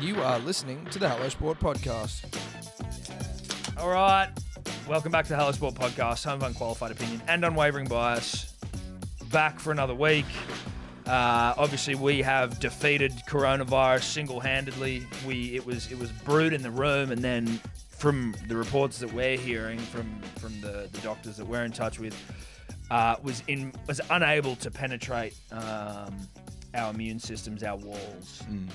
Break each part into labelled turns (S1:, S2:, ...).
S1: You are listening to the Hello Sport Podcast.
S2: All right. Welcome back to the Hello Sport Podcast, home of unqualified opinion and unwavering bias. Back for another week. Uh, obviously, we have defeated coronavirus single-handedly. We it was it was brewed in the room, and then from the reports that we're hearing from from the, the doctors that we're in touch with, uh, was in was unable to penetrate um, our immune systems, our walls.
S1: Hmm.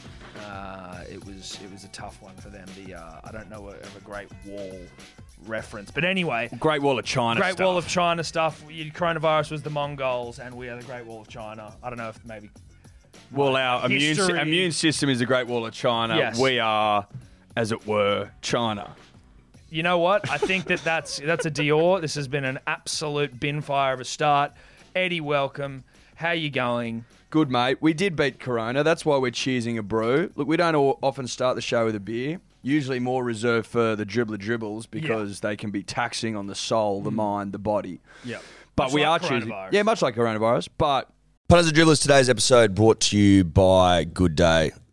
S2: Uh, it was it was a tough one for them. The uh, I don't know of a great wall reference, but anyway,
S3: Great Wall of China.
S2: Great
S3: stuff.
S2: Wall of China stuff. You- Coronavirus was the Mongols, and we are the Great Wall of China. I don't know if maybe
S3: Well, our immune,
S2: History.
S3: immune system is the Great Wall of China.
S2: Yes.
S3: We are, as it were, China.
S2: you know what? I think that that's that's a Dior. This has been an absolute bin fire of a start. Eddie, welcome. How you going?
S1: Good, mate. We did beat Corona. That's why we're cheesing a brew. Look, we don't all, often start the show with a beer. Usually more reserved for the dribbler dribbles because they can be taxing on the soul,
S2: Mm.
S1: the mind, the body.
S2: Yeah,
S1: But we are choosing. Yeah, much like coronavirus, but
S4: Punters and Dribblers, today's episode brought to you by Good Day,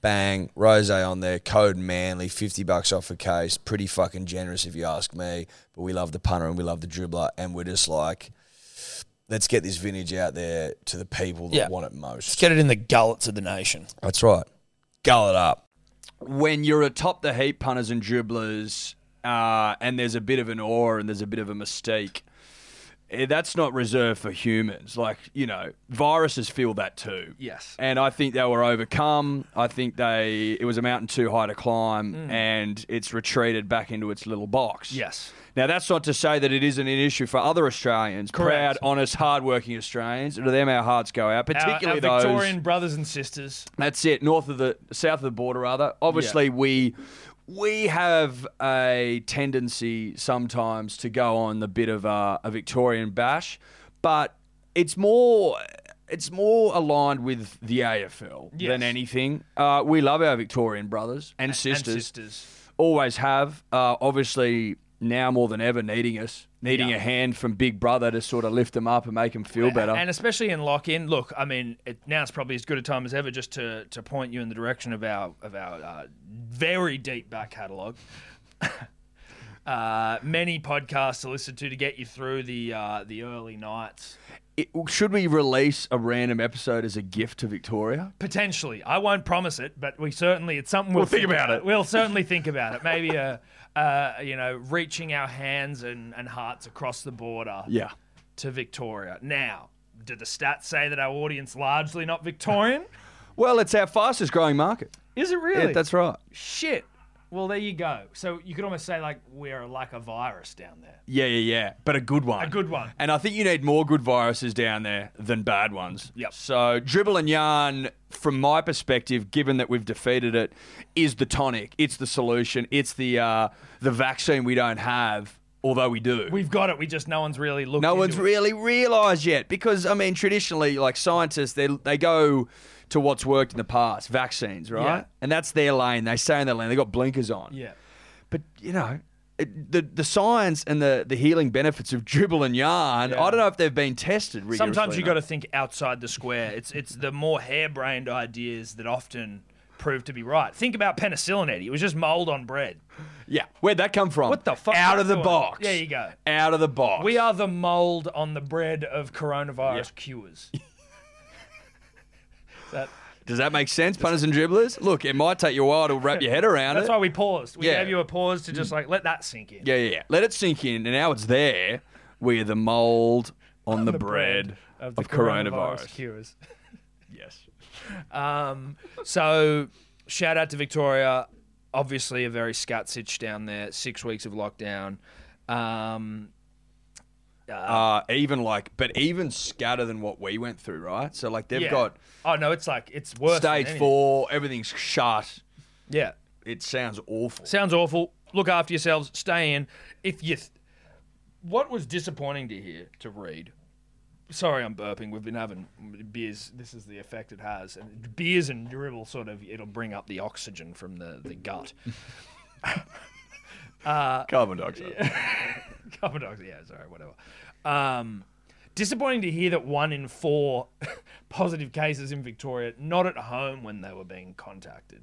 S4: bang, rose on there, code manly, 50 bucks off a case. Pretty fucking generous if you ask me. But we love the punter and we love the dribbler. And we're just like, let's get this vintage out there to the people that
S5: Yeah.
S4: want it
S5: Let's
S4: most.
S5: get it in the gullets of the nation.
S4: That's right. Gullet up.
S3: When you're atop the heap, punters and dribblers, uh, and there's a bit of an awe and there's a bit of a mystique, eh, that's not reserved for humans. Like, you know, viruses feel that too.
S2: Yes.
S3: And I think they were overcome. I think they it was a mountain too high to climb,
S2: Mm.
S3: and it's retreated back into its little box.
S2: Yes.
S3: Now, that's not to say that it isn't an issue for other Australians, proud,
S2: Correct.
S3: honest, hardworking Australians. To them, our hearts go out, particularly
S2: our, our
S3: those.
S2: Victorian brothers and sisters.
S3: That's it, north of the south of the border, rather. Obviously, we we have a tendency sometimes to go on the bit of uh, a, a Victorian bash, but it's more. It's more aligned with the AFL
S2: Yes.
S3: than anything. Uh, we love our Victorian brothers and,
S2: and
S3: sisters
S2: sisters.
S3: always have. Uh, obviously, now more than ever, needing us.
S4: needing a hand from Big Brother to sort of lift them up and make them feel better.
S5: And especially in lock in, look, I mean, it, now it's probably as good a time as ever just to, to point you in the direction of our of our uh, very deep back catalogue. uh, many podcasts to listen to to get you through the uh, the early nights.
S4: It- should we release a random episode as a gift to Victoria?
S5: Potentially, I won't promise it, but we certainly it's something we'll,
S4: We'll think about it.
S5: We'll certainly think about it. Maybe uh uh, you know, reaching our hands and, and hearts across the border.
S4: Yeah.
S5: to Victoria. Now, do the stats say that our audience largely not Victorian?
S4: Well, it's our fastest growing market.
S5: Is it really?
S4: Yeah, that's right.
S5: shit. Well, there you go. So you could almost say like we're like a virus down there.
S4: Yeah, yeah, yeah. But a good one.
S5: A good one.
S4: And I think you need more good viruses down there than bad ones.
S5: Yep.
S4: So dribble and yarn, from my perspective, given that we've defeated it, is the tonic. It's the solution. It's the uh, the vaccine we don't have, although we do.
S5: We've got it. We just no one's really looking.
S4: no one's
S5: it.
S4: really realised yet because I mean, traditionally, like scientists, they they go to what's worked in the past, vaccines, right?
S5: Yeah.
S4: And that's their lane. They stay in their lane. They got blinkers on.
S5: Yeah.
S4: But you know, it, the the science and the the healing benefits of dribble and yarn.
S5: Yeah.
S4: I don't know if they've been tested. Rigorously
S5: Sometimes you
S4: mate.
S5: got to think outside the square. It's it's the more harebrained ideas that often prove to be right. Think about penicillin, Eddie. It was just mold on bread.
S4: Yeah, where'd that come from?
S5: What the fuck?
S4: Out of the
S5: What-
S4: box.
S5: There you go.
S4: Out of the box.
S5: We are the mold on the bread of coronavirus cures. that,
S4: Does that make sense, punters and dribblers? Look, it might take you a while to wrap your head around
S5: that's
S4: it.
S5: why we paused. We
S4: Yeah. Mm.
S5: gave you a pause to just like let that sink in.
S4: yeah, yeah, yeah. Let it sink in, and now it's there. We're the mold on, the, bread, of, coronavirus.
S5: cures.
S4: Yes.
S5: Um, so shout out to Victoria. Obviously, a very scat sitch down there. Six weeks of lockdown. Um,
S4: Uh, even like, but even scatter than what we went through, right? So like they've
S5: yeah.
S4: got
S5: Oh no, it's like it's worse. than
S4: stage
S5: anything.
S4: four, everything's shut.
S5: Yeah.
S4: It sounds awful.
S5: Sounds awful. Look after yourselves. Stay in. If you, th- what was disappointing to hear to read. Sorry, I'm burping. We've been having beers. This is the effect it has, and beers and dribble sort of it'll bring up the oxygen from the the gut.
S4: Uh, Carbon dioxide.
S5: Carbon dioxide. Yeah, sorry, whatever. Um, disappointing to hear that one in four positive cases in Victoria not at home when they were being contacted.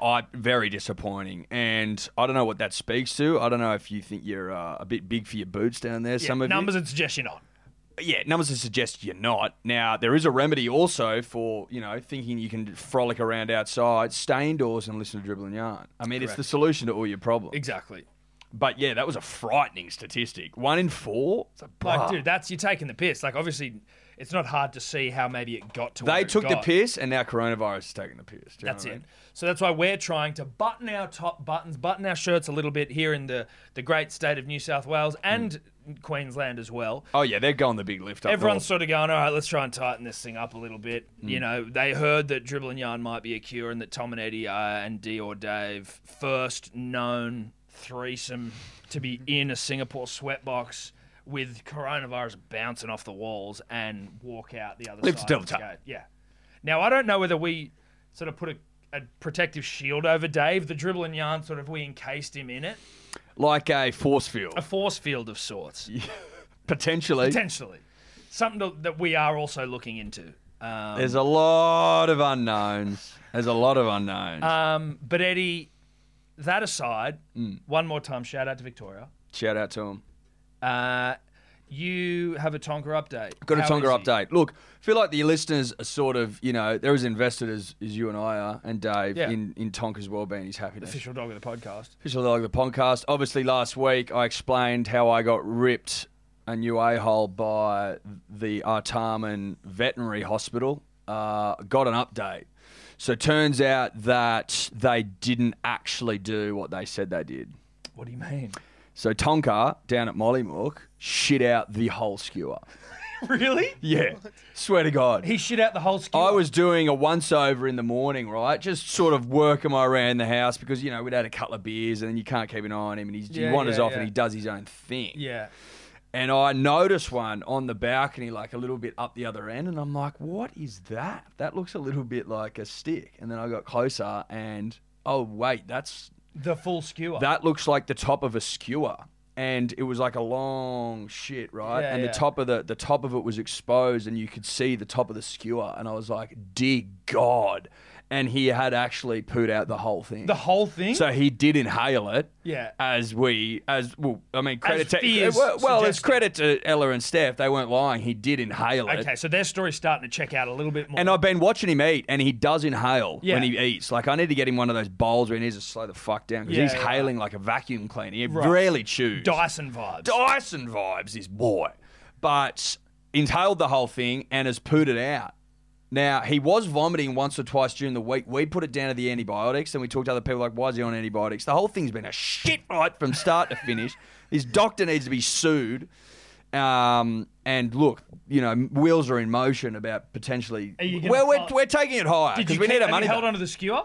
S4: I very disappointing, and I don't know what that speaks to. I don't know if you think you're uh, a bit big for your boots down there.
S5: Yeah,
S4: some of
S5: numbers
S4: you.
S5: and suggestion on.
S4: yeah, numbers would suggest you're not. Now there is a remedy also for you know thinking you can frolic around outside, stay indoors and listen to Dribble and Yarn. I mean, it's the solution to all your problems.
S5: Exactly.
S4: But yeah, that was a frightening statistic. One in four. It's a
S5: Like,
S4: bar.
S5: dude, that's you're taking the piss. Like, obviously, it's not hard to see how maybe it got to. where
S4: they
S5: it
S4: took the
S5: got.
S4: piss, and now coronavirus is taking the piss. Do you know
S5: That's
S4: what I
S5: it.
S4: mean?
S5: So that's why we're trying to button our top buttons, button our shirts a little bit here in the the great state of New South Wales and Queensland as well.
S4: Oh yeah, they're going the big lift up.
S5: Everyone's
S4: north.
S5: sort of going, all right, let's try and tighten this thing up a little bit. You know, they heard that Dribble and Yarn might be a cure and that Tom and Eddie are, and D or Dave, first known threesome to be in a Singapore sweatbox with coronavirus bouncing off the walls and walk out the other
S4: Live to
S5: side.
S4: tell
S5: of
S4: the tale.
S5: gate. Yeah. Now, I don't know whether we sort of put a, a protective shield over Dave. The Dribble and Yarn sort of, we encased him in it.
S4: like a force field,
S5: A force field of sorts.
S4: potentially.
S5: Potentially. Something to, that we are also looking into. Um,
S4: There's a lot of unknowns. There's a lot of unknowns.
S5: um, but Eddie, that aside,
S4: Mm.
S5: one more time, shout out to Victoria.
S4: Shout out to him.
S5: Uh, you have a Tonka update.
S4: Got a
S5: How
S4: Tonga
S5: is he?
S4: update. Look, feel like the listeners are sort of, you know, they're as invested as, as you and I are, and Dave,
S5: Yeah.
S4: in, in Tonka's well-being. He's happy to
S5: Official dog of the podcast.
S4: official dog of the podcast. Obviously, last week I explained how I got ripped a new a-hole by the Artarmon Veterinary Hospital. Uh, got an update. So turns out that they didn't actually do what they said they did.
S5: What do you mean?
S4: So Tonka down at Mollymook shit out the whole skewer.
S5: really?
S4: Yeah, swear to God.
S5: He shit out the whole skewer.
S4: I was doing a once over in the morning, right? Just sort of working my way around the house because you know we'd had a couple of beers and then you can't keep an eye on him and he's,
S5: Yeah,
S4: he wanders
S5: yeah,
S4: off
S5: yeah.
S4: and he does his own thing.
S5: Yeah.
S4: And I noticed one on the balcony, like a little bit up the other end, and I'm like, "What is that? That looks a little bit like a stick." And then I got closer and oh wait, that's
S5: The full skewer.
S4: that looks like the top of a skewer. and it was like a long shit, right?
S5: Yeah,
S4: and
S5: yeah.
S4: the top of the the top of it was exposed, and you could see the top of the skewer. And I was like, "Dear God!" And he had actually pooed out the whole thing.
S5: The whole thing?
S4: So he did inhale it.
S5: Yeah.
S4: As we, as well, I mean, credit to
S5: fears
S4: well, well, it's
S5: suggested.
S4: credit to Ella and Steph. They weren't lying. He did inhale it.
S5: okay, so their story's starting to check out a little bit more.
S4: And I've been watching him eat, and he does inhale
S5: Yeah.
S4: when he eats. Like I need to get him one of those bowls where he needs to slow the fuck down because
S5: Yeah,
S4: he's
S5: yeah.
S4: hailing like a vacuum cleaner. He
S5: Right.
S4: rarely chews.
S5: Dyson vibes.
S4: Dyson vibes, this boy. But inhaled the whole thing and has pooed it out. Now, he was vomiting once or twice during the week. We put it down to the antibiotics and we talked to other people like, why is he on antibiotics? The whole thing's been a shit right from start to finish. His doctor needs to be sued. Um, and look, you know, wheels are in motion about potentially.
S5: Are you gonna
S4: Well, we're,
S5: file-
S4: we're taking it higher
S5: Did
S4: because
S5: you
S4: we need
S5: have
S4: our money.
S5: you held
S4: back.
S5: onto the skewer?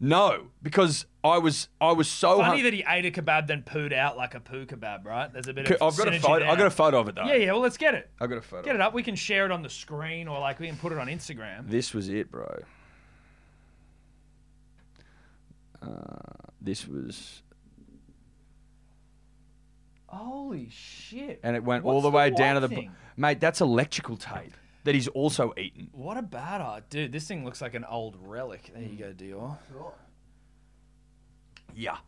S4: No, because I was I was so
S5: Funny
S4: Oh, hun-
S5: that he ate a kebab, then pooed out like a poo kebab, right? There's a bit of
S4: I've got a
S5: synergy
S4: photo.
S5: there.
S4: I got a photo of it though.
S5: Yeah, yeah. Well, let's get it.
S4: I got a photo.
S5: Get it up. We can share it on the screen, or like we can put it on Instagram.
S4: This was it, bro. Uh, this was,
S5: Holy shit!
S4: and it went all
S5: What's
S4: the way down to
S5: white
S4: the
S5: thing?
S4: mate. That's electrical tape that he's also eaten.
S5: What a bad art, dude! This thing looks like an old relic. There you go, Dior.
S4: Yeah,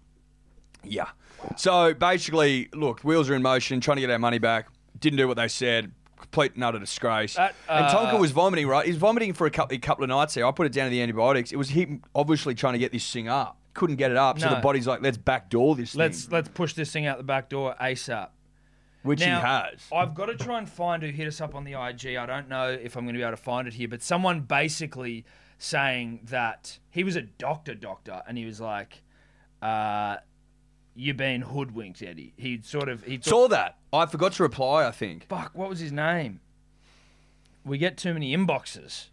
S4: yeah. So basically, look, wheels are in motion, trying to get our money back. Didn't do what they said. Complete and utter disgrace.
S5: That,
S4: and
S5: uh,
S4: Tonka was vomiting, right? He's vomiting for a couple, a couple of nights there. I put it down to the antibiotics. It was him obviously trying to get this thing up. Couldn't get it up, so
S5: No.
S4: the body's like, let's backdoor this
S5: Let's
S4: thing,
S5: let's push this thing out the back door asap.
S4: which
S5: now,
S4: he has.
S5: I've got to try and find who hit us up on the IG. I don't know if I'm going to be able to find it here, but someone basically saying that he was a doctor, doctor, and he was like, uh, "You've been hoodwinked, Eddie." He sort of he
S4: Saw that. I forgot to reply. I think.
S5: fuck, what was his name? We get too many inboxes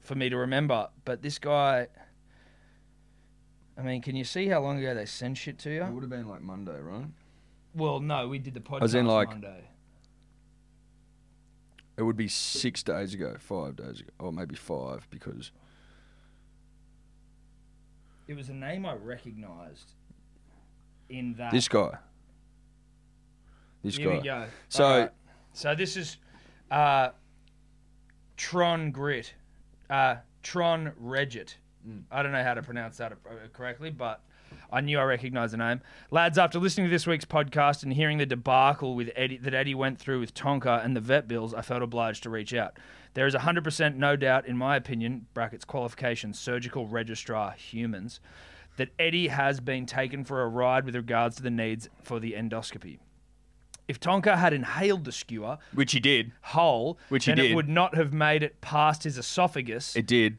S5: for me to remember. But this guy, I mean, can you see how long ago they send shit to you?
S4: have been like Monday, right?
S5: Well, no, we did the podcast
S4: As in, like-
S5: Monday.
S4: It would be six days ago, five days ago, or maybe five because
S5: It was a name I recognised. In that,
S4: this guy, this
S5: Here
S4: guy.
S5: we go.
S4: So-
S5: All right. so this is uh, Tron Grit, uh, Tron Regit. I don't know how to pronounce that uh, correctly, but I knew I recognised the name. Lads, after listening to this week's podcast and hearing the debacle with Eddie that Eddie went through with Tonka and the vet bills, I felt obliged to reach out. There is 100% no doubt, in my opinion, brackets qualification, surgical registrar, humans, that Eddie has been taken for a ride with regards to the needs for the endoscopy. If Tonka had inhaled the skewer
S4: Which he did.
S5: whole,
S4: Which he
S5: then it
S4: did.
S5: would not have made it past his esophagus,
S4: It did.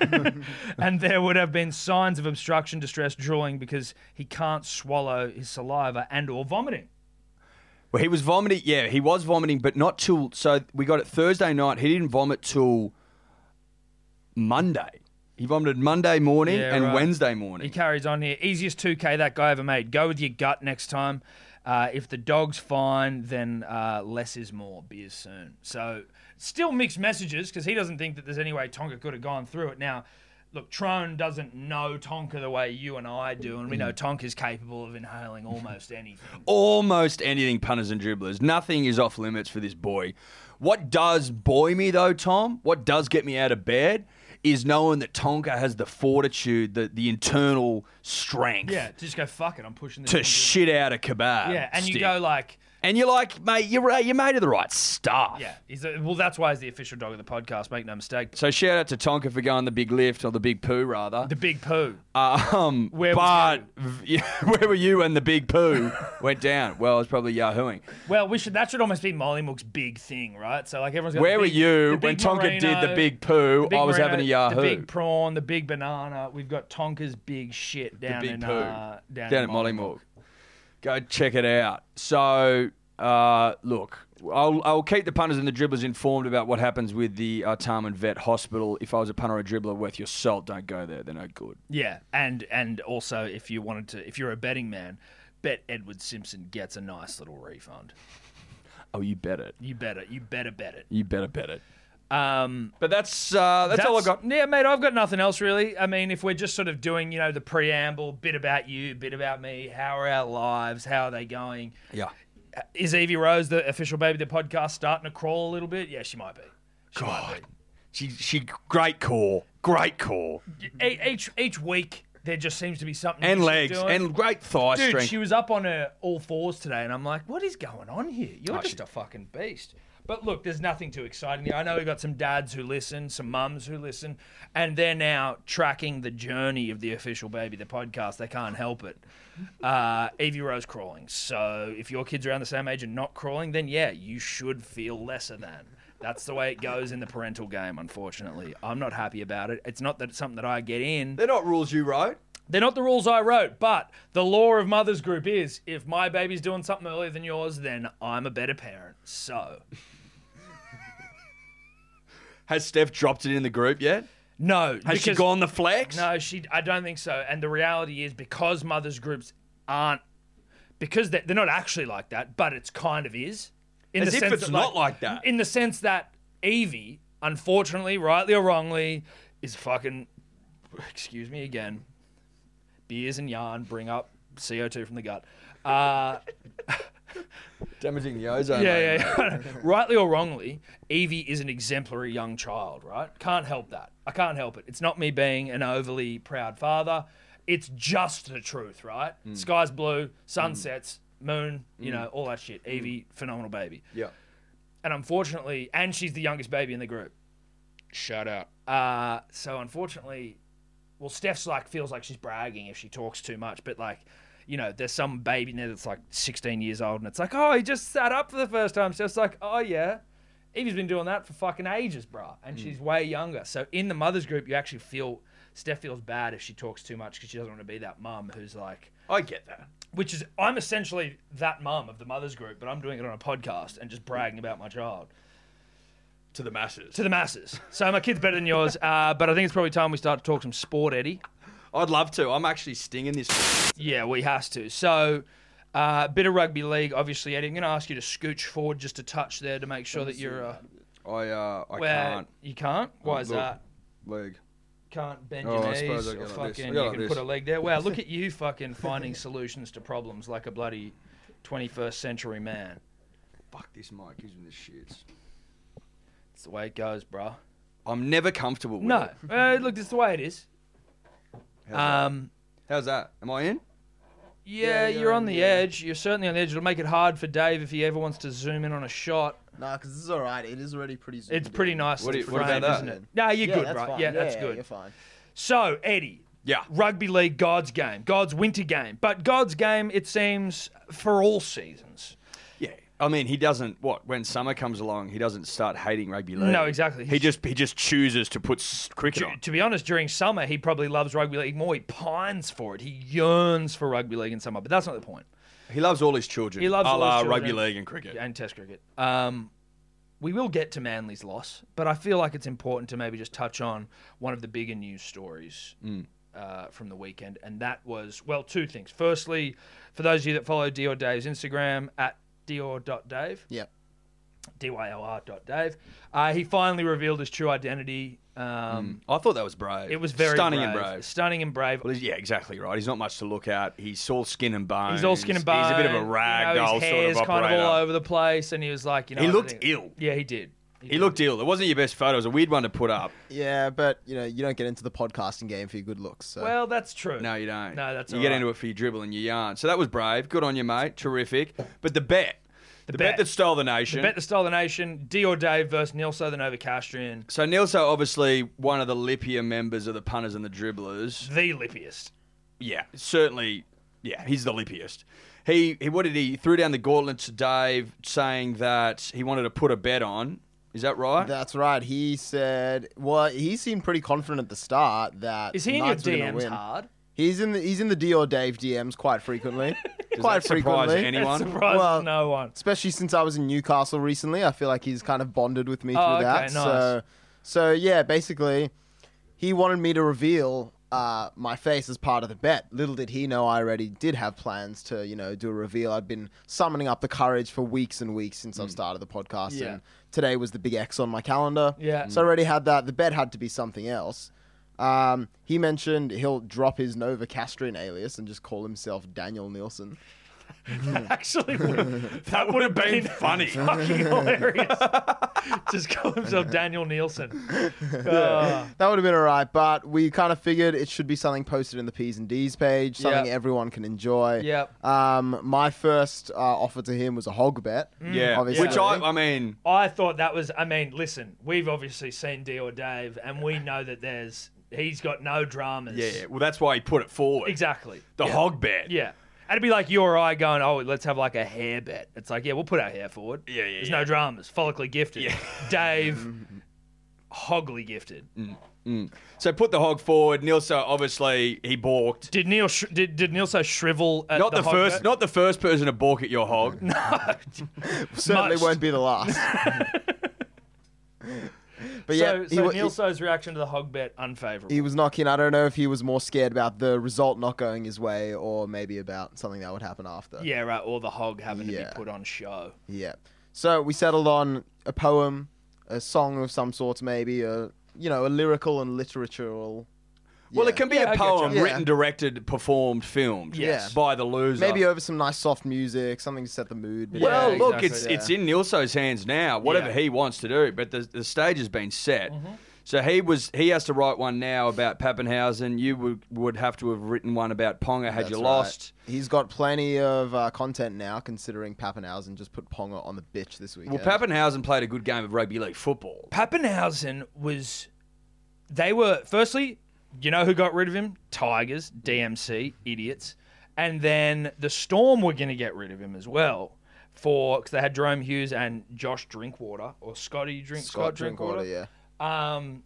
S5: and there would have been signs of obstruction, distress, drooling because he can't swallow his saliva and/or vomiting.
S4: Well, he was vomiting. Yeah, he was vomiting, but not till. So we got it Thursday night. He didn't vomit till Monday. He vomited Monday morning
S5: Yeah,
S4: and
S5: right.
S4: Wednesday
S5: He
S4: morning.
S5: carries on here. Easiest 2K that guy ever made. Go with your gut next time. Uh, if the dog's fine, then uh, less is more. Beers soon. So, still mixed messages because he doesn't think that there's any way Tonka could have gone through it. Now, look, Trone doesn't know Tonka the way you and I do,
S4: Mm.
S5: and we know Tonka's capable of inhaling almost anything.
S4: Almost anything, punters and dribblers. Nothing is off limits for this boy. What does buoy me though, Tom? What does get me out of bed is knowing that Tonka has the fortitude, the, the internal strength
S5: Yeah, just go fuck it. I'm pushing this.
S4: to
S5: into-
S4: shit out a kebab.
S5: yeah, and you
S4: stick.
S5: go like,
S4: and you're like, mate, you're right, you made of the right stuff.
S5: yeah. He's a, well, that's why he's the official dog of the podcast. Make no mistake.
S4: So shout out to Tonka for going the big lift or the big poo rather.
S5: The big poo.
S4: Um,
S5: Where was
S4: but v- where were you when the big poo went down? Well, I was probably yahooing.
S5: Well, we should. That should almost be Molly Mook's big thing, right? So like everyone's. got
S4: Where
S5: the
S4: were
S5: big-
S4: you
S5: the big
S4: when Tonka did
S5: Merino,
S4: the big poo?
S5: the big
S4: I was
S5: Merino,
S4: having a
S5: The
S4: yahoo
S5: big prawn, the big banana. We've got Tonka's big shit down
S4: big
S5: in
S4: poo
S5: uh, down,
S4: down at Mollymook. Go check it out. So uh, look, I'll, I'll keep the punters and the dribblers informed about what happens with the uh, Tarman Vet Hospital. If I was a punter or a dribbler worth your salt, don't go there. They're no good.
S5: Yeah, and and also if you wanted to, if you're a betting man, bet Edward Simpson gets a nice little refund.
S4: Oh, you bet it.
S5: You better, you better bet it.
S4: You better bet it.
S5: Um,
S4: But that's uh, that's, all I got.
S5: Yeah, mate, I've got nothing else really. I mean, if we're just sort of doing, you know, the preamble, bit about you, bit about me, how are our lives, how are they going?
S4: Yeah.
S5: Is Evie Rose, the official baby of the podcast, starting to crawl a little bit? Yeah, she might be. She might be.
S4: She she great core, great core,
S5: E- each each week there just seems to be something
S4: and
S5: new she's
S4: legs,
S5: doing.
S4: and great thigh
S5: dude
S4: strength.
S5: she was up on her all fours today and i'm like what is going on here you're just a fucking beast but look there's nothing too exciting here. i know we've got some dads who listen some mums who listen and they're now tracking the journey of the official baby the podcast they can't help it uh, evie rose crawling so if your kids are around the same age and not crawling then yeah you should feel lesser than that's the way it goes in the parental game, unfortunately. I'm not happy about it. It's not that it's something that I get in.
S4: They're not rules you wrote.
S5: They're not the rules I wrote, but the law of mothers group is if my baby's doing something earlier than yours, then I'm a better parent. So,
S4: Has Steph dropped it in the group yet?
S5: no.
S4: Has she
S5: because-
S4: gone the flex?
S5: No, she. I don't think so. And the reality is because mothers groups aren't because they're, they're not actually like that, but it's kind of is. In
S4: As if it's not like that.
S5: In the sense that Evie, unfortunately, rightly or wrongly, is fucking. Excuse me again. Beers and yarn bring up CO two from the gut. Uh,
S4: Damaging the ozone.
S5: yeah,
S4: layer.
S5: yeah, yeah. rightly or wrongly, Evie is an exemplary young child, right? Can't help that. I can't help it. It's not me being an overly proud father. It's just the truth, right? Sky's blue, sun sets, moon, you know, all that shit. Evie, phenomenal baby.
S4: Yeah.
S5: And unfortunately, and she's the youngest baby in the group. Shout out. Uh, so unfortunately, well, Steph's like feels like she's bragging if she talks too much, but like, you know, there's some baby in there that's like 16 years old, and it's like, oh, he just sat up for the first time. Steph's like, oh yeah, Evie's been doing that for fucking ages, bruh, and
S4: Mm.
S5: she's way younger. So in the mothers group, you actually feel Steph feels bad if she talks too much because she doesn't want to be that mum who's like,
S4: I get that.
S5: which is I'm essentially that mum of the mothers group, but I'm doing it on a podcast and just bragging about my child
S4: To the masses.
S5: to the masses. So my kid's better than yours, uh, but I think it's probably time we start to talk some sport, Eddie.
S4: I'd love to. I'm actually stinging this.
S5: Yeah, we has to. So. Uh, bit of rugby league, obviously, Eddie. I'm going to ask you to scooch forward just a touch there to make sure that you're uh,
S4: I uh, I
S5: where
S4: can't
S5: you can't. Why is
S4: Look.
S5: that?
S4: leg.
S5: Can't bend
S4: Oh,
S5: your
S4: I
S5: knees.
S4: suppose I
S5: or
S4: go like this.
S5: fucking,
S4: I go
S5: you
S4: like
S5: can
S4: this.
S5: put a leg there. Wow, look at you fucking finding solutions to problems like a bloody 21st century man.
S4: Fuck this mic. Gives me the shits.
S5: It's the way it goes, bruh.
S4: I'm never comfortable with
S5: No,
S4: it.
S5: uh, look, this is the way it is.
S4: How's,
S5: Um,
S4: that? How's that? Am I in?
S5: yeah,
S6: you're
S5: you're on
S6: on-
S5: the
S6: yeah.
S5: edge. You're certainly on the edge. It'll make it hard for Dave if he ever wants to zoom in on a shot.
S6: Nah, because this is all right. It is already pretty. zoomed
S5: It's pretty
S6: in.
S5: nice.
S4: What do you- what
S5: framed,
S4: about that?
S5: isn't it? No, you're
S6: Yeah,
S5: good,
S6: that's
S5: right?
S6: fine.
S5: Yeah, that's good.
S6: You're fine.
S5: So, Eddie.
S4: Yeah.
S5: Rugby league, God's game, God's winter game, but God's game, it seems, for all seasons.
S4: Yeah. I mean, he doesn't. What when summer comes along, he doesn't start hating rugby league.
S5: No, exactly.
S4: He just he just chooses to put s- cricket on.
S5: To be honest, during summer, he probably loves rugby league more. He pines for it. He yearns for rugby league in summer, but that's not the point.
S4: He loves all his children.
S5: He loves
S4: a
S5: all
S4: la
S5: his children.
S4: rugby league and cricket.
S5: and Test cricket. Um, we will get to Manly's loss, but I feel like it's important to maybe just touch on one of the bigger news stories uh, from the weekend, and that was well, two things. Firstly, for those of you that follow Dior Dave's Instagram at dior.dave,
S6: Yep.
S5: D-Y-O-R.dave, uh, he finally revealed his true identity. Um,
S4: Mm. I thought that was brave.
S5: It was very
S4: stunning
S5: brave,
S4: and brave.
S5: stunning and brave.
S4: Well, he's- yeah, exactly right. He's not much to look at. He's all skin and bones.
S5: He's all skin and bone.
S4: He's a bit of a
S5: you know,
S4: rag doll
S5: his
S4: sort
S5: hair's
S4: of operator.
S5: kind of all over the place, and he was like, you know,
S4: He
S5: I
S4: looked
S5: think-
S4: ill.
S5: Yeah, he did.
S4: He looked ill. It wasn't your best photo. It was a weird one to put up.
S6: Yeah, but you know you don't get into the podcasting game for your good looks. So.
S5: Well, that's true.
S4: No, you don't.
S5: No, that's
S4: you
S5: all
S4: get
S5: right.
S4: into it for your dribble and your yarn. So that was brave. Good on you, mate. Terrific. But the bet, the, bet.
S5: bet.
S4: that stole the nation.
S5: Bet the Style of the Nation, D or Dave versus Neil Southern over Castrian.
S4: so Nilso, obviously one of the lippier members of the punters and the dribblers.
S5: The lippiest.
S4: Yeah, certainly. Yeah, he's the lippiest. He, he what did he threw down the gauntlet to Dave, saying that he wanted to put a bet on. Is that right?
S6: that's right. He said. Well, he seemed pretty confident at the start that
S5: Is he in your
S6: Knights were gonna
S5: DMs
S6: win.
S5: hard?
S6: He's in the he's in the Dior Dave DMs quite frequently. quite
S4: that surprise
S6: frequently.
S4: anyone? That
S5: Surprised
S6: Well,
S5: no one.
S6: especially since I was in Newcastle recently. I feel like he's kind of bonded with me through
S5: Oh, okay,
S6: that.
S5: nice.
S6: So, so yeah, basically, he wanted me to reveal uh, my face as part of the bet. Little did he know I already did have plans to, you know, do a reveal. I'd been summoning up the courage for weeks and weeks since I've started the podcast,
S5: Hmm. Yeah.
S6: and today was the big X on my calendar.
S5: Yeah.
S6: So I already had that. The bet had to be something else. Um, he mentioned he'll drop his Nova Castrian alias and just call himself Daniel Nielsen.
S5: Actually, would- that would have been funny. Fucking hilarious. Just call himself Daniel Nielsen. Uh,
S6: That would have been alright, but we kind of figured it should be something posted in the P's and D's page, something
S5: Yep.
S6: everyone can enjoy.
S5: Yep.
S6: Um, my first uh, offer to him was a hog bet.
S5: Mm.
S4: Yeah,
S6: obviously.
S4: which I, I mean,
S5: I thought that was. I mean, listen, we've obviously seen D or Dave, and we know that there's. He's got no dramas.
S4: yeah. Well, that's why he put it forward.
S5: Exactly.
S4: The
S5: yeah.
S4: hog bet.
S5: Yeah. And it'd be like you or I going, oh, let's have like a hair bet. It's like, yeah, we'll put our hair forward.
S4: Yeah, yeah,
S5: There's
S4: yeah.
S5: no dramas. Follically gifted. Dave, hogly gifted.
S4: Mm, So put the hog forward. Nilsa obviously he balked.
S5: Did Neil sh- did, did Neil so shrivel at
S4: Not
S5: the,
S4: the,
S5: hog
S4: first,
S5: bet?
S4: not the first person to balk at your hog.
S6: Certainly
S5: Must.
S6: won't be the last. but yeah,
S5: So,
S6: he,
S5: so
S6: wa-
S5: Neil
S6: he,
S5: So's reaction to the hog bet unfavourable.
S6: he was knocking. I don't know if he was more scared about the result not going his way or maybe about something that would happen after.
S5: yeah, right. Or the hog having to
S6: Yeah.
S5: be put on show.
S6: Yeah. So we settled on a poem, a song of some sorts, maybe, a, you know, a lyrical and literatural.
S4: Well,
S6: yeah.
S4: it can be
S5: Yeah, I
S4: a
S5: get you.
S4: poem
S6: Yeah.
S4: written, directed, performed, filmed.
S6: Yes. Yeah.
S4: by the loser.
S6: Maybe over some nice soft music, something to set the mood.
S5: Yeah,
S4: Well, look,
S5: exactly.
S4: it's
S6: Yeah.
S4: it's in Nilso's hands now. Whatever
S5: Yeah. Mm-hmm.
S4: he wants to do, but the the stage has been set. So he was he has to write one now about Pappenhausen. You would would have to have written one about Ponga had
S6: That's
S4: you
S6: right.
S4: lost.
S6: He's got plenty of uh, content now, considering Pappenhausen just put Ponga on the bitch this weekend.
S4: Well, Pappenhausen played a good game of rugby league football.
S5: Pappenhausen was. They were firstly, you know who got rid of him? Tigers, DMC, idiots, and then the Storm were going to get rid of him as well for because they had Jerome Hughes and Josh Drinkwater or Scotty Drink Scott, Drinkwater.
S6: yeah.
S5: Um,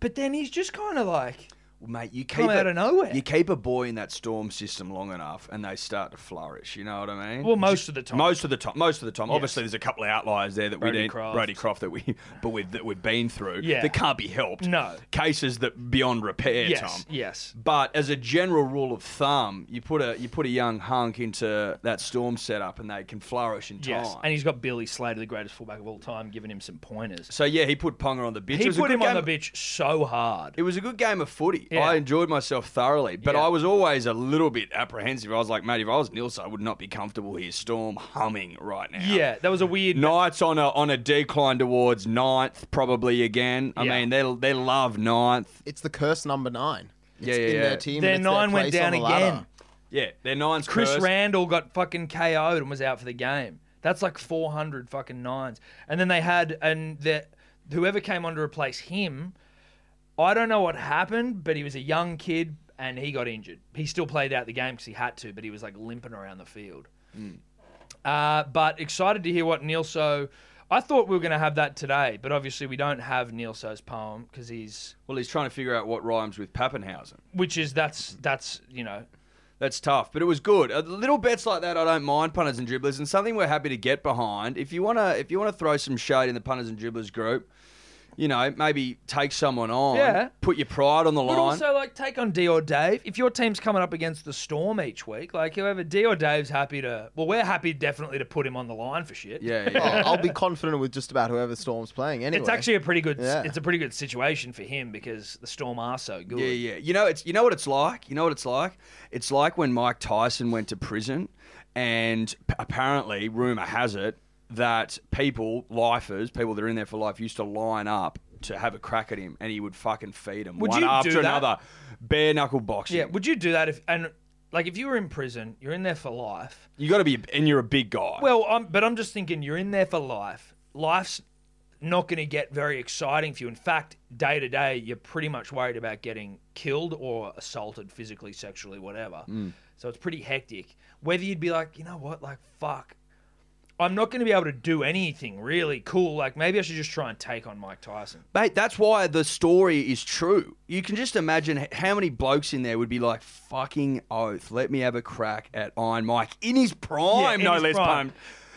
S5: but then he's just kind of like,
S4: Well, mate, you keep
S5: Come out
S4: a-
S5: of nowhere.
S4: You keep a boy in that storm system long enough, and they start to flourish. You know what I mean?
S5: well, most of the time,
S4: Most of the time, most of the time. Obviously, there's a couple of outliers there that
S5: Brody
S4: we didn't,
S5: Croft.
S4: Brody Croft, that we, but we've that we've been through.
S5: Yeah.
S4: that can't be helped.
S5: No.
S4: cases that beyond repair.
S5: yes,
S4: Tom.
S5: yes,
S4: But as a general rule of thumb, you put a you put a young hunk into that storm setup, and they can flourish in time.
S5: yes, and he's got Billy Slater, the greatest fullback of all time, giving him some pointers.
S4: so yeah, he put Ponga on the bench. It
S5: he
S4: was a
S5: put
S4: good
S5: him
S4: game-
S5: on the bitch so hard.
S4: It was a good game of footy.
S5: Yeah.
S4: I enjoyed myself thoroughly, but
S5: Yeah.
S4: I was always a little bit apprehensive. I was like, mate, if I was Nils, I would not be comfortable here. Storm humming right now.
S5: yeah, that was a weird.
S4: Knights on a on a decline towards ninth, probably again. I
S5: Yeah.
S4: mean, they they love ninth.
S6: It's the curse number nine. It's
S4: Yeah, yeah,
S6: in
S4: yeah.
S6: their team.
S5: Their
S6: and it's
S5: nine went
S6: place
S5: down
S6: on the ladder.
S5: again.
S4: Yeah, their nine's
S5: Chris
S4: cursed.
S5: Randall got fucking KO'd and was out for the game. That's like 400 fucking nines. And then they had, and the, whoever came on to replace him, I don't know what happened, but he was a young kid and he got injured. He still played out the game because he had to, but he was like limping around the field. Uh, but excited to hear what Neil So. I thought we were going to have that today, but obviously we don't have Neil So's poem because he's,
S4: Well, he's trying to figure out what rhymes with Pappenhausen.
S5: which is that's that's you know
S4: That's tough, but it was good. Uh, little bets like that, I don't mind punters and dribblers, and something we're happy to get behind. If you wanna, if you wanna throw some shade in the punters and dribblers group, you know, maybe take someone on,
S5: Yeah.
S4: put your pride on the
S5: But
S4: line.
S5: also, like, take on D or Dave. If your team's coming up against the Storm each week, like, whoever D or Dave's happy to, well, we're happy definitely to put him on the line for shit.
S4: yeah,
S6: Oh,
S4: yeah.
S6: I'll be confident with just about whoever Storm's playing anyway.
S5: It's actually a pretty good.
S6: Yeah.
S5: It's a pretty good situation for him because the Storm are so good.
S4: Yeah, yeah. You know, it's you know what it's like. You know what it's like. It's like when Mike Tyson went to prison, and p- apparently, rumor has it that people, lifers, people that are in there for life, used to line up to have a crack at him, and he would fucking feed them
S5: Would
S4: one
S5: you do
S4: after
S5: that?
S4: another, bare knuckle boxing.
S5: Yeah, Would you do that if and like if you were in prison, you're in there for life.
S4: you got to be, and you're a big guy.
S5: Well, I'm, but I'm just thinking you're in there for life. Life's not going to get very exciting for you. In fact, day to day, you're pretty much worried about getting killed or assaulted physically, sexually, whatever. So it's pretty hectic. Whether you'd be like, you know what, like, fuck. I'm not going to be able to do anything really cool. Like, maybe I should just try and take on Mike Tyson.
S4: Mate, that's why the story is true. You can just imagine h- how many blokes in there would be like, fucking oath, let me have a crack at Iron Mike in his prime.
S5: Yeah, in
S4: no
S5: his
S4: less
S5: prime.
S4: prime.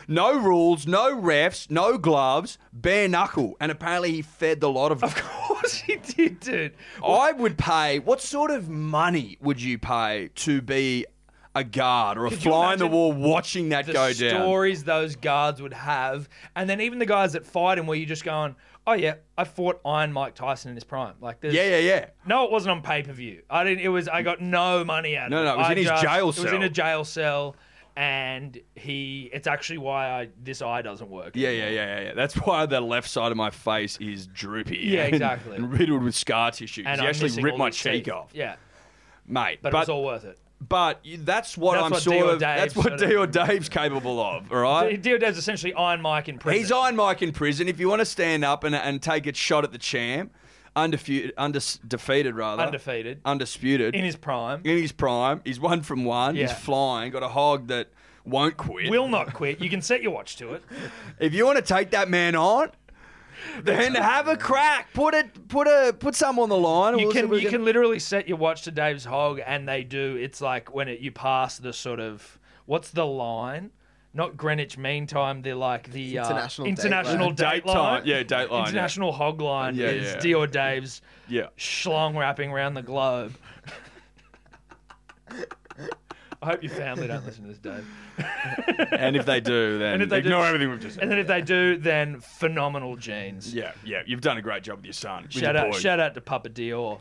S4: No rules, no refs, no gloves, bare knuckle. And apparently he fed the lot of them.
S5: Of course he did, dude.
S4: I would pay. What sort of money would you pay to be a guard or a
S5: Could you
S4: fly in the
S5: imagine
S4: wall watching that
S5: The
S4: go down?
S5: stories those guards would have, and then even the guys that fight him, where you're just going, "Oh yeah, I fought Iron Mike Tyson in his prime." Like, there's,
S4: Yeah, yeah, yeah.
S5: No, it wasn't on pay per view. I didn't. It was. I got no money out.
S4: No,
S5: of it.
S4: no, it was
S5: I
S4: in his
S5: just-
S4: jail
S5: It was
S4: cell.
S5: in a jail cell, and he. It's actually why I this eye doesn't work.
S4: Yeah, yeah, yeah, yeah, yeah. That's why the left side of my face is droopy.
S5: Yeah,
S4: and-
S5: exactly.
S4: And riddled with scar tissue. 'cause
S5: And
S4: He
S5: I'm
S4: actually
S5: missing
S4: ripped
S5: all
S4: my
S5: these
S4: cheek
S5: teeth.
S4: off,
S5: Yeah,
S4: mate.
S5: but,
S4: But
S5: it was all worth it.
S4: but you- that's what
S5: That's
S4: I'm
S5: what
S4: sort
S5: D or
S4: of. that's
S5: Dave
S4: what
S5: sort
S4: D or
S5: of-
S4: Dave's capable of. All right.
S5: Dio Dev's essentially Iron Mike in prison.
S4: He's Iron Mike in prison. If you want to stand up and, and take a shot at the champ, undefeated, undis defeated rather,
S5: undefeated
S4: undisputed
S5: in his prime.
S4: in his prime. He's one from one.
S5: Yeah.
S4: He's flying. Got a hog that won't quit.
S5: Will not quit. You can set your watch to it.
S4: if you want to take that man on, then have a crack. Put it. Put a. Put some on the line.
S5: You
S4: We'll see
S5: can
S4: what we
S5: you can literally set your watch to Dave's hog, and they do. It's like when it you pass the sort of what's the line? Not Greenwich Mean Time. They're like the
S6: International
S5: uh, international date,
S4: Date
S5: line.
S4: time. Yeah, date line, yeah.
S5: International hog line
S4: Yeah,
S5: is
S4: yeah.
S5: Dio Dave's
S4: Yeah.
S5: schlong wrapping around the globe. I hope your family don't listen to this, Dave.
S4: And if they do, then
S5: And if they do-
S4: ignore everything we've just said.
S5: And then if they do, then phenomenal genes.
S4: yeah, yeah, you've done a great job with your son. with
S5: Shout
S4: your
S5: out,
S4: boy.
S5: shout out to Papa Dior.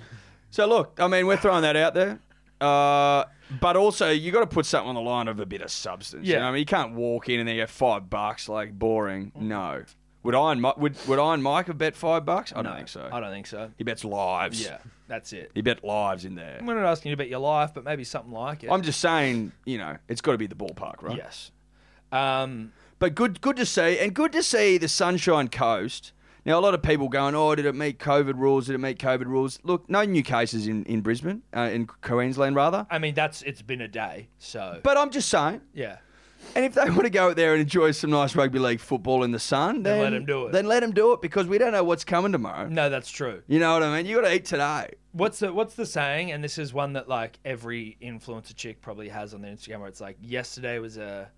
S4: So look, I mean, we're throwing that out there, uh, but also you got to put something on the line of a bit of substance.
S5: Yeah.
S4: you know? I mean, you can't walk in and then get five bucks like boring.
S5: Mm.
S4: No, would Iron Mi- would would Iron Mike have bet five bucks? I don't think so.
S5: I don't think so.
S4: He bets lives.
S5: Yeah, that's it.
S4: he bet lives in there.
S5: I'm not asking you about your life, but maybe something like it.
S4: I'm just saying, you know, it's got to be the ballpark, right?
S5: yes. Um,
S4: But good, good to see, and good to see the Sunshine Coast. Now, a lot of people going, oh, did it meet COVID rules? Did it meet COVID rules? Look, no new cases in in Brisbane, uh, in Queensland rather.
S5: I mean, that's it's been a day, so
S4: But I'm just saying,
S5: yeah.
S4: And if they want to go out there and enjoy some nice rugby league football in the sun, then,
S5: Then let 'em do it.
S4: Then let them do it because we don't know what's coming tomorrow.
S5: No, that's true.
S4: You know what I mean? You got to eat today.
S5: What's the what's the saying? And this is one that like every influencer chick probably has on their Instagram, where it's like yesterday was a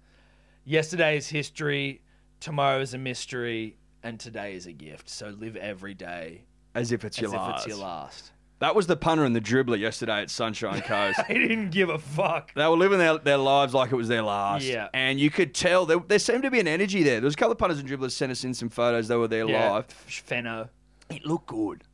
S5: yesterday is history, tomorrow is a mystery, and today is a gift. So live every day
S4: As if it's
S5: as
S4: your
S5: if
S4: last.
S5: it's your last.
S4: That was the punter and the dribbler yesterday at Sunshine Coast.
S5: They didn't give a fuck.
S4: they were living their, their lives like it was their last.
S5: Yeah.
S4: And you could tell there, there seemed to be an energy there. There was a couple of punters and dribblers sent us in some photos. They were there live.
S5: Fenno.
S4: It looked good.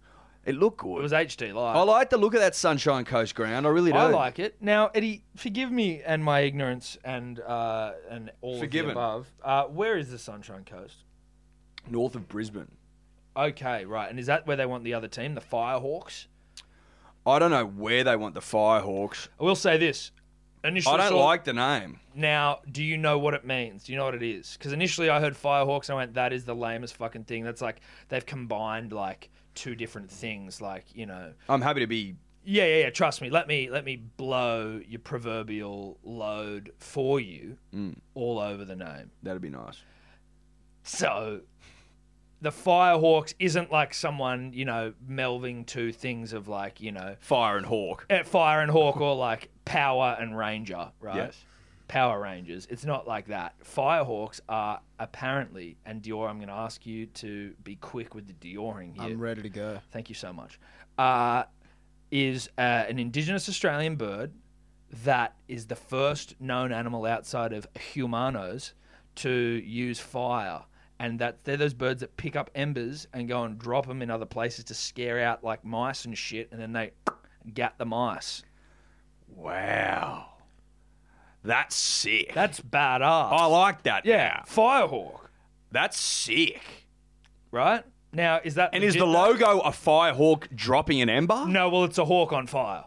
S4: It looked good.
S5: It was HD live.
S4: I like the look of that Sunshine Coast ground. I really do.
S5: I like it. Now, Eddie, forgive me and my ignorance and uh, and all
S4: Forgiven.
S5: of the above. Uh, where is the Sunshine Coast?
S4: North of Brisbane.
S5: Okay, right. And is that where they want the other team, the Firehawks?
S4: I don't know where they want the Firehawks.
S5: I will say this. Initially,
S4: I don't
S5: saw-
S4: like the name.
S5: Now, do you know what it means? Do you know what it is? Because initially, I heard Firehawks, and I went, "That is the lamest fucking thing." That's like they've combined like two different things, like you know.
S4: I'm happy to be.
S5: Yeah, yeah, yeah. Trust me. Let me let me blow your proverbial load for you
S4: mm.
S5: all over the name.
S4: That'd be nice.
S5: So the Firehawks isn't like someone, you know, melving two things of like, you know,
S4: Fire and Hawk.
S5: eh, Fire and Hawk or like Power and Ranger, right?
S4: Yes.
S5: Power Rangers. It's not like that. Firehawks are apparently, and Dior, I'm going to ask you to be quick with the Dioring here.
S6: I'm ready to go.
S5: Thank you so much. Uh, is uh, an indigenous Australian bird that is the first known animal outside of humanos to use fire. And that they're those birds that pick up embers and go and drop them in other places to scare out like mice and shit, and then they gat the mice.
S4: Wow. That's sick.
S5: That's badass.
S4: I like that.
S5: yeah, firehawk,
S4: That's sick.
S5: right? Now is that
S4: And is the
S5: legit?
S4: logo a Firehawk dropping an ember?
S5: No, well, it's a hawk on fire.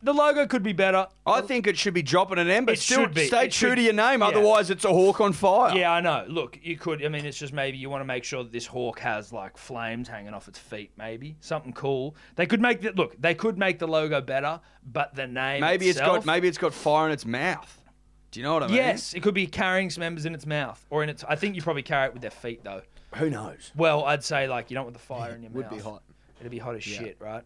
S5: The logo could be better.
S4: I think it should be dropping an ember.
S5: It
S4: Still,
S5: should be.
S4: Stay
S5: It
S4: true
S5: should-
S4: to your name,
S5: yeah.
S4: otherwise it's a hawk on fire.
S5: Yeah, I know. Look, you could. I mean, it's just maybe you want to make sure that this hawk has like flames hanging off its feet. Maybe something cool. They could make that. Look, they could make the logo better, but the name.
S4: Maybe it's
S5: itself,
S4: got maybe it's got fire in its mouth. Do you know what I mean?
S5: Yes, it could be carrying some members in its mouth or in its. I think you probably carry it with their feet though.
S4: Who knows?
S5: Well, I'd say like you don't want the fire in your
S6: Would
S5: mouth.
S6: be hot.
S5: It'd be hot as shit, right?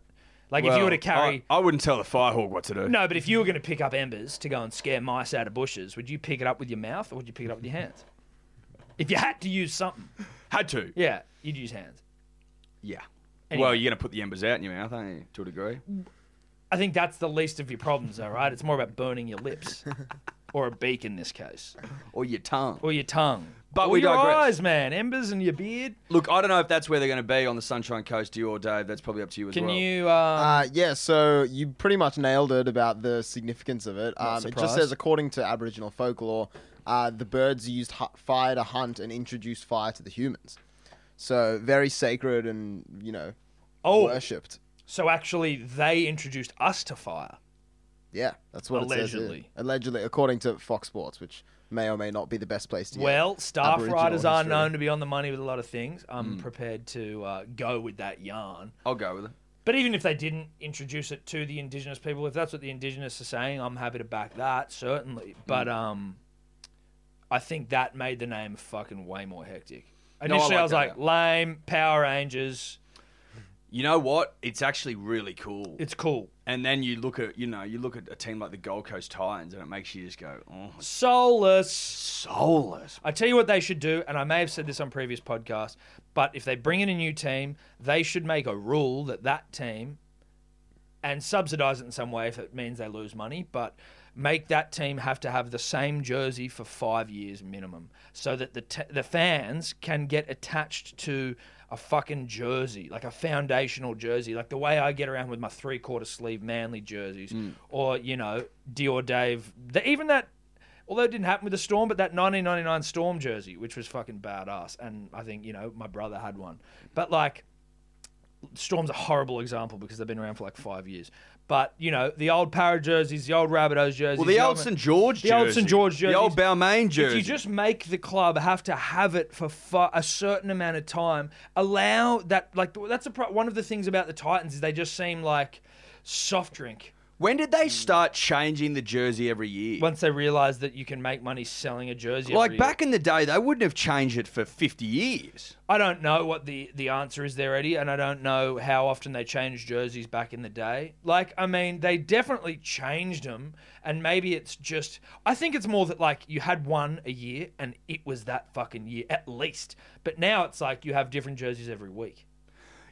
S5: Like if you were to
S4: Well,
S5: carry.
S4: I, I wouldn't tell the Firehawk what to do.
S5: no, but if you were going to pick up embers to go and scare mice out of bushes, would you pick it up with your mouth or would you pick it up with your hands? If you had to use something,
S4: Had to.
S5: yeah, you'd use hands.
S4: Yeah.
S5: Anyway.
S4: Well, you're going to put the embers out in your mouth, aren't you, to a degree?
S5: I think that's the least of your problems, though, right? It's more about burning your lips or a beak in this case,
S4: Or your tongue.
S5: or your tongue.
S4: But
S5: or
S4: we
S5: your
S4: digress.
S5: eyes, man, embers and your beard.
S4: Look, I don't know if that's where they're going to be on the Sunshine Coast, you or Dave. That's probably up to you as
S5: Can
S4: well.
S5: you? Uh,
S6: Uh, yeah, so you pretty much nailed it about the significance of it. Um, it just
S5: surprised.
S6: says, according to Aboriginal folklore, uh, the birds used hu- fire to hunt and introduce fire to the humans. So very sacred and you know
S5: Oh.
S6: worshipped.
S5: so actually, they introduced us to fire.
S6: Yeah, that's what it says. here.
S5: Allegedly.
S6: Allegedly, according to Fox Sports, which may or may not be the best place to. get
S5: Well, staff
S6: Aboriginal
S5: writers are
S6: history.
S5: known to be on the money with a lot of things. I'm prepared to uh, go with that yarn.
S4: Mm. I'll go with it.
S5: But even if they didn't introduce it to the indigenous people, if that's what the indigenous are saying, I'm happy to back that
S4: Mm.
S5: certainly. But um, I think that made the name fucking way more hectic. Initially, I,
S4: like
S5: was
S4: that,
S5: like,
S4: yeah.
S5: lame Power Rangers.
S4: You know what? It's actually really cool.
S5: It's cool.
S4: and then you look at, you know, you look at a team like the Gold Coast Titans and it makes you just go, oh, it's
S5: Soulless.
S4: soulless.
S5: I tell you what they should do, and I may have said this on previous podcasts, but if they bring in a new team, they should make a rule that that team, and subsidize it in some way if it means they lose money, but make that team have to have the same jersey for five years minimum, so that the t- the fans can get attached to a fucking jersey, like a foundational jersey, like the way I get around with my three quarter sleeve Manly jerseys, or you know Dior Dave, the, even that although it didn't happen with the Storm, but that 1999 Storm jersey, which was fucking badass, and I think you know my brother had one. But like, Storm's a horrible example because they've been around for like five years. But you know the old Para jerseys, the old Rabbitohs jerseys,
S4: Well, the old St. George
S5: the
S4: jersey.
S5: old St George jersey,
S4: The old Balmain
S5: If
S4: jersey.
S5: you just make the club have to have it for fu- a certain amount of time, allow that like that's a pro- one of the things about the Titans is they just seem like soft drink.
S4: when did they start changing the jersey every year?
S5: Once they realize that you can make money selling a jersey,
S4: like
S5: every year.
S4: back in the day, they wouldn't have changed it for 50 years.
S5: I don't know what the, the answer is there, Eddie, and I don't know how often they changed jerseys back in the day. Like, I mean, they definitely changed them, and maybe it's just. I think it's more that, like, you had one a year, and it was that fucking year, at least. But now it's like you have different jerseys every week.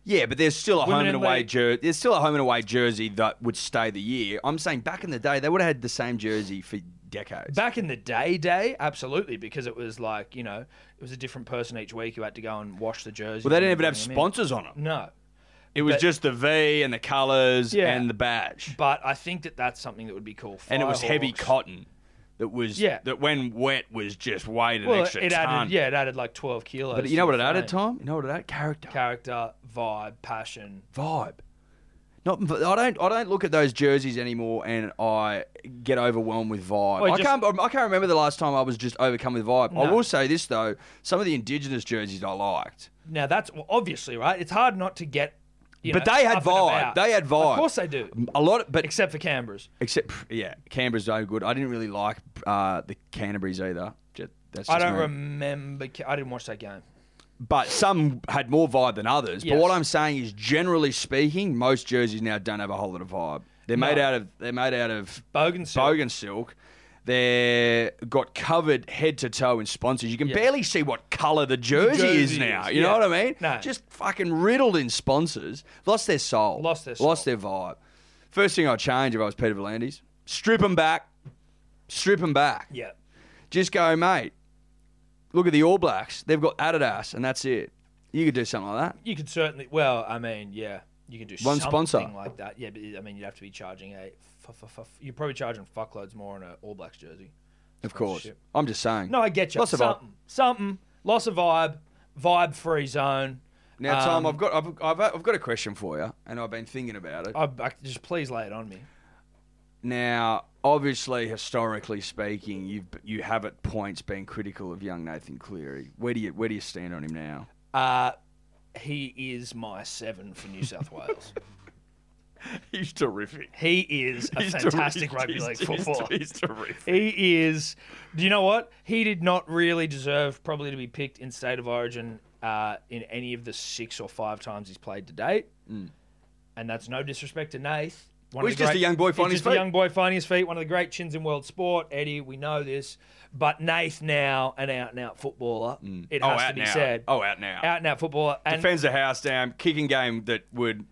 S4: Yeah, but there's still a
S5: Women
S4: home and
S5: and
S4: away
S5: ladies.
S4: jersey. There's still a home and away jersey that would stay the year. I'm saying back in the day, they would have had the same jersey for decades.
S5: Back in the day, day, absolutely, because it was like, you know, it was a different person each week who had to go and wash the jersey.
S4: well, they didn't
S5: and
S4: even have
S5: bring them in.
S4: sponsors on them.
S5: No.
S4: It was
S5: But-
S4: just the V and the colours
S5: Yeah.
S4: and the badge,
S5: But I think that that's something that would be cool.
S4: and it was heavy
S5: Firehawks.
S4: cotton. That was
S5: Yeah.
S4: That when wet was just weighed an
S5: Well,
S4: extra
S5: it
S4: ton.
S5: added, yeah, it added like twelve kilos.
S4: But
S5: to
S4: you know what it
S5: the
S4: added,
S5: flame.
S4: Tom? You know what it added? Character,
S5: Character, vibe, passion.
S4: vibe. Not, I don't. I don't look at those jerseys anymore, and I get overwhelmed with vibe.
S5: Well,
S4: I
S5: just-
S4: can't. I can't remember the last time I was just overcome with vibe. I
S5: No.
S4: will say this though: some of the indigenous jerseys I liked.
S5: Now that's well, obviously right. It's hard not to get. You
S4: But
S5: know,
S4: they had
S5: up and
S4: vibe.
S5: about.
S4: They had vibe.
S5: Of course they do.
S4: A lot, but
S5: Except for Canberra's.
S4: Except, yeah, Canberra's so good. I didn't really like uh, the Canterbury's either. Ju- That's
S5: I
S4: just
S5: don't
S4: me.
S5: remember. Ca- I didn't watch that game.
S4: But some had more vibe than others. But
S5: Yes.
S4: what I'm saying is, generally speaking, most jerseys now don't have a whole lot of vibe. They're made
S5: No.
S4: out of they're made out of
S5: Bogan silk.
S4: bogan silk. They're got covered head to toe in sponsors. You can barely see what color the jersey, is
S5: jersey
S4: now.
S5: is,
S4: You know
S5: yeah.
S4: what I mean?
S5: No.
S4: Just fucking riddled in sponsors. Lost their soul.
S5: Lost their
S4: Lost
S5: soul.
S4: their vibe. First thing I'd change if I was Peter Volandis, strip them back. Strip them back.
S5: Yeah.
S4: Just go, mate. Look at the All Blacks. They've got Adidas, and that's it. You could do something like that.
S5: You could certainly. Well, I mean, yeah. You can do
S4: One
S5: something
S4: sponsor.
S5: like that. Yeah, but I mean, you'd have to be charging a. F- f- f- you're probably charging fuckloads more on a All Blacks jersey.
S4: Of course.
S5: Sponsorship.
S4: I'm just saying.
S5: No, I get you.
S4: Lots of vibe.
S5: something, something. Loss of vibe. Vibe free zone.
S4: Now, Tom,
S5: Um,
S4: I've got I've, I've I've got a question for you, and I've been thinking about it.
S5: I, I, just please lay it on me.
S4: Now, obviously, historically speaking, you you have at points been critical of young Nathan Cleary. Where do you where do you stand on him now?
S5: Uh, he is my seven for New South Wales.
S4: He's terrific.
S5: He is a fantastic rugby league footballer. He is. Do you know what? He did not really deserve probably to be picked in state of origin uh, in any of the six or five times he's played to date. And that's no disrespect to Nath, One
S4: Hmm. Well,
S5: of
S4: he's
S5: the
S4: just
S5: great-
S4: a young boy
S5: he's
S4: finding his
S5: just a
S4: feet.
S5: young boy finding his feet. One of the great chins in world sport, Eddie. We know this, but Nath now an out and out footballer. It
S4: Oh,
S5: has to
S4: out
S5: be
S4: now.
S5: said.
S4: Oh, out now.
S5: out and out footballer. And
S4: Defends the house down. Kicking game that would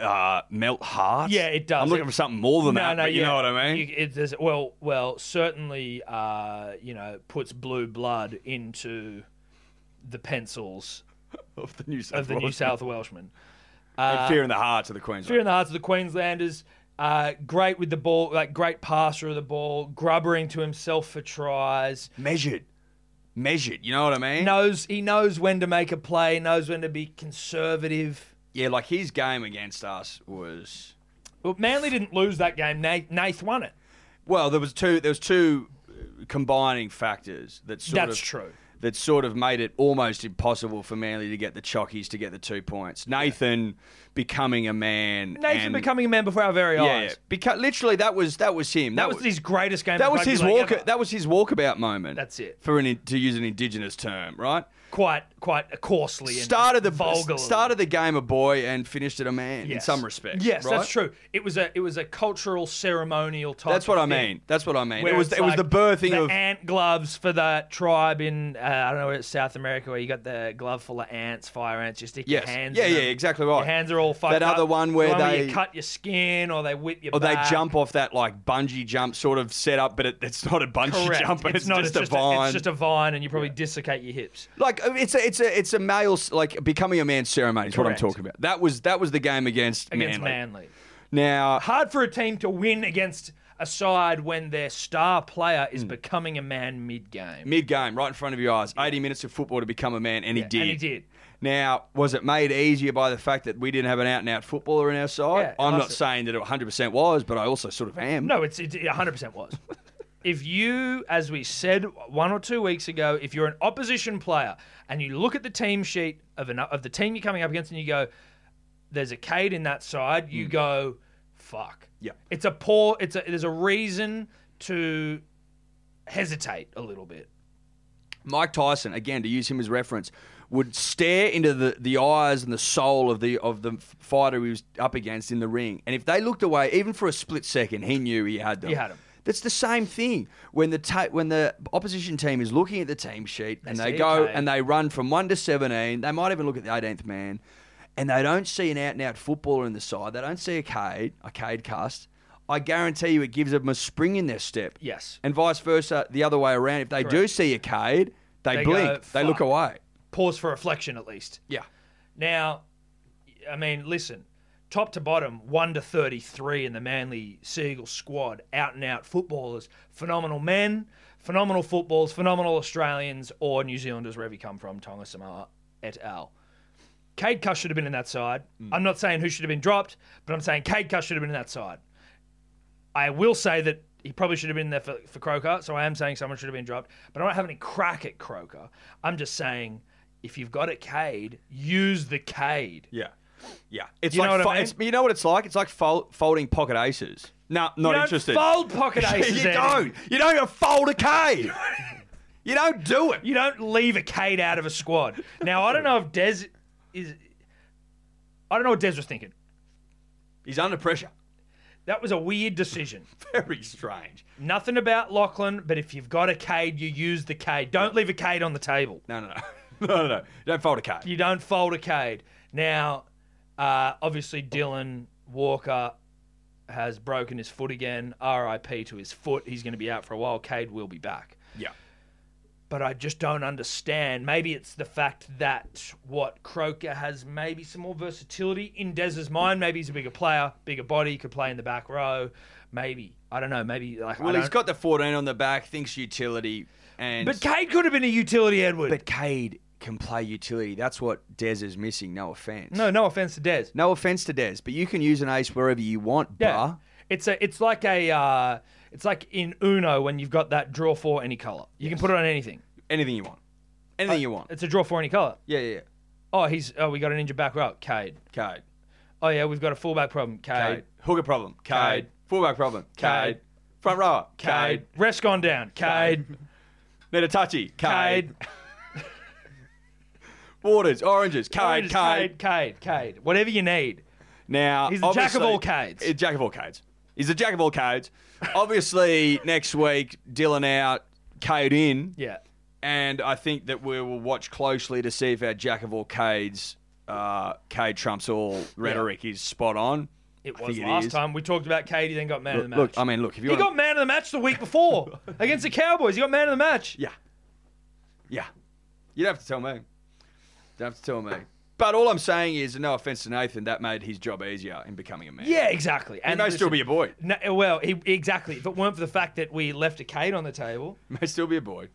S4: uh, melt hearts.
S5: Yeah, it does.
S4: I'm looking
S5: It-
S4: for something more than that. but you
S5: yeah.
S4: know what I mean.
S5: You- it- there's- well, well, certainly, uh, you know, puts blue blood into the pencils
S4: of the New South
S5: of the New
S4: Wales.
S5: South Welshman.
S4: and fear in the hearts of the Queensland.
S5: Uh, Fear in the hearts of the Queenslanders. Uh, great with the ball, like great passer of the ball, grubbering to himself for tries.
S4: measured, measured. You know what I mean?
S5: Knows he knows when to make a play. Knows when to be conservative.
S4: Yeah, like his game against us was.
S5: Well, Manly didn't lose that game. Nath, Nath won it.
S4: Well, there was two. There was two uh, combining factors that sort
S5: That's
S4: of
S5: true.
S4: that sort of made it almost impossible for Manly to get the chockies to get the two points. Nathan becoming a man.
S5: Nathan
S4: and-
S5: becoming a man before our very
S4: yeah,
S5: eyes.
S4: because literally that was that was him.
S5: That, was, his greatest game.
S4: that
S5: of
S4: was
S5: rugby
S4: his
S5: league
S4: walk.
S5: ever.
S4: That was his walkabout moment.
S5: That's it.
S4: For an in- to use an indigenous term, right?
S5: quite quite coarsely. And
S4: Started the
S5: vulgar.
S4: started the game a boy and finished it a man in
S5: Yes.
S4: some respects.
S5: Yes,
S4: right?
S5: that's true. It was a it was a cultural ceremonial type.
S4: That's what I
S5: of thing,
S4: mean. That's what I mean.
S5: where
S4: It was
S5: it's
S4: it was
S5: like
S4: the birthing
S5: the
S4: of
S5: ant gloves for the tribe in uh, I don't know where it's South America where you got the glove full of ants, fire ants. You stick
S4: Yes.
S5: your hands.
S4: Yeah,
S5: in
S4: yeah,
S5: them.
S4: exactly right.
S5: Your hands are all fucked
S4: That
S5: up.
S4: other one where
S5: The
S4: they-
S5: you cut your skin or they whip your
S4: or they
S5: back.
S4: jump off that like bungee jump sort of setup, but it, it's not a bungee
S5: Correct.
S4: jump, but it's,
S5: not.
S4: just
S5: it's
S4: a vine.
S5: it's just a vine, and you probably dislocate your hips.
S4: like uh, it's a it's a it's a male s- like becoming a man ceremony is
S5: Correct.
S4: what I'm talking about. That was that was the game against,
S5: against
S4: Manly.
S5: Manly.
S4: Now
S5: Hard for a team to win against a side when their star player
S4: Hmm.
S5: is becoming a man mid game.
S4: mid game, right in front of your eyes, 80 minutes of football to become a man, and he did.
S5: And he did.
S4: Now, was it made easier by the fact that we didn't have an out and out footballer in our side?
S5: Yeah,
S4: I'm not
S5: must-
S4: saying that it 100% was, but I also sort of am.
S5: No, it's, it's it 100% was. if you, as we said one or two weeks ago, if you're an opposition player and you look at the team sheet of, an, of the team you're coming up against and you go, there's a Cade in that side, you go, fuck.
S4: Mm. Yeah.
S5: It's a poor, it's a, there's a reason to hesitate a little bit.
S4: Mike Tyson, again to use him as reference, would stare into the, the eyes and the soul of the of the fighter he was up against in the ring, and if they looked away even for a split second, he knew he had them.
S5: He had 'em.
S4: That's the same thing when the ta- when the opposition team is looking at the team sheet and
S5: They
S4: they
S5: see eh?
S4: go
S5: okay.
S4: and they run from one to seventeen. They might even look at the eighteenth man, and they don't see an out and out footballer in the side. They don't see a Cade, a Cade cast. I guarantee you, it gives them a spring in their step
S5: Yes.
S4: and vice versa the other way around. If they do see a Cade, they,
S5: They go,
S4: blink, they look
S5: "Fuck."
S4: away.
S5: Pause for reflection at least.
S4: Yeah,
S5: Now, I mean, listen, top to bottom, 1 to 33 in the Manly Seagull squad, out and out footballers, phenomenal men, phenomenal footballs, phenomenal Australians or New Zealanders, wherever you come from, Tonga Samoa et al. Cade Cuss should have been in that side.
S4: Mm.
S5: I'm not saying who should have been dropped, but I'm saying Cade Cuss should have been in that side. I will say that he probably should have been there for, for Croker, so I am saying someone should have been dropped. But I don't have any crack at Croker. I'm just saying if you've got a Cade, use the Cade.
S4: yeah, yeah. It's
S5: You
S4: like
S5: know what I
S4: fo-
S5: mean?
S4: it's, you know what it's like. It's like fold, folding pocket aces. No, not
S5: You don't
S4: interested.
S5: Fold pocket aces.
S4: you
S5: Andy.
S4: don't. You don't even fold a Cade. you don't do it.
S5: You don't leave a Cade out of a squad. Now I don't know if Des is. I don't know what Des was thinking.
S4: He's under pressure.
S5: That was a weird decision.
S4: Very strange.
S5: Nothing about Lachlan, but if you've got a Cade, you use the Cade. Don't leave a Cade on the table.
S4: No, no, no, no, no. no. You don't fold a Cade.
S5: You don't fold a Cade. Now, uh, obviously, Dylan Walker has broken his foot again. RIP to his foot. He's going to be out for a while. Cade will be back.
S4: Yeah.
S5: But I just don't understand. Maybe it's the fact that what Croker has maybe some more versatility in Dez's mind. Maybe he's a bigger player, bigger body, could play in the back row. Maybe I don't know. Maybe like I
S4: Well, he's
S5: don't-
S4: got the 14 on the back. Thinks utility and
S5: But Cade could have been a utility, Edward.
S4: but Cade can play utility. That's what Dez is missing. No offense.
S5: no, no offense to Dez.
S4: No offense to Des, but you can use an ace wherever you want,
S5: Yeah.
S4: bruh.
S5: It's a it's like a uh, it's like in Uno when you've got that draw for any color. You can put it on anything.
S4: Anything you want. Anything you want.
S5: It's a draw for any color.
S4: Yeah, yeah,
S5: Oh, he's oh we got an injured back row, Cade.
S4: yeah. Cade.
S5: Oh yeah, we've got a fullback problem, Cade.
S4: Cade. Hooker problem. Cade.
S5: Cade.
S4: Fullback problem. Cade.
S5: Cade.
S4: Front rower.
S5: Cade.
S4: Cade.
S5: Rest gone down, Cade.
S4: Need a touchy. Cade.
S5: Cade.
S4: Waters. Oranges. Cade.
S5: Cade.
S4: Cade.
S5: Cade. Cade. Cade. Whatever you need.
S4: Now
S5: He's the jack of
S4: obviously-
S5: all trades.
S4: Eh, Jack of all trades. He's a jack of all trades. obviously, next week Dylan out, Cade in,
S5: Yeah.
S4: and I think that we will watch closely to see if our jack of all trades, uh, Cade trumps all rhetoric is spot on.
S5: It
S4: I
S5: was
S4: think
S5: last
S4: is.
S5: time we talked about Katie, then got man of the match.
S4: Look, I mean, look. If you
S5: he
S4: want,
S5: got man of the match the week before against the Cowboys. He got man of the match.
S4: Yeah. Yeah. You don't have to tell me. Don't have to tell me. But all I'm saying is, no offense to Nathan, that made his job easier in becoming a man.
S5: Yeah, exactly.
S4: He may still be a boy.
S5: No, well, he, exactly. If it weren't for the fact that we left a Cade on the table,
S4: He may still be a boy.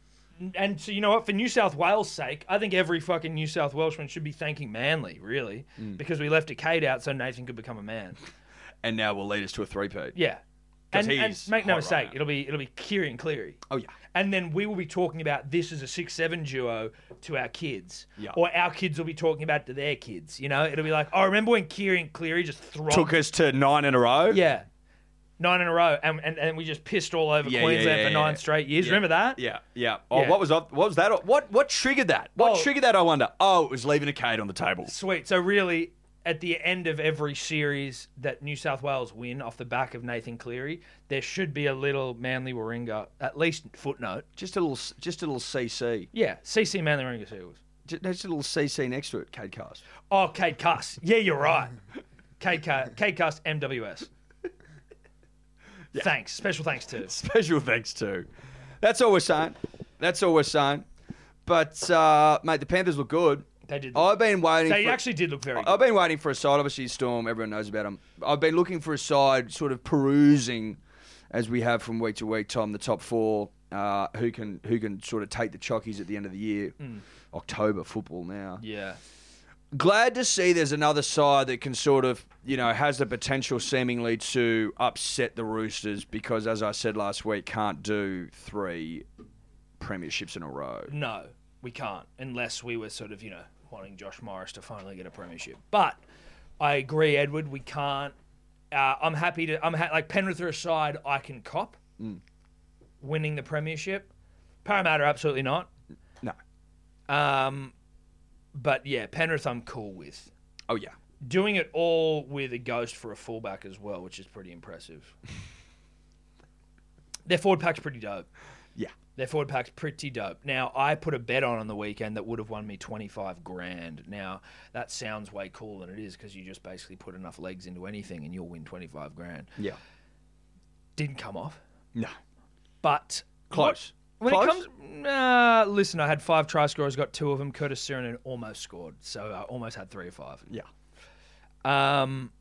S5: and so you know what, for New South Wales' sake, I think every fucking New South Welshman should be thanking Manly, really,
S4: Mm.
S5: because we left a Cade out so Nathan could become a man.
S4: And now will lead us to a three-peat.
S5: Yeah, and, and
S4: he's
S5: make
S4: hot
S5: no
S4: right
S5: mistake,
S4: now.
S5: it'll be it'll be Kieran Cleary.
S4: Oh, yeah.
S5: And then we will be talking about this as a six-seven duo to our kids,
S4: Yeah.
S5: or our kids will be talking about to their kids. You know, it'll be like, oh, remember when Kieran Cleary just throbbed
S4: Took us to nine in a row.
S5: Yeah. Nine in a row, and, and, and we just pissed all over
S4: Yeah, yeah,
S5: Queensland
S4: yeah,
S5: for nine
S4: yeah.
S5: straight years.
S4: Yeah.
S5: Remember that?
S4: Yeah, yeah. Oh,
S5: Yeah.
S4: what was what was that? What what triggered that? What
S5: Oh.
S4: triggered that? I wonder. Oh, it was leaving a Cade on the table.
S5: Sweet. So really, at the end of every series that New South Wales win off the back of Nathan Cleary, there should be a little Manly Warringah, at least footnote.
S4: Just a little, s- just a little CC.
S5: Yeah, CC Manly Warringah Seagulls.
S4: Just, just a little CC next to it. Cade cast.
S5: Oh, Kate Cuss. Yeah, you're right. Kate, Cu- Kate Cuss, MWS. Thanks. Special thanks to.
S4: Special thanks to. That's all we're saying. That's all we're saying. But uh, mate, the Panthers look good.
S5: They did.
S4: I've been waiting.
S5: They
S4: for,
S5: actually did look very good.
S4: I've been waiting for a side. Obviously, Storm. Everyone knows about them. I've been looking for a side, sort of perusing, as we have from week to week. Tom, the top four. Uh, who can who can sort of take the chockies at the end of the year?
S5: Mm.
S4: October football now
S5: Yeah.
S4: glad to see there's another side that can sort of, you know, has the potential seemingly to upset the Roosters because, as I said last week, can't do three premierships in a row.
S5: no, we can't unless we were sort of, you know, wanting Josh Morris to finally get a premiership. But I agree, Edward, we can't. Uh, I'm happy to. I'm ha- like Penrith are aside, I can cop
S4: Mm,
S5: winning the premiership. Parramatta, absolutely not.
S4: No.
S5: Um, but yeah, Penrith, I'm cool with
S4: Oh, yeah.
S5: doing it all with a ghost for a fullback as well, which is pretty impressive. Their forward pack's pretty dope.
S4: Yeah.
S5: Their forward pack's pretty dope. Now, I put a bet on on the weekend that would have won me 25 grand. Now, that sounds way cooler than it is because you just basically put enough legs into anything and you'll win 25 grand.
S4: Yeah.
S5: Didn't come off,
S4: No.
S5: but
S4: Close.
S5: When
S4: Close?
S5: it comes, nah, listen, I had five try scorers, got two of them. Curtis Sirenen almost scored, so I almost had three or five.
S4: Yeah.
S5: Um,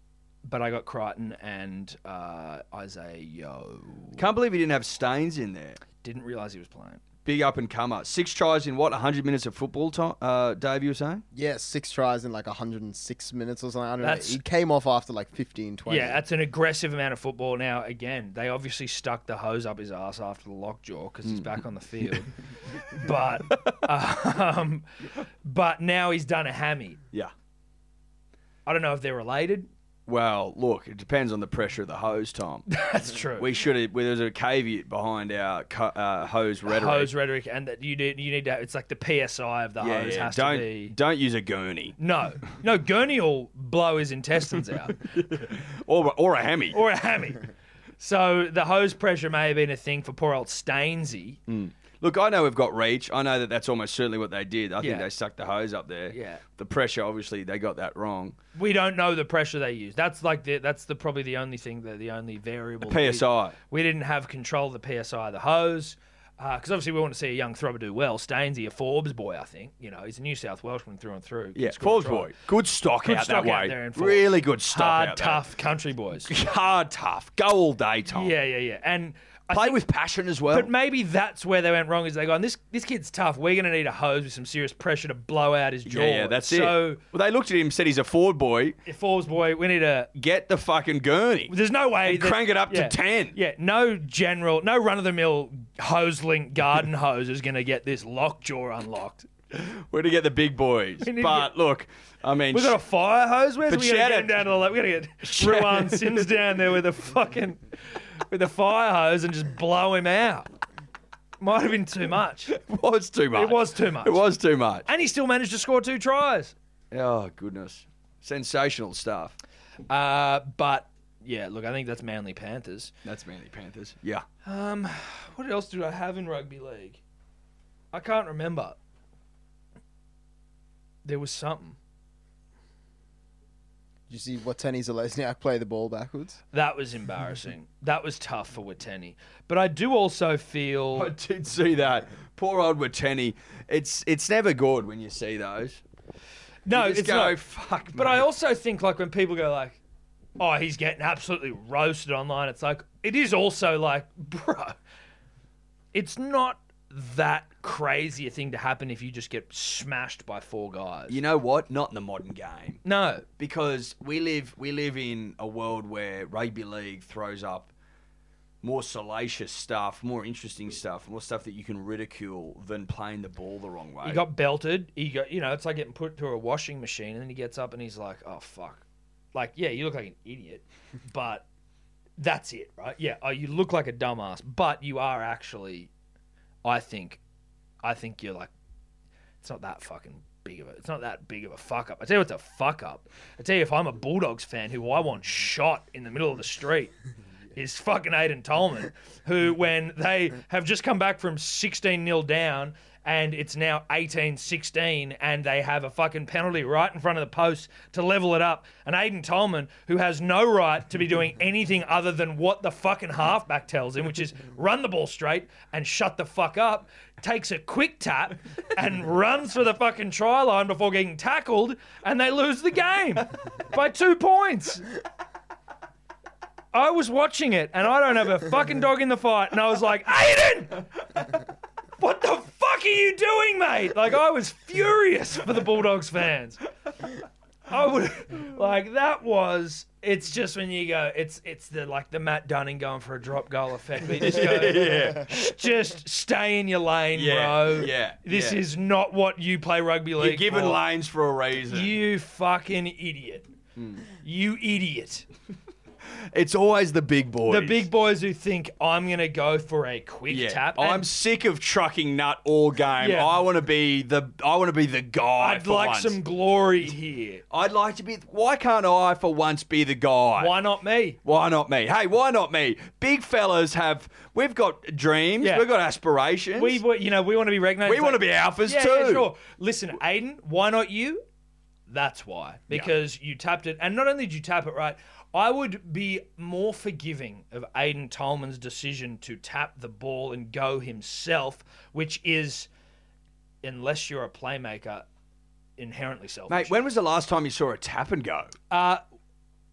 S5: but I got Crichton and uh, Isaiah Yo.
S4: Can't believe he didn't have Staines in there.
S5: Didn't realize he was playing.
S4: Big up and comer. Six tries in what, 100 minutes of football, Tom, uh, Dave, you were saying?
S6: Yeah, six tries in like 106 minutes or something. I don't
S5: That's-
S6: know. He came off after like 15, 20.
S5: Yeah, that's an aggressive amount of football. Now, again, they obviously stuck the hose up his ass after the lockjaw because
S4: Hmm.
S5: he's back on the field. but, um, but now he's done a hammy.
S4: Yeah.
S5: I don't know if they're related.
S4: Well, look, it depends on the pressure of the hose, Tom.
S5: That's true.
S4: we should have, well, there's a caveat behind our co- uh, hose rhetoric.
S5: Hose rhetoric, and that you need you need to. It's like the psi of the
S4: yeah,
S5: hose
S4: yeah.
S5: has
S4: don't,
S5: to be.
S4: don't use a gurney.
S5: No, no, Gurney will blow his intestines out.
S4: Or, or a hammy.
S5: or a hammy. So the hose pressure may have been a thing for poor old Stainsy.
S4: Look, I know we've got reach. I know that that's almost certainly what they did. I
S5: Yeah.
S4: think they sucked the hose up there.
S5: Yeah.
S4: The pressure, obviously, they got that wrong.
S5: We don't know the pressure they used. That's like the, that's the probably the only thing that the only variable that we-
S4: PSI.
S5: We, didn't have control of the psi of the hose because obviously we want to see a young throbber do well. Stainsy, a Forbes boy, I think. You know, he's a New South Welshman through and through.
S4: Yeah.
S5: Can score a
S4: Forbes
S5: try.
S4: boy. Good stock
S5: Good
S4: out
S5: stock
S4: that
S5: out
S4: way.
S5: there in Forbes.
S4: really good stock
S5: hard,
S4: out
S5: tough country boys.
S4: there. Hard, tough. Go all day, Tom.
S5: yeah, yeah, yeah, and. I
S4: Play
S5: think-
S4: with passion as well.
S5: But maybe that's where they went wrong. Is they gone? This this kid's tough. We're going to need a hose with some serious pressure to blow out his jaw.
S4: yeah, yeah, that's
S5: so,
S4: it. Well, they looked at him, said he's a Ford boy.
S5: if Forbes boy, we need a
S4: Get the fucking gurney.
S5: There's no way.
S4: And crank it up to 10.
S5: Yeah, no general, no run of the mill hose link garden hose is going to get this lockjaw unlocked.
S4: We're to get the big boys.
S5: need to
S4: But look, I mean,
S5: We got a fire hose. Where's
S4: But
S5: we going to
S4: shout
S5: get
S4: out-
S5: him down to the lake? We got to get Ruan Sims down there with a fucking with a fire hose and just blow him out. Might have been too much,
S4: it was too much.
S5: was too much.
S4: It was too much.
S5: and he still managed to score two tries.
S4: Oh goodness, sensational stuff.
S5: Uh, but yeah, look, I think that's Manly Panthers.
S4: That's mainly Panthers. Yeah.
S5: Um, what else do I have in rugby league? I can't remember. There was something
S6: you see Watani Zelezniak play the ball backwards?
S5: that was embarrassing. that was tough for Wateni. But I do also feel
S4: I did see that. Poor old Wateni. It's it's never good when you see those.
S5: no,
S4: You just
S5: it's
S4: go,
S5: not.
S4: fuck.
S5: But I
S4: mate."
S5: also think like when people go like, "Oh, he's getting absolutely roasted online," it's like it is also like, bro, it's not that crazy a thing to happen if you just get smashed by four guys.
S4: you know what? Not in the modern game.
S5: No,
S4: because we live we live in a world where rugby league throws up more salacious stuff, more interesting stuff, more stuff that you can ridicule than playing the ball the wrong way.
S5: he got belted. He got you know, it's like getting put through a washing machine, and then he gets up and he's like, "Oh fuck," like yeah, you look like an idiot, but that's it, right? Yeah, oh, you look like a dumbass, but you are actually, I think, I think you're like, it's not that fucking big of a, it's not that big of a fuck up. I tell you what's a fuck up. I tell you if I'm a Bulldogs fan who I want shot in the middle of the street. Is fucking Aiden Tolman, who, when they have just come back from 16 0 down and it's now 18 16 and they have a fucking penalty right in front of the post to level it up. And Aiden Tolman, who has no right to be doing anything other than what the fucking halfback tells him, which is run the ball straight and shut the fuck up, takes a quick tap and runs for the fucking try line before getting tackled and they lose the game by two points. I was watching it and I don't have a fucking dog in the fight and I was like, Aiden! What the fuck are you doing, mate? Like I was furious for the Bulldogs fans. I would like that was it's just when you go it's it's the like the Matt Dunning going for a drop goal effect. They just go "Sh- just stay in your lane, bro.
S4: yeah,
S5: This
S4: yeah.
S5: is not what you play rugby league.
S4: You're given
S5: for.
S4: lanes for a reason. Hmm.
S5: You fucking idiot. You idiot.
S4: it's always the big boys.
S5: The big boys who think I'm gonna go for a quick
S4: yeah.
S5: tap.
S4: I'm
S5: and
S4: sick of trucking nut all game.
S5: Yeah.
S4: I want to be the I want to be the guy.
S5: I'd
S4: for
S5: like
S4: once.
S5: some glory here.
S4: I'd like to be. Why can't I for once be the guy?
S5: Why not me?
S4: Why not me? Hey, why not me? Big fellas have. We've got dreams.
S5: Yeah.
S4: We've got aspirations.
S5: We, wa- you know, we want to be recognized.
S4: We
S5: It's
S4: wanna
S5: like-
S4: be alphas
S5: yeah,
S4: too.
S5: Yeah, sure. Listen, Aiden, why not you? That's why. Because you tapped it. And not only did you tap it right, I would be more forgiving of Aiden Tolman's decision to tap the ball and go himself, which is, unless you're a playmaker, inherently selfish.
S4: Mate, when was the last time you saw a tap and go?
S5: Uh,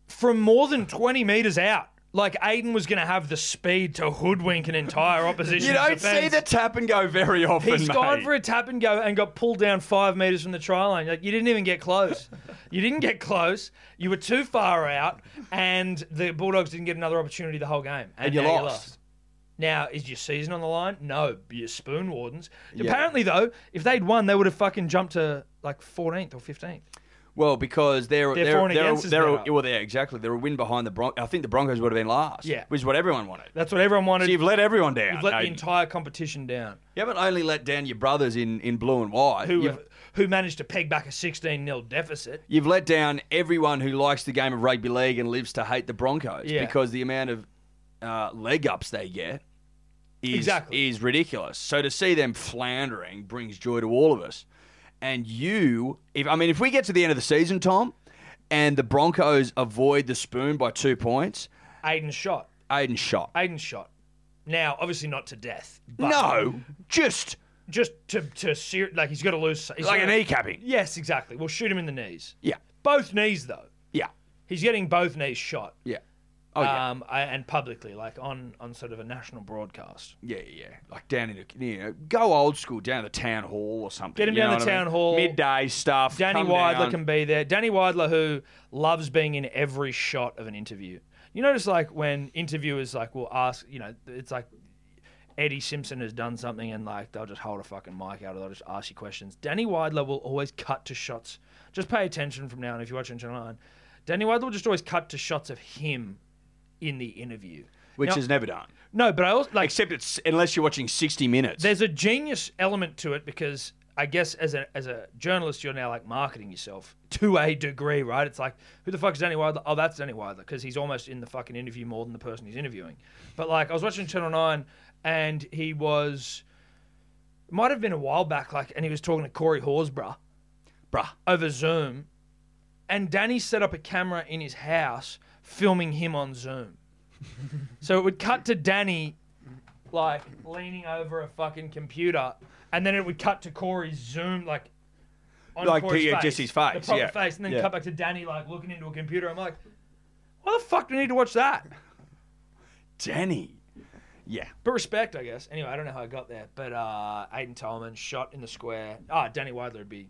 S5: from more than 20 metres out. Like Aiden was going to have the speed to hoodwink an entire opposition.
S4: You don't
S5: defense.
S4: see the tap and go very often,
S5: He's
S4: mate.
S5: gone for a tap and go and got pulled down five meters from the try line. Like you didn't even get close. you didn't get close. You were too far out, and the Bulldogs didn't get another opportunity the whole game. And,
S4: you
S5: now
S4: lost.
S5: Now is your season on the line? No, but you're spoon wardens. Apparently, though, if they'd won, they would have fucking jumped to like 14th or 15th.
S4: well, because they're
S5: Their
S4: they're
S5: for
S4: they're,
S5: and
S4: they're,
S5: against is better.
S4: well, they're exactly they're a win behind the Broncos. I think the Broncos would have been last.
S5: Yeah.
S4: which is what everyone wanted.
S5: That's what everyone wanted.
S4: So you've let everyone down.
S5: You've let the
S4: Aiden.
S5: entire competition down.
S4: you haven't only let down your brothers in, in blue and white.
S5: Who
S4: you've,
S5: who managed to peg back a 16 0 deficit?
S4: you've let down everyone who likes the game of rugby league and lives to hate the Broncos
S5: Yeah.
S4: because the amount of uh, leg ups they get is
S5: Exactly.
S4: is ridiculous. So to see them floundering brings joy to all of us. And you, if I mean, if we get to the end of the season, Tom, and the Broncos avoid the spoon by two points,
S5: Aiden shot.
S4: Aiden shot.
S5: Aiden shot. Now, obviously not to death. But
S4: No, just
S5: just to to ser- like he's got to lose. he's
S4: like an
S5: gotta-
S4: kneecapping.
S5: Yes, exactly. We'll shoot him in the knees.
S4: Yeah,
S5: Both knees though.
S4: yeah,
S5: He's getting both knees shot.
S4: yeah. Oh yeah.
S5: Um, I, and publicly, like on on sort of a national broadcast.
S4: Yeah, yeah, yeah. Like down in the, you know, go old school, down to the town hall or something.
S5: Get him
S4: you
S5: down
S4: know
S5: the
S4: what I
S5: town
S4: mean?
S5: hall.
S4: Midday stuff.
S5: Danny
S4: come
S5: Widler
S4: down.
S5: can be there. Danny Widler, who loves being in every shot of an interview. You notice, like, when interviewers, like, will ask, you know, it's like Eddie Simpson has done something and, like, they'll just hold a fucking mic out or they'll just ask you questions. Danny Widler will always cut to shots. Just pay attention from now on if you're watching Channel 9. Danny Widler will just always cut to shots of him in the interview.
S4: which
S5: Now-
S4: is never done.
S5: No, but I also, like,
S4: Except it's unless you're watching 60 minutes.
S5: there's a genius element to it because I guess as a as a journalist, you're now like marketing yourself to a degree, right? It's like who the fuck is Danny Wilder? Oh, that's Danny Wilder because he's almost in the fucking interview more than the person he's interviewing. But like I was watching Channel Nine, and he was it might have been a while back, like, and he was talking to Corey Horsbrough, bruh, over Zoom, and Danny set up a camera in his house filming him on Zoom. so it would cut to Danny like leaning over a fucking computer, and then it would cut to Corey's zoom, like on
S4: Like,
S5: Corey's
S4: yeah,
S5: face,
S4: just his
S5: the
S4: face,
S5: proper
S4: yeah.
S5: face, and then
S4: Yeah.
S5: cut back to Danny like looking into a computer. I'm like, why the fuck do we need to watch that?
S4: Danny.
S5: But respect, I guess. Anyway, I don't know how I got there, but uh Aiden Tolman shot in the square. Ah, Danny Widler would be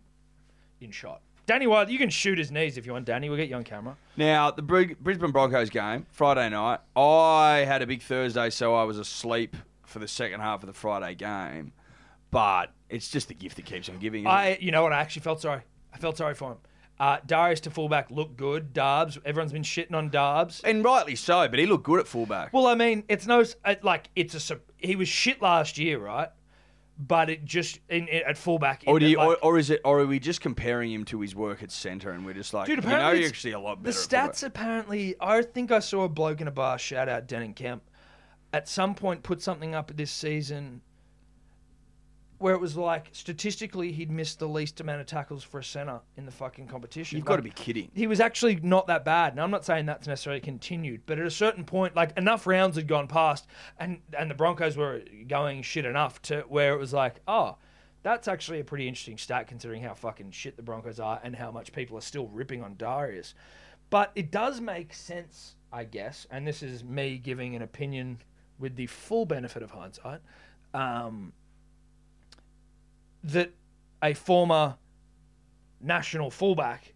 S5: in shot. Danny Widler, you can shoot his knees if you want. Danny, we'll get you on camera.
S4: Now, the Bri- Brisbane Broncos game, Friday night, I had a big Thursday, so I was asleep for the second half of the Friday game. But it's just the gift that keeps on giving. isn't it?
S5: I, you know what? I actually felt sorry. I felt sorry for him. Uh, Darius to fullback looked good. Darbs, everyone's been shitting on Darbs.
S4: and rightly so, but he looked good at fullback.
S5: Well, I mean, it's no it- like it's a sup- he was shit last year, right? But it just in, in- at fullback. in
S4: Or, do
S5: that,
S4: you,
S5: like-
S4: or, or is it? Or are we just comparing him to his work at centre, and we're just like,
S5: dude,
S4: you know,
S5: apparently
S4: you're
S5: it's-
S4: actually a lot
S5: The
S4: better. at
S5: stats apparently. I think I saw a bloke in a bar. Shout out Denon Kemp. At some point, put something up this season where it was like statistically he'd missed the least amount of tackles for a centre in the fucking competition.
S4: You've gotta
S5: Like,
S4: be kidding.
S5: He was actually not that bad. Now I'm not saying that's necessarily continued, but at a certain point, like enough rounds had gone past, and and the Broncos were going shit enough to where it was like, oh. That's actually a pretty interesting stat considering how fucking shit the Broncos are and how much people are still ripping on Darius. But it does make sense, I guess, and this is me giving an opinion with the full benefit of hindsight. Um, that a former national fullback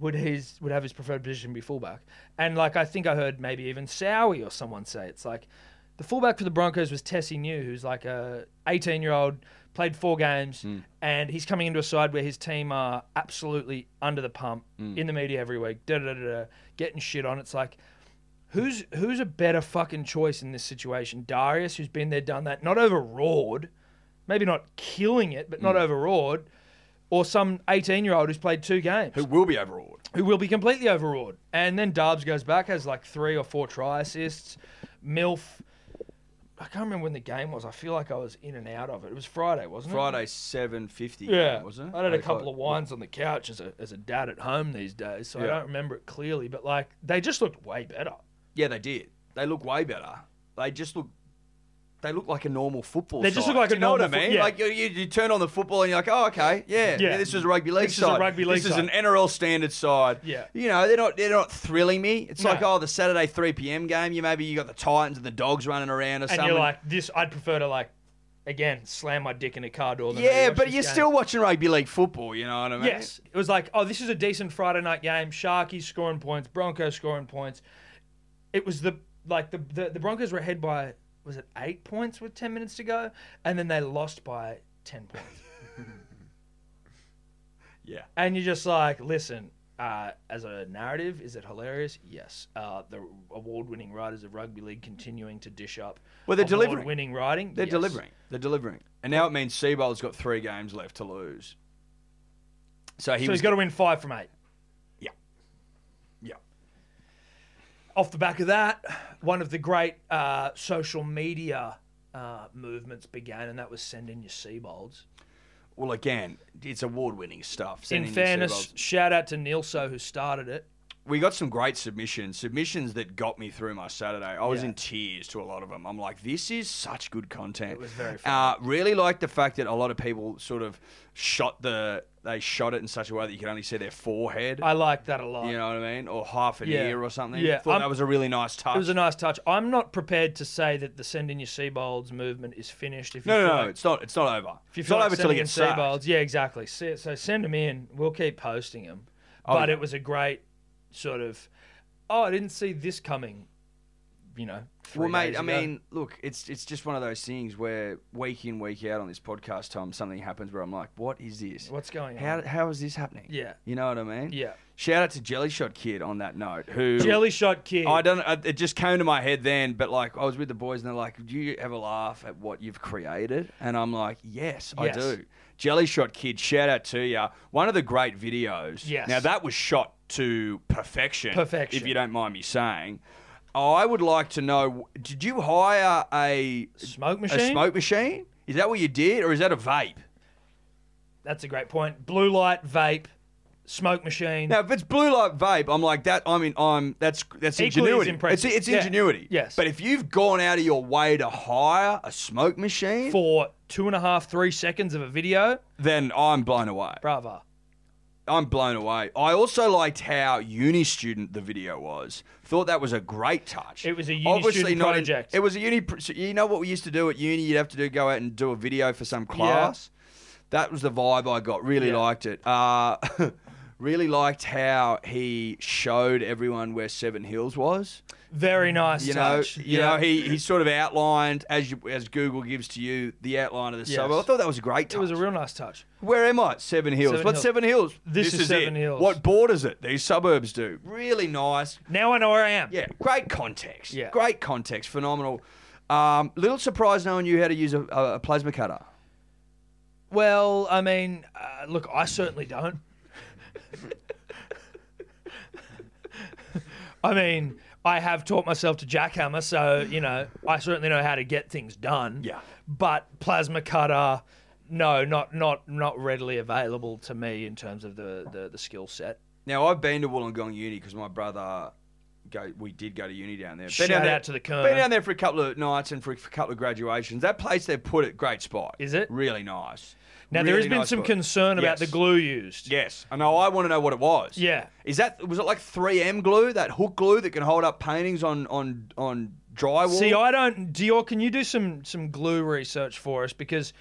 S5: would his would have his preferred position be fullback. And like I think I heard maybe even Sowie or someone say it's like the fullback for the Broncos was Tessie New, who's like a 18 year old, played four games, and he's coming into a side where his team are absolutely under the pump in the media every week, da da da da, getting shit on. It's like who's who's a better fucking choice in this situation? Darius, who's been there, done that, not overawed, maybe not killing it, but
S4: Mm.
S5: not overawed, or some 18 year old who's played two games
S4: Who will be overawed?
S5: who will be completely overawed. And then Darbs goes back, has like three or four try assists. Milf, I can't remember when the game was. I feel like I was in and out of it. It was Friday, wasn't it?
S4: Friday seven fifty.
S5: Yeah,
S4: wasn't it?
S5: I had a couple of wines on the couch as a, as a dad at home these days, so I
S4: Yeah.
S5: don't remember it clearly. But like, they just looked way better.
S4: Yeah, they did. They look way better. They just look. They look like a normal football.
S5: They just
S4: side.
S5: look like a
S4: Do you know
S5: normal
S4: what I mean.
S5: foot- yeah.
S4: Like you, you, you turn on the football and you're like, oh, okay,
S5: Yeah.
S4: yeah, yeah. this is a rugby league
S5: This is a
S4: side.
S5: rugby league
S4: This is
S5: side.
S4: an NRL standard side.
S5: Yeah.
S4: you know they're not they're not thrilling me. It's
S5: No.
S4: like oh, the Saturday three p.m. game. You maybe you got the Titans and the Dogs running around or
S5: And
S4: something.
S5: you're like, this, I'd prefer to like, again, slam my dick in a car door. Than
S4: yeah,
S5: maybe watch
S4: but
S5: this
S4: you're
S5: game.
S4: still watching rugby league football. You know what I mean?
S5: Yes. It was like, oh, this is a decent Friday night game. Sharkies scoring points, Broncos scoring points. It was the like the the, the Broncos were ahead by was it eight points with ten minutes to go, and then they lost by ten points.
S4: Yeah.
S5: And you're just like, listen. Uh, as a narrative, is it hilarious? Yes. Uh, the award-winning writers of rugby league continuing to dish up.
S4: Well, they're delivering.
S5: Winning writing.
S4: They're
S5: Yes.
S4: delivering. They're delivering. And now it means Seabold's got three games left to lose. So he
S5: So
S4: was
S5: he's got to win five from eight.
S4: Yeah. Yeah.
S5: off the back of that, one of the great uh, social media uh, movements began, and that was send in your Seabolds.
S4: Well, again, it's award-winning stuff.
S5: In
S4: sending in
S5: fairness,
S4: Seabolds.
S5: shout out to Neil So who started it.
S4: we got some great submissions. Submissions that got me through my Saturday. I was
S5: Yeah.
S4: in tears to a lot of them. I'm like, this is such good content. It
S5: was very
S4: Uh, really like the fact that a lot of people sort of shot the they shot it in such a way that you could only see their forehead.
S5: I like that a lot.
S4: you know what I mean, or half an
S5: Yeah.
S4: ear or something.
S5: Yeah,
S4: thought
S5: I'm-
S4: that was a really nice touch.
S5: It was a nice touch. I'm not prepared to say that the send in your Seabolds movement is finished. If you
S4: no,
S5: feel
S4: no, no,
S5: like-
S4: it's not. It's not over.
S5: If you
S4: it's
S5: feel
S4: not
S5: like
S4: over till
S5: sending
S4: he
S5: in
S4: gets sacked.
S5: Seabolds, yeah, exactly. Se- So send them in. We'll keep posting them. But
S4: yeah.
S5: oh, it was a great sort of, oh, I didn't see this coming. you know. Three
S4: Well, mate,
S5: days
S4: I
S5: ago.
S4: mean, look, it's it's just one of those things where week in, week out on this podcast time, something happens where I'm like, what is this?
S5: What's going
S4: How,
S5: on?
S4: how is this happening?
S5: Yeah.
S4: You know what I mean?
S5: Yeah.
S4: Shout out to Jelly Shot Kid on that note. Who
S5: Jelly shot kid.
S4: I don't. I- It just came to my head then, but like I was with the boys and they're like, "Do you ever laugh at what you've created?" And I'm like, "Yes,
S5: Yes.
S4: I do." Jelly Shot Kid, shout out to you. One of the great videos.
S5: Yes.
S4: Now that was shot to perfection.
S5: Perfection.
S4: If you don't mind me saying, I would like to know: Did you hire a
S5: Smoke machine.
S4: a smoke machine? Is that what you did, or is that a vape?
S5: That's a great point. Blue light vape, smoke machine.
S4: Now, if it's blue light vape, I'm like that. I mean, I'm that's that's
S5: Equally as
S4: ingenuity.
S5: impressive.
S4: It's, it's
S5: Yeah.
S4: ingenuity.
S5: Yes.
S4: But if you've gone out of your way to hire a smoke machine,
S5: for two and a half, three seconds of a video.
S4: then I'm blown away.
S5: Brava.
S4: I'm blown away. I also liked how uni student the video was. Thought that was a great touch.
S5: It was a uni student
S4: not in-
S5: project.
S4: it was a uni. pr- so You know what we used to do at uni? You'd have to do go out and do a video for some class. That was the vibe I got. Really
S5: Yeah.
S4: liked it. Uh, really liked how he showed everyone where Seven Hills was.
S5: Very nice
S4: You
S5: touch.
S4: know, you
S5: Yeah.
S4: know, he, he sort of outlined as you, as Google gives to you the outline of the
S5: Yes.
S4: suburb. I thought that was a great touch.
S5: It was a real nice touch.
S4: Where am I? Seven Hills.
S5: Seven
S4: What
S5: Hills.
S4: Seven Hills?
S5: This is Seven
S4: it.
S5: Hills.
S4: What borders it? These suburbs do. Really nice.
S5: Now I know where I am.
S4: Yeah, great context.
S5: Yeah.
S4: Great context. Phenomenal. Um, little surprised no one knew how to use a, a a plasma cutter.
S5: Well, I mean, uh, look, I certainly don't. I mean, I have taught myself to jackhammer, so you know, I certainly know how to get things done.
S4: Yeah.
S5: But plasma cutter, no, not not not readily available to me in terms of the the, the skill set.
S4: Now I've been to Wollongong Uni because my brother, go we did go to uni down there. Been
S5: Shout
S4: down there-
S5: out to the Kern.
S4: Been down there for a couple of nights and for a, for a couple of graduations. That place they put it, great spot.
S5: Is it?
S4: really nice?
S5: Now there
S4: Really
S5: has been
S4: nice
S5: some
S4: spot.
S5: concern about the
S4: Yes.
S5: glue used.
S4: Yes, I know. I want to know what it was.
S5: Yeah.
S4: is that was it like 3M glue, that hook glue that can hold up paintings on on on drywall?
S5: See, I don't. Dior, can you do some some glue research for us? Because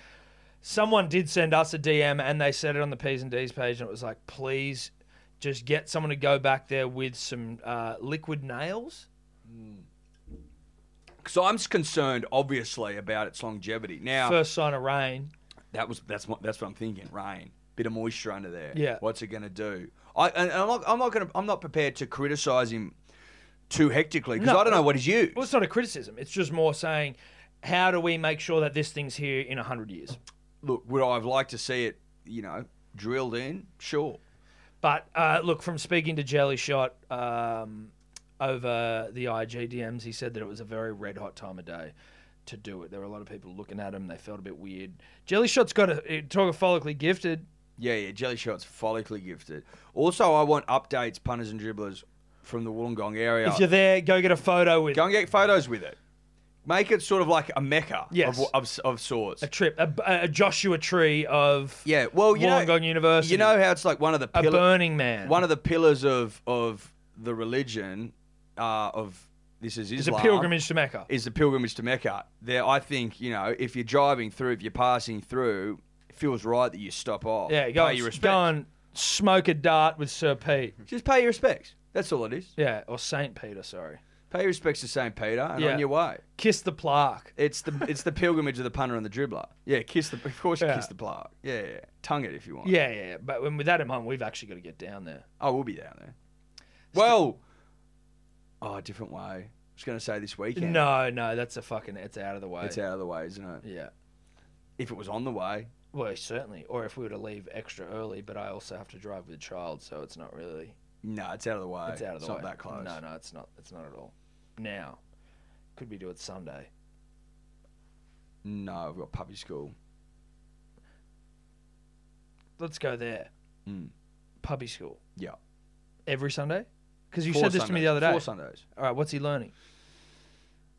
S5: someone did send us a DM and they said it on the P's and D's page, and it was like, please, just get someone to go back there with some uh, liquid nails.
S4: so I'm s- concerned, obviously, about its longevity. Now
S5: First sign of rain.
S4: that was that's what that's what I'm thinking. Rain, bit of moisture under there.
S5: Yeah.
S4: what's it going to do? I and, and I'm not, I'm not going to I'm not prepared to criticize him too hectically because
S5: No.
S4: I don't know what he's used.
S5: Well, it's not a criticism. It's just more saying, how do we make sure that this thing's here in hundred years?
S4: Look, would I've liked to see it? You know, drilled in. Sure.
S5: But uh, look, from speaking to Jelly Shot um, over the IG DMs, he said that it was a very red hot time of day to do it. There were a lot of people looking at him. They felt a bit weird. Jelly Shot's got a eh, talk of follically gifted.
S4: Yeah, yeah, Jelly Shot's follically gifted. Also, I want updates, punters and dribblers from the Wollongong area.
S5: If you're there, go get a photo with
S4: Go and get photos with it. Make it sort of like a mecca
S5: Yes.
S4: of, of, of sorts.
S5: a trip, a, a Joshua tree of
S4: Yeah, well, you know,
S5: Wollongong University.
S4: you know how it's like one of the
S5: a
S4: pillars.
S5: Burning Man.
S4: one of the pillars of of the religion uh, of this is
S5: it's a
S4: Islam.
S5: pilgrimage to Mecca.
S4: is the pilgrimage to Mecca. There, I think you know if you're driving through, if you're passing through, it feels right that you stop off.
S5: yeah, go,
S4: pay
S5: and,
S4: your respects.
S5: go and smoke a dart with Sir Pete.
S4: Just pay your respects. That's all it is.
S5: Yeah, or Saint Peter. Sorry,
S4: Pay your respects to Saint Peter and
S5: Yeah.
S4: on your way.
S5: kiss the plaque.
S4: It's the it's the pilgrimage of the punter and the dribbler. Yeah, kiss the of course you
S5: Yeah.
S4: kiss the plaque. Yeah, yeah, tongue it if you want.
S5: Yeah, yeah, yeah. But when, with that in mind, we've actually got to get down there.
S4: I will be down there. Well, oh, different way. I was going to say this weekend.
S5: No, no, that's a fucking. It's out of the way.
S4: it's out of the way, isn't it?
S5: Yeah.
S4: If it was on the way,
S5: Well, certainly. Or if we were to leave extra early, but I also have to drive with a child, so it's not really.
S4: no, it's out of the way.
S5: It's out of the
S4: it's
S5: way.
S4: Not that close.
S5: No, no, it's not. It's not at all. Now, could we do it Sunday?
S4: no, I've got puppy school.
S5: Let's go there.
S4: Mm.
S5: Puppy school
S4: Yeah,
S5: every Sunday. Because you
S4: Four
S5: said this to me the other
S4: Sundays.
S5: day.
S4: Four Sundays.
S5: All right, what's he learning?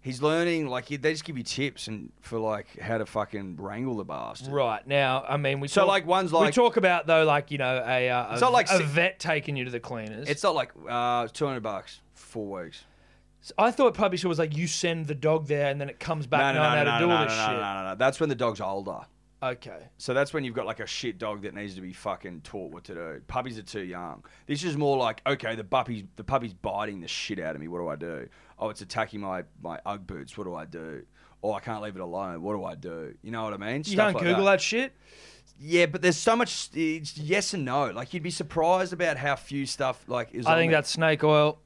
S4: He's learning. Like he- they just give you tips and for like how to fucking wrangle the bastard.
S5: Right now, I mean, we
S4: So
S5: talk,
S4: like one's
S5: we
S4: like
S5: talk about though, like you know, a uh, a,
S4: It's not like
S5: a
S4: si-
S5: vet taking you to the cleaners.
S4: it's not like uh, two hundred bucks, four weeks.
S5: I thought puppy school was like you send the dog there and then it comes back knowing how to do all this shit.
S4: no, no, no. That's when the dog's older.
S5: Okay.
S4: So that's when you've got like a shit dog that needs to be fucking taught what to do. Puppies are too young. This is more like, okay, the puppy's the puppy's biting the shit out of me. What do I do? Oh, it's attacking my my UGG boots. What do I do? Oh, I can't leave it alone. What do I do? You know what I mean?
S5: You can't Google that. shit.
S4: Yeah, but there's so much. It's yes and no. Like you'd be surprised about how few stuff like is.
S5: I
S4: on
S5: think
S4: there.
S5: that's snake oil.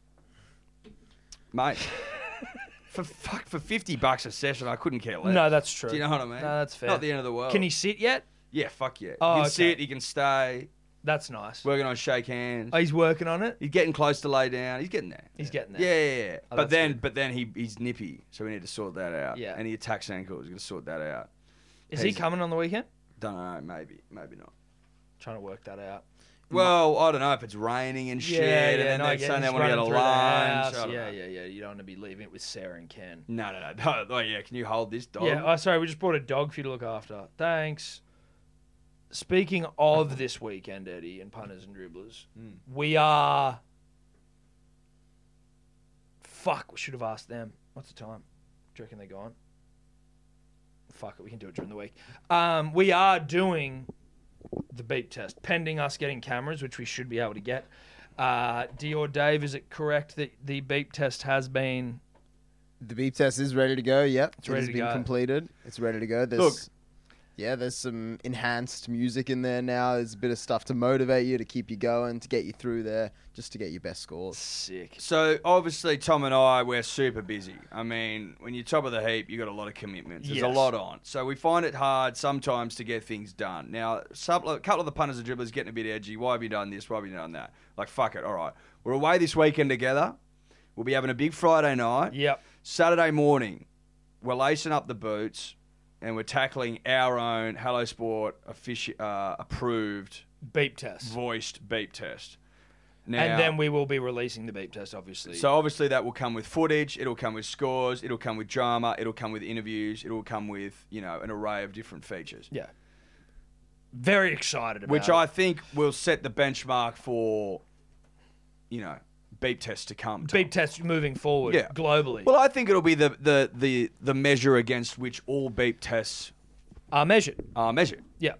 S4: mate. for fuck, for fifty bucks a session, I couldn't care less.
S5: No, that's true.
S4: Do you know what I mean?
S5: No, that's fair.
S4: Not the end of the world.
S5: Can he sit yet?
S4: Yeah, fuck yeah.
S5: Oh,
S4: you can see
S5: okay.
S4: it. He can stay.
S5: That's nice.
S4: Working on shake hands.
S5: Oh, he's working on it.
S4: He's getting close to lay down. He's getting there.
S5: He's getting there.
S4: Yeah, yeah, yeah.
S5: Oh,
S4: but
S5: that's
S4: then, but then he he's nippy, so we need to sort that out.
S5: Yeah.
S4: And he attacks ankles. We're gonna sort that out.
S5: Is he
S4: He's-
S5: coming on the weekend?
S4: Don't know. Maybe, maybe not.
S5: Trying to work that out.
S4: Well, I don't know if it's raining and shit, and then
S5: no,
S4: they're
S5: yeah,
S4: saying they
S5: he's
S4: want to get a
S5: running through the
S4: lunch.
S5: house.
S4: I don't
S5: Yeah,
S4: know.
S5: yeah, yeah. You don't want to be leaving it with Sarah and Ken.
S4: No, no, no. Oh, yeah. Can you hold this dog?
S5: Yeah, oh, sorry, we just brought a dog for you to look after. Thanks. Speaking of this weekend, Eddie, and punters and dribblers, we are. Fuck, we should have asked them. What's the time? Do you reckon they're gone? Fuck it, we can do it during the week. Um, we are doing the beep test, pending us getting cameras, which we should be able to get. Uh, Dior Dave, is it correct that the beep test has been
S6: The beep test is ready to go. Yep, it's
S5: ready
S6: has
S5: to
S6: been
S5: go.
S6: completed. It's ready to go. There's,
S4: Look.
S6: yeah, there's some enhanced music in there now. There's a bit of stuff to motivate you, to keep you going, to get you through there, just to get your best scores.
S5: sick?
S4: So obviously, Tom and I we're super busy. I mean, when you're top of the heap, you got a lot of commitments. There's
S5: Yes.
S4: a lot on, so we find it hard sometimes to get things done. Now, some, a couple of the punters and dribblers getting a bit edgy. Why have you done this? Why have you done that? Like, fuck it. All right, we're away this weekend together. We'll be having a big Friday night.
S5: Yep.
S4: Saturday morning, we're lacing up the boots, and we're tackling our own Hello Sport offici- uh, approved
S5: Beep test.
S4: voiced beep test. Now,
S5: and then we will be releasing the beep test, obviously.
S4: So obviously that will come with footage, it'll come with scores, it'll come with drama, it'll come with interviews, it'll come with, you know, an array of different features.
S5: yeah, very excited about.
S4: Which
S5: it.
S4: I think will set the benchmark for, you know, beep tests to come. Tom.
S5: beep test moving forward
S4: Yeah.
S5: globally
S4: Well, I think it'll be the, the, the, the measure against which all beep tests
S5: are measured.
S4: are measured.
S5: Yeah,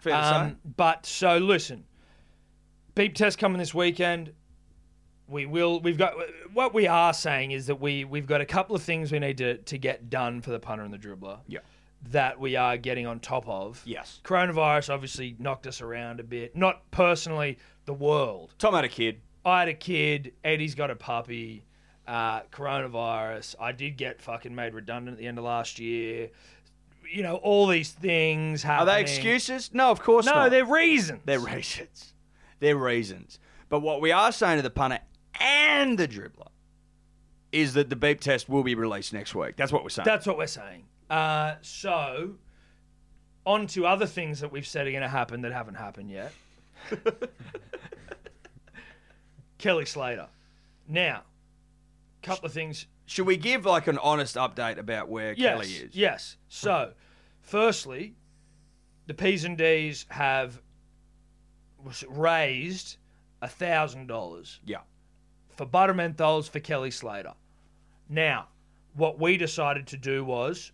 S4: Fair to say?
S5: um, but so listen, beep test coming this weekend. We will. We've got. What we are saying is that we we've got a couple of things we need to to get done for the punter and the dribbler.
S4: Yeah.
S5: That we are getting on top of.
S4: Yes.
S5: Coronavirus obviously knocked us around a bit. Not personally, the world.
S4: Tom had a kid.
S5: I had a kid. Eddie's got a puppy. Uh, coronavirus. I did get fucking made redundant at the end of last year. You know, all these things
S4: Are
S5: happening.
S4: they excuses? No, of course
S5: No,
S4: not.
S5: they're reasons.
S4: They're reasons. They're reasons. But what we are saying to the punter and the dribbler is that the beep test will be released next week. That's what we're saying.
S5: That's what we're saying. Uh, so, on to other things that we've said are going to happen that haven't happened yet. Kelly Slater. Now, couple of things
S4: Should we give like an honest update about where
S5: Yes.
S4: Kelly is?
S5: Yes. So, firstly, the P's and D's have was raised thousand dollars
S4: Yeah.
S5: for Buttermenthols for Kelly Slater. Now, what we decided to do was,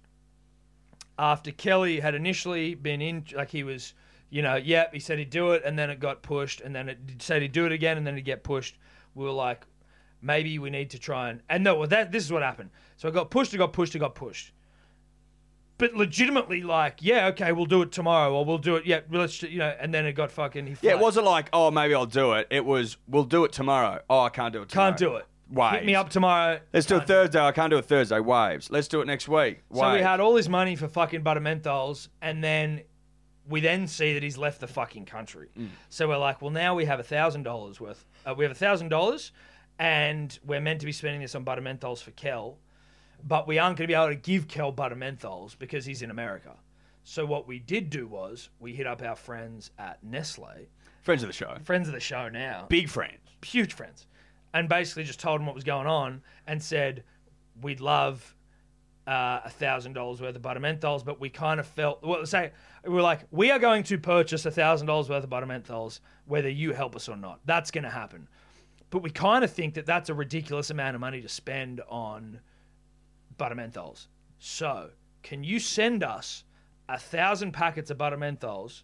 S5: after Kelly had initially been in, like he was, you know, yep, he said he'd do it, and then it got pushed, and then it said he'd do it again, and then he'd get pushed. We were like, maybe we need to try and, and no, well, that this is what happened. So it got pushed, it got pushed, it got pushed. But legitimately, like, yeah, okay, we'll do it tomorrow, or we'll do it, yeah, let's, you know, and then it got fucking. He
S4: Yeah, it
S5: flaked.
S4: wasn't like, oh, maybe I'll do it. It was, we'll do it tomorrow. Oh, I can't do it tomorrow.
S5: Can't do it.
S4: Waves.
S5: Hit me up tomorrow.
S4: Let's do it Thursday. I can't do it Thursday. Waves. Let's do it next week. Waves.
S5: So we had all this money for fucking buttermenthols, and then we then see that he's left the fucking country.
S4: Mm.
S5: So we're like, well, now we have a thousand dollars worth. Uh, we have a thousand dollars, and we're meant to be spending this on buttermenthols for Kel, but we aren't going to be able to give Kel buttermenthols because he's in America. So what we did do was we hit up our friends at Nestle,
S4: Friends of the show.
S5: friends of the show now,
S4: Big friends.
S5: huge friends, and basically just told them what was going on and said, "We'd love uh, a thousand dollars worth of buttermenthols, but we kind of felt well, say we were like, we are going to purchase a thousand dollars worth of buttermenthols, whether you help us or not. That's going to happen." But we kind of think that that's a ridiculous amount of money to spend on buttermenthols. So, can you send us a thousand packets of butter menthols,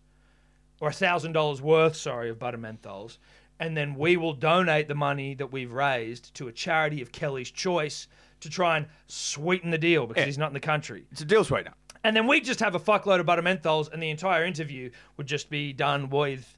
S5: or a thousand dollars worth, sorry, of butter menthols, and then we will donate the money that we've raised to a charity of Kelly's choice to try and sweeten the deal because he's not in the country.
S4: It's a deal sweetener.
S5: And then we just have a fuckload of butter menthols, and the entire interview would just be done with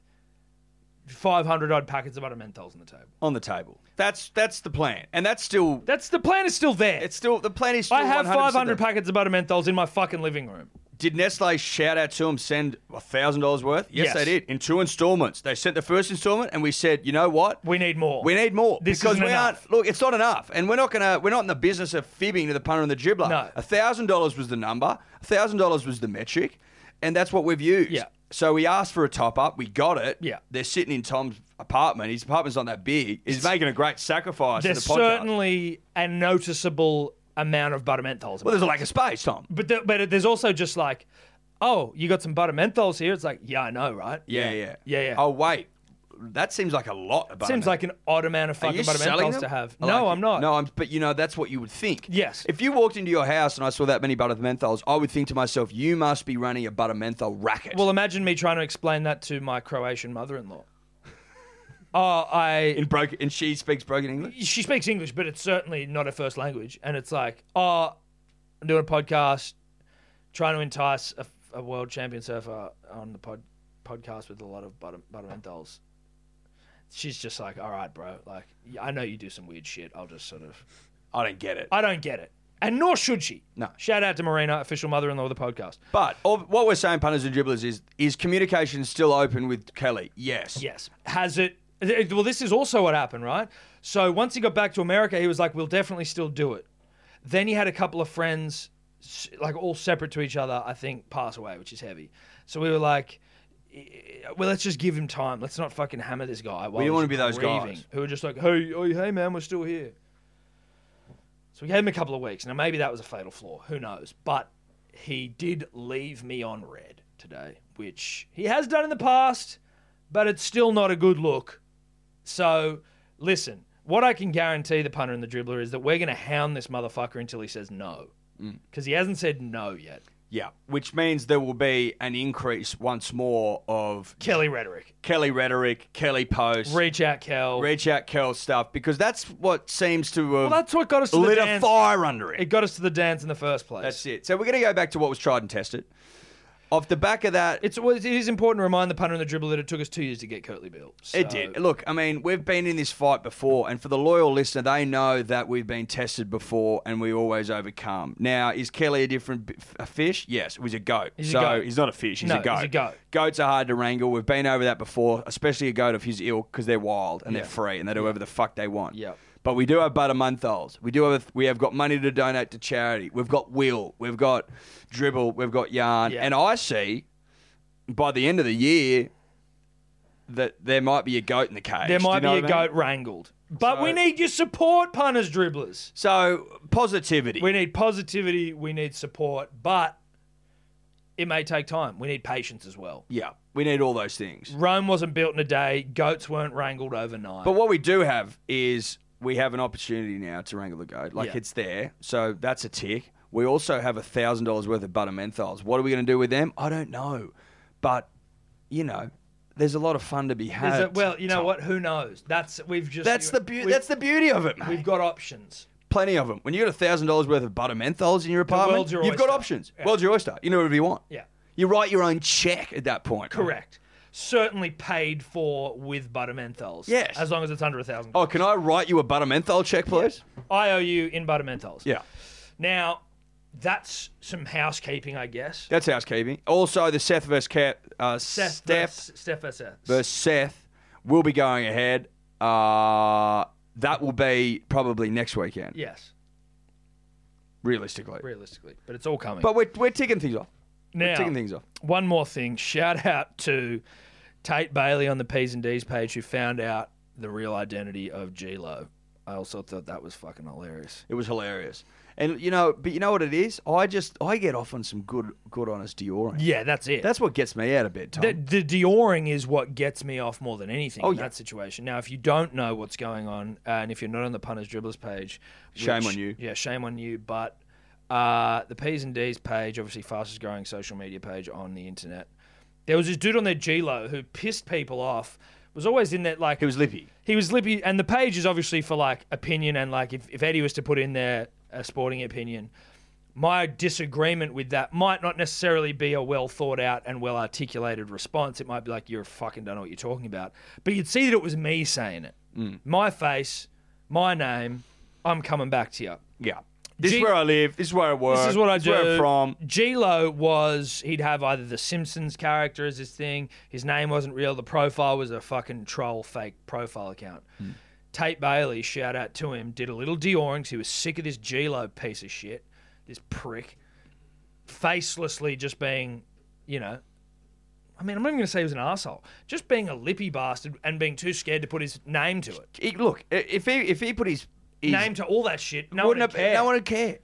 S5: 500 odd packets of butter menthols on the table.
S4: on the table. That's that's the plan, and that's still
S5: That's the plan is still there.
S4: it's still the plan is. Still
S5: I have
S4: 100%
S5: 500
S4: there.
S5: packets of butter menthols in my fucking living room.
S4: Did Nestle shout out to them? Send thousand dollars worth? Yes,
S5: Yes.
S4: they did in two installments. They sent the first installment, and we said, you know what?
S5: We need more.
S4: We need more
S5: This
S4: because
S5: isn't
S4: we
S5: enough.
S4: aren't. Look, it's not enough, and we're not gonna. We're not in the business of fibbing to the punter and the dribbler.
S5: No.
S4: thousand dollars was the number. thousand dollars was the metric, and that's what we've used.
S5: Yeah.
S4: So we asked for a top up. We got it.
S5: Yeah.
S4: They're sitting in Tom's apartment. His apartment's not that big. He's making a great sacrifice.
S5: There's
S4: for the podcast.
S5: certainly a noticeable amount of butter menthols.
S4: Well, there's a lack of space, Tom.
S5: but the, but there's also just like, oh, you got some butter menthols here. It's like, yeah, I know, right?
S4: Yeah, yeah,
S5: yeah, yeah.
S4: Oh wait, that seems like a lot. Of
S5: Seems like an odd amount of
S4: Are
S5: fucking
S4: you
S5: butter
S4: selling
S5: menthols
S4: them?
S5: to have.
S4: I
S5: no,
S4: like it.
S5: I'm not.
S4: No, I'm. But you know, that's what you would think.
S5: Yes.
S4: If you walked into your house and I saw that many butter menthols, I would think to myself, "You must be running a butter menthol racket."
S5: Well, imagine me trying to explain that to my Croatian mother-in-law. Oh, I
S4: in broken, and she speaks broken English.
S5: she speaks English, but it's certainly not her first language. And it's like, oh, I'm doing a podcast, trying to entice a, a world champion surfer on the pod, podcast with a lot of butter, butter menthols. She's just like, all right, bro. Like, yeah, I know you do some weird shit. I'll just sort of,
S4: I don't get it.
S5: I don't get it. And nor should she.
S4: No.
S5: Shout out to Marina, official mother-in-law of the podcast.
S4: But all, what we're saying, punters and dribblers, is is communication still open with Kelly? Yes.
S5: Yes. Has it? th- Well, this is also what happened, right? So once he got back to America, he was like, "We'll definitely still do it." Then he had a couple of friends, s- like all separate to each other, I think, pass away, which is heavy. So we were like, "Eh, "Well, let's just give him time. Let's not fucking hammer this guy." While
S4: We didn't
S5: he's
S4: wanna be those
S5: grieving,"
S4: guys.
S5: who were just like, "Hey, oh, hey, man, we're still here." So we gave him a couple of weeks. Now maybe that was a fatal flaw. Who knows? But he did leave me on red today, which he has done in the past, but it's still not a good look. So listen, what I can guarantee the punter and the dribbler is that we're going to hound this motherfucker until he says no, because he hasn't said no yet.
S4: Mm, Yeah. Which means there will be an increase once more of
S5: Kelly rhetoric.
S4: Kelly rhetoric, Kelly posts,
S5: Reach out, Kel.
S4: reach out Kel stuff, because that's what seems to have
S5: well, that's what got us to the
S4: lit a
S5: dance.
S4: fire under
S5: It got us to the dance in the first place.
S4: That's it. So we're going to go back to what was tried and tested. Off the back of that,
S5: It's, well, it is important to remind the punter and the dribbler that it took us two years to get Curtly built.
S4: it
S5: So-
S4: did. Look, I mean, we've been in this fight before, and for the loyal listener, they know that we've been tested before and we always overcome. Now, is Kelly a different b- f- a fish? Yes, he was a goat.
S5: He's a
S4: so
S5: goat.
S4: he's not a fish, he's
S5: No,
S4: a goat.
S5: he's a goat.
S4: Goats are hard to wrangle. We've been over that before, especially a goat of his ilk because they're wild and they're free and they do whatever the fuck they want.
S5: Yep.
S4: But we do have butter menthols. We do have we have got money to donate to charity. We've got will. We've got dribble. We've got yarn.
S5: Yeah.
S4: And I see by the end of the year that there might be a goat in the cage.
S5: There
S4: Do you
S5: might be
S4: know
S5: a
S4: what I mean?
S5: goat wrangled. But we
S4: So-
S5: need your support, punters, dribblers.
S4: So positivity.
S5: We need positivity. We need support. But it may take time. We need patience as well.
S4: yeah, we need all those things.
S5: Rome wasn't built in a day. Goats weren't wrangled overnight.
S4: But what we do have is we have an opportunity now to wrangle the goat. Like
S5: Yeah.
S4: it's there. So that's a tick. We also have a thousand dollars worth of butter menthols. What are we going to do with them? I don't know, but you know, there's a lot of fun to be
S5: Is
S4: had.
S5: it, well, you know what? Who knows? That's we've just
S4: that's the beau-
S5: we've-
S4: that's the beauty of it, mate.
S5: we've got options.
S4: Plenty of them. When you got a thousand dollars worth of butter menthols in your apartment,
S5: world's your
S4: you've got
S5: oyster.
S4: options. World's your oyster. You know whatever you want.
S5: Yeah.
S4: You write your own check at that point.
S5: Correct. Certainly paid for with butter menthols.
S4: Yes.
S5: As long as it's under a thousand.
S4: Oh, can I write you a butter menthol check, please?
S5: I owe you in butter menthols.
S4: Yeah.
S5: Now, that's some housekeeping, I guess.
S4: That's housekeeping. Also, the Seth versus Cat, uh,
S5: Seth
S4: Steph
S5: versus- Steph versus Seth.
S4: versus Seth will be going ahead. Uh, that will be probably next weekend,
S5: Yes,
S4: realistically.
S5: realistically, but it's all coming.
S4: But we're, we're ticking things off.
S5: now,
S4: We're ticking things off.
S5: one more thing. Shout out to Tate Bailey on the P's and D's page who found out the real identity of G Lo. I also thought that was fucking hilarious.
S4: It was hilarious. And you know, but you know what it is? I just I get off on some good good honest Dior.
S5: Yeah, that's it.
S4: That's what gets me out of bed, Tom. Oh,
S5: the, the Dioring is what gets me off more than anything in
S4: yeah.
S5: that situation. Now, if you don't know what's going on, uh, and if you're not on the punters dribblers page,
S4: Shame on you.
S5: Yeah, shame on you. But Uh, the P's and D's page, obviously fastest growing social media page on the internet. There was this dude on their G-Lo who pissed people off. Was always in that like
S4: He was lippy.
S5: he was lippy, and the page is obviously for like opinion and like if, if Eddie was to put in there a sporting opinion, my disagreement with that might not necessarily be a well thought out and well articulated response. It might be like you're fucking don't know what you're talking about, but you'd see that it was me saying it,
S4: Mm.
S5: my face, my name. I'm coming back to you.
S4: Yeah. This
S5: G-
S4: is where I live. This is where I work.
S5: This is what I do.
S4: Where I'm from.
S5: G Lo was he'd have either the Simpsons character as his thing. His name wasn't real. The profile was a fucking troll fake profile account. Tate Bailey, shout out to him, did a little deoring. He was sick of this G Lo piece of shit, this prick, facelessly just being, you know. I mean, I'm not even going to say he was an asshole. Just being a lippy bastard and being too scared to put his name to it,
S4: He- look, i- if he if he put his, his
S5: name to all that shit. No one
S4: wouldn't have,
S5: cared.
S4: no one would care.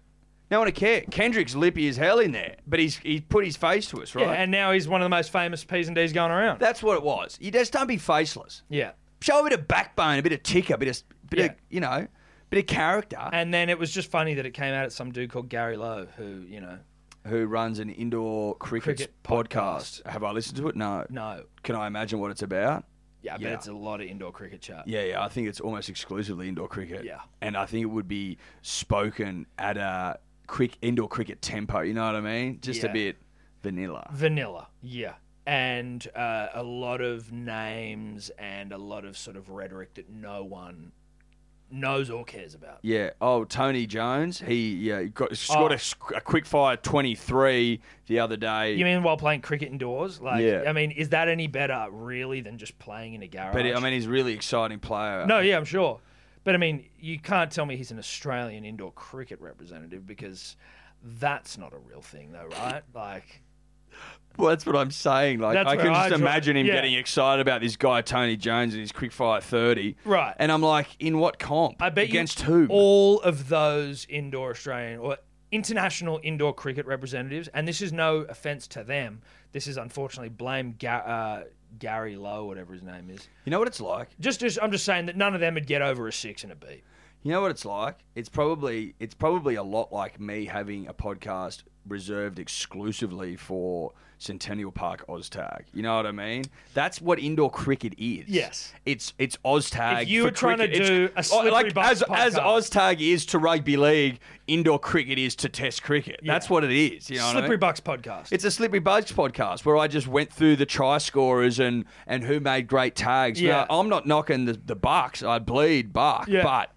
S4: No one would care. Kendrick's lippy as hell in there, but he's he put his face to us, right?
S5: yeah, and now he's one of the most famous P's and D's going around.
S4: That's what it was. You just don't be faceless.
S5: yeah.
S4: Show a bit of backbone, a bit of ticker, a bit of, bit
S5: Yeah.
S4: of you know, bit of character.
S5: And then it was just funny that it came out at some dude called Gary Lowe, who, you know,
S4: who runs an indoor cricket,
S5: Cricket
S4: podcast. Have I listened to it? No.
S5: no.
S4: Can I imagine what it's about?
S5: Yeah, I bet
S4: Yeah.
S5: it's a lot of indoor cricket chat.
S4: Yeah, yeah. I think it's almost exclusively indoor cricket.
S5: Uh, Yeah.
S4: And I think it would be spoken at a quick indoor cricket tempo. You know what I mean? Just
S5: Yeah.
S4: a bit vanilla.
S5: Vanilla, yeah. And uh, a lot of names and a lot of sort of rhetoric that no one knows or cares about.
S4: Yeah. Oh, Tony Jones. He yeah he got scored
S5: Oh.
S4: a sc- a, quick fire twenty three the other day.
S5: You mean while playing cricket indoors? Like,
S4: Yeah.
S5: I mean, is that any better really than just playing in a garage?
S4: but I mean, uh, he's a really exciting player.
S5: no, yeah, I'm sure. But I mean, you can't tell me he's an Australian indoor cricket representative because that's not a real thing, though, right? Like,
S4: Well, that's what I'm saying. Like,
S5: That's
S4: I can
S5: where I
S4: just
S5: draw-
S4: imagine him
S5: yeah.
S4: getting excited about this guy Tony Jones and his quick fire thirty.
S5: Right.
S4: And I'm like, in what comp?
S5: I bet
S4: against
S5: you
S4: whom?
S5: all of those indoor Australian or international indoor cricket representatives, and this is no offence to them. This is unfortunately blame Ga- uh, Gary Lowe, whatever his name is.
S4: you know what it's like.
S5: Just, just I'm just saying that none of them would get over a six and a beat.
S4: You know what it's like? It's probably it's probably a lot like me having a podcast reserved exclusively for Centennial Park OzTag. You know what I mean? That's what indoor cricket is.
S5: Yes.
S4: It's it's OzTag.
S5: If you
S4: for
S5: were trying to
S4: cricket. It's-
S5: do a
S4: oh,
S5: slippery
S4: like
S5: bus
S4: as as
S5: podcast.
S4: OzTag is to rugby league, indoor cricket is to Test cricket. That's what it is. You know what I
S5: Slippery
S4: mean?
S5: Bucks podcast.
S4: It's a Slippery Bugs podcast where I just went through the try scorers and, and who made great tags.
S5: Yeah.
S4: Now, I'm not knocking the, the Bucks. I bleed Buck.
S5: Yeah.
S4: But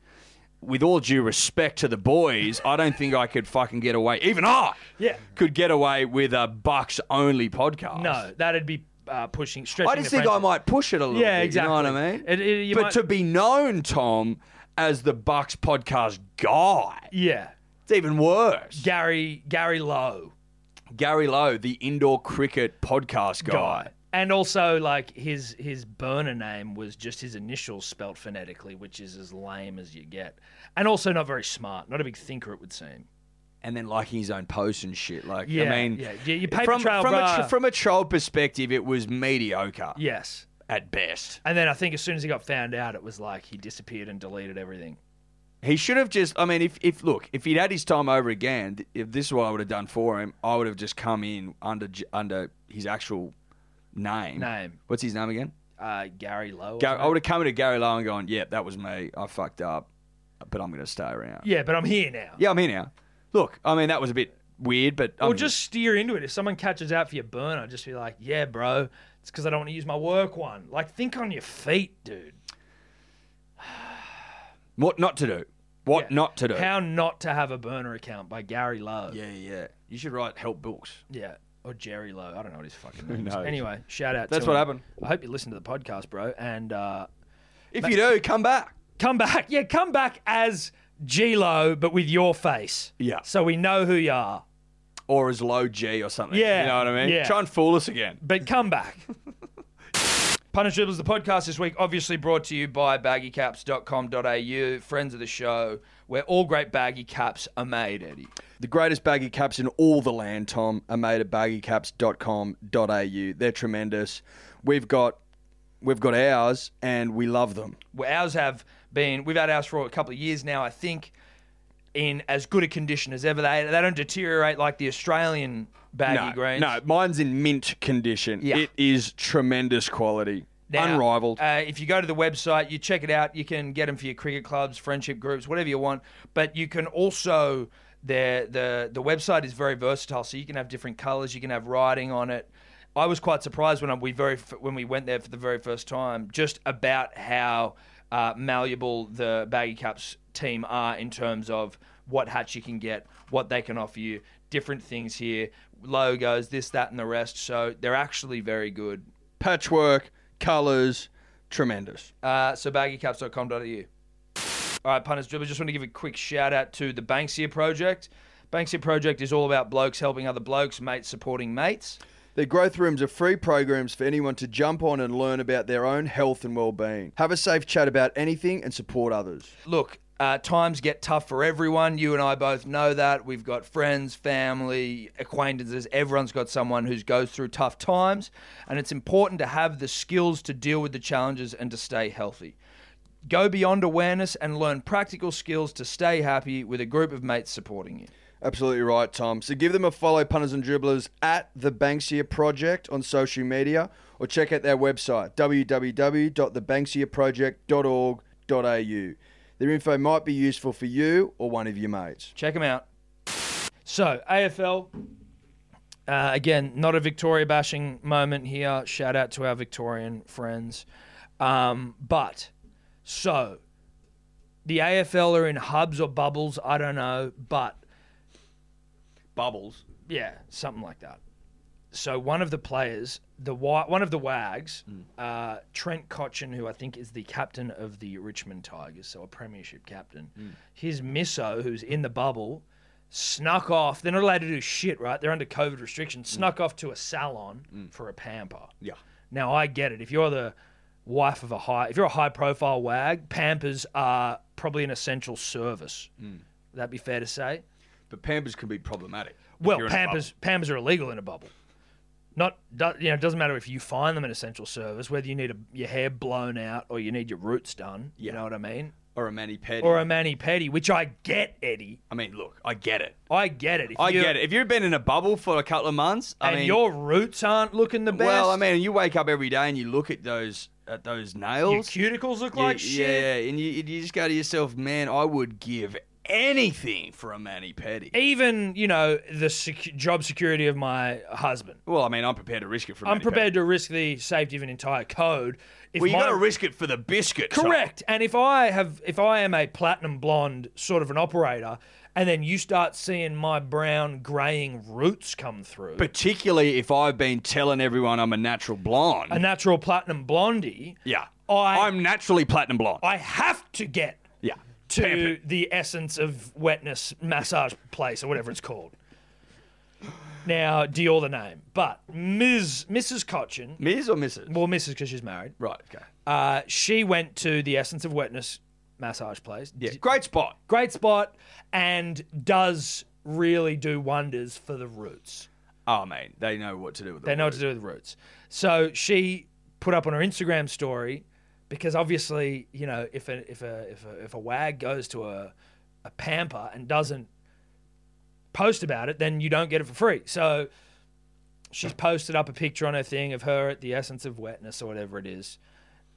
S4: with all due respect to the boys, I don't think I could fucking get away. Even I
S5: Yeah.
S4: could get away with a Bucks only podcast.
S5: no, that'd be uh, pushing stretching.
S4: I just
S5: the
S4: think I
S5: friendship.
S4: might push it a little
S5: Yeah,
S4: bit.
S5: exactly.
S4: You know what I mean?
S5: It- it- you
S4: but
S5: might-
S4: to be known, Tom, as the Bucks podcast guy,
S5: Yeah,
S4: it's even worse.
S5: Gary Gary Lowe.
S4: Gary Lowe, the indoor cricket podcast guy.
S5: And also, like his his burner name was just his initials spelt phonetically, which is as lame as you get. And also not very smart, not a big thinker, it would seem.
S4: and then liking his own posts and shit. Like,
S5: Yeah,
S4: I mean,
S5: yeah. Yeah, your paper
S4: from,
S5: trail,
S4: from, a, tr-
S5: bruh.
S4: from a troll perspective, it was mediocre
S5: Yes.
S4: at best.
S5: And then I think as soon as he got found out, it was like he disappeared and deleted everything.
S4: He should have just. I mean, if, if look, if he'd had his time over again, th- if this is what I would have done for him, I would have just come in under J- under his actual name.
S5: Name.
S4: What's his name again?
S5: Uh, Gary Lowe.
S4: Gar-
S5: wasn't
S4: I
S5: it?
S4: would have come into Gary Lowe and gone, "Yeah, that was me. I fucked up, but I'm going to stay around."
S5: yeah, but I'm here now.
S4: Yeah, I'm here now. Look, I mean, that was a bit weird, but
S5: Or
S4: I'm
S5: just steer into it. If someone catches out for your burner, just be like, yeah, bro, it's because I don't want to use my work one. Like, think on your feet, dude.
S4: what not to do. What
S5: Yeah.
S4: not to do.
S5: How Not to Have a Burner Account by Gary Lowe.
S4: yeah, yeah. You should write help books.
S5: Yeah. Or Jerry Lowe. I don't know what his fucking name is.
S4: knows?
S5: Anyway, shout out
S4: That's
S5: to
S4: what
S5: him.
S4: happened.
S5: I hope you listen to the podcast, bro. And uh,
S4: If you do, come back.
S5: come back. Yeah, come back as G Lo, but with your face.
S4: Yeah.
S5: So we know who you are.
S4: Or as low G or something.
S5: Yeah,
S4: You know what I mean?
S5: yeah.
S4: Try and fool us again.
S5: But come back. Punish Dribbles, the podcast this week, obviously brought to you by baggycaps.com.au, friends of the show, where all great baggy caps are made, Eddie.
S4: The greatest baggy caps in all the land, Tom, are made at baggycaps.com.au. They're tremendous. We've got we've got ours and we love them.
S5: Well, ours have been, we've had ours for a couple of years now, I think. in as good a condition as ever. They they don't deteriorate like the Australian baggy
S4: no,
S5: greens.
S4: no, mine's in mint condition.
S5: Yeah.
S4: It is tremendous quality,
S5: Now,
S4: unrivaled.
S5: Uh, if you go to the website, you check it out. You can get them for your cricket clubs, friendship groups, whatever you want. But you can also the the the website is very versatile, so you can have different colours. You can have writing on it. I was quite surprised when I, we very f- when we went there for the very first time, just about how uh, malleable the baggy caps team are in terms of what hats you can get, what they can offer you, different things here, logos, this, that, and the rest. So they're actually very good.
S4: Patchwork, colours, tremendous.
S5: Uh, so baggycaps.com.au. All right, punters, dribblers, just want to give a quick shout out to the Banksia Project. Banksia Project is all about blokes helping other blokes, mates supporting mates.
S4: Their growth rooms are free programs for anyone to jump on and learn about their own health and well-being. Have a safe chat about anything and support others.
S5: Look, uh, times get tough for everyone. You and I both know that. We've got friends, family, acquaintances. Everyone's got someone who goes through tough times, and it's important to have the skills to deal with the challenges and to stay healthy. Go beyond awareness and learn practical skills to stay happy with a group of mates supporting you.
S4: Absolutely right, Tom. So give them a follow, punters and dribblers, at the Banksia Project on social media or check out their website, www.thebanksiaproject.org.au. Their info might be useful for you or one of your mates.
S5: Check them out. So AFL, uh, again, not a Victoria bashing moment here. Shout out to our Victorian friends, um, but so the AFL are in hubs or bubbles. I don't know, but
S4: Bubbles.
S5: yeah, something like that. So one of the players, the wa- one of the Wags, uh, Trent Cochin, who I think is the captain of the Richmond Tigers, so a premiership captain, his misso, who's in the bubble, snuck off. They're not allowed to do shit, right? They're under COVID restrictions. Snuck off to a salon for a pamper.
S4: Mm. Yeah.
S5: Now I get it. If you're the wife of a high, if you're a high-profile wag, pampers are probably an essential service. Would that be fair to say?
S4: But Pampers can be problematic.
S5: Well, Pampers Pampers are illegal in a bubble. Not do, you know, it doesn't matter if you find them an essential service, whether you need a, your hair blown out or you need your roots done. You know what I mean?
S4: Or a mani pedi.
S5: Or a mani pedi, which I get, Eddie.
S4: I mean, look, I get it.
S5: I get it. If
S4: I
S5: you-
S4: get it. If you've been in a bubble for a couple of months, I
S5: and
S4: mean,
S5: your roots aren't looking the best.
S4: well, I mean, you wake up every day and you look at those at those
S5: your
S4: nails.
S5: cuticles look like
S4: yeah,
S5: shit.
S4: Yeah, and you, you just go to yourself, man, I would give anything for a mani pedi.
S5: Even you know the sec- job security of my husband.
S4: Well, I mean, I'm prepared to risk it for. a
S5: I'm
S4: mani-pedi.
S5: prepared to risk the safety of an entire code. If
S4: Well, you
S5: my-
S4: got to risk it for the biscuit. Tom.
S5: Correct. And if I have, if I am a platinum blonde sort of an operator, and then you start seeing my brown graying roots come through,
S4: Particularly if I've been telling everyone I'm a natural blonde.
S5: a natural platinum blondie,
S4: yeah,
S5: I-
S4: am naturally platinum blonde.
S5: I have to get
S4: yeah,
S5: to
S4: Pampered.
S5: the essence of wetness massage place or whatever it's called. Now, Dior the name, but Ms. Mrs. Cochin,
S4: Ms. or Mrs.
S5: well, Mrs. because she's married.
S4: Right. Okay.
S5: Uh, she went to the essence of wetness massage place.
S4: Yeah. Great spot.
S5: great spot and does really do wonders for the roots.
S4: Oh, mate, they know what to do with.
S5: They know what to do with the roots. So she put up on her Instagram story because obviously, you know, if a if a if a, if a wag goes to a a pamper and doesn't post about it, then you don't get it for free. So she's posted up a picture on her thing of her at the essence of wetness or whatever it is.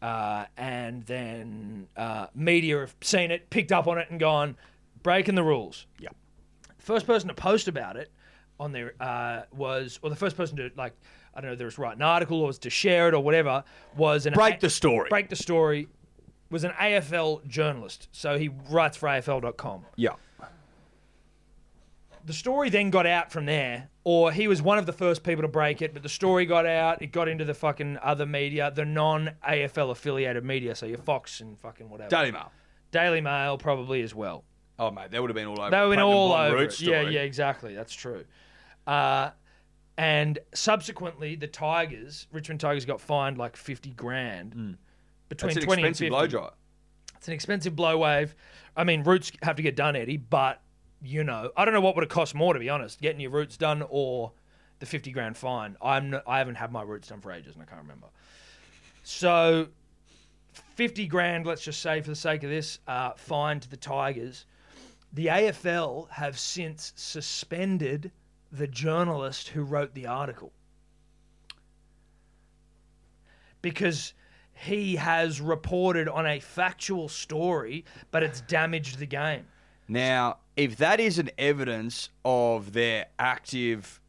S5: Uh, and then uh, media have seen it, picked up on it, and gone breaking the rules first person to post about it on their uh, was or the first person to like I don't know whether it's write an article or was to share it or whatever was an
S4: Break the story.
S5: Break the story was an AFL journalist, so he writes for AFL.com.
S4: Yeah.
S5: The story then got out from there, or he was one of the first people to break it, but the story got out, it got into the fucking other media, the non AFL affiliated media, so your Fox and fucking whatever.
S4: Daily Mail.
S5: Daily Mail probably as well.
S4: Oh, mate, that would have been all over.
S5: They went
S4: Platinum
S5: all
S4: Blonde
S5: over.
S4: Root
S5: It. Yeah,
S4: story.
S5: yeah, exactly. That's true. Uh, and subsequently, the Tigers, Richmond Tigers, got fined like fifty grand between
S4: Hmm. That's an
S5: twenty and
S4: expensive
S5: fifty.
S4: blow dry.
S5: It's an expensive blow wave. I mean, roots have to get done, Eddie. But you know, I don't know what would it cost more to be honest, getting your roots done or the fifty grand fine. I'm n- I haven't had my roots done for ages, and I can't remember. So, fifty grand, let's just say for the sake of this, uh, fine to the Tigers. The AFL have since suspended the journalist who wrote the article because he has reported on a factual story, but it's damaged the game.
S4: Now, if that isn't evidence of their active,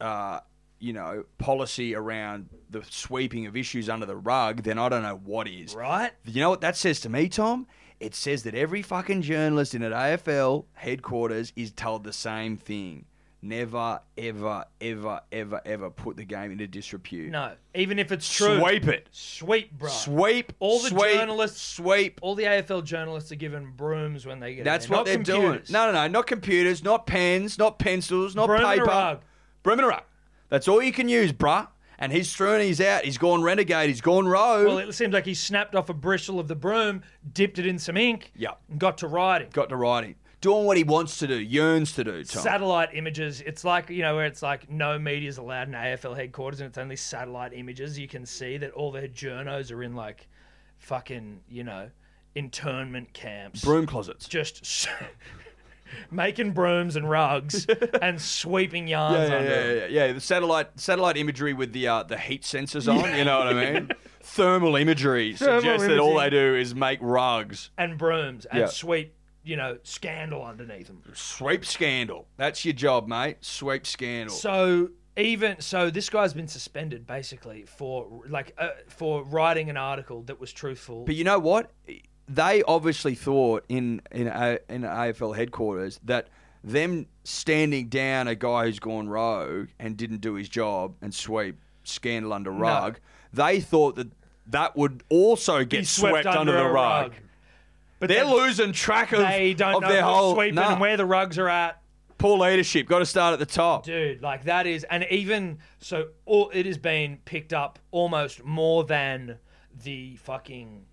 S4: uh, you know, policy around the sweeping of issues under the rug, then I don't know what is.
S5: Right?
S4: You know what that says to me, Tom? It says that every fucking journalist in an AFL headquarters is told the same thing. Never, ever, ever, ever, ever put the game into disrepute.
S5: No, even if it's true,
S4: Sweep it.
S5: sweep, bro,
S4: Sweep
S5: All the
S4: sweep,
S5: journalists-
S4: sweep.
S5: All the AFL journalists are given brooms when they get.
S4: That's
S5: in there. Not
S4: what they're
S5: computers.
S4: doing. No, no, no, not computers, not pens, not pencils, not
S5: Broom and a
S4: paper.
S5: rug.
S4: Broom and a rug. That's all you can use, bruh. And he's thrown his out. He's gone renegade. He's gone rogue.
S5: Well, it seems like he snapped off a bristle of the broom, dipped it in some ink,
S4: Yeah.
S5: and got to writing.
S4: Got to writing. Doing what he wants to do, yearns to do, Tom.
S5: Satellite images. It's like you know where it's like no media is allowed in AFL headquarters, and it's only satellite images. You can see that all their journos are in like fucking you know internment camps.
S4: Broom closets.
S5: just s- making brooms and rugs and sweeping yarns
S4: Yeah, yeah,
S5: under.
S4: yeah,
S5: them.
S4: yeah, yeah. The satellite satellite imagery with the uh, the heat sensors on. You know what I mean? Thermal imagery suggests that all they do is make rugs.
S5: and brooms and
S4: Yeah.
S5: sweep, you know, scandal underneath them.
S4: Sweep scandal. That's your job, mate. Sweep scandal.
S5: So even so, this guy's been suspended basically for like uh, for writing an article that was truthful.
S4: But you know what? They obviously thought in in A- in AFL headquarters that them standing down a guy who's gone rogue and didn't do his job and sweep scandal under rug. They thought that that would also get
S5: He
S4: swept, under,
S5: a
S4: the rug.
S5: But
S4: They're
S5: then
S4: losing track of,
S5: They don't
S4: of
S5: know
S4: their
S5: who's
S4: whole
S5: sweeping
S4: nah.
S5: and where the rugs are at.
S4: poor leadership. Got to start at the top.
S5: Dude, like that is, and even so, all, it has been picked up almost more than the fucking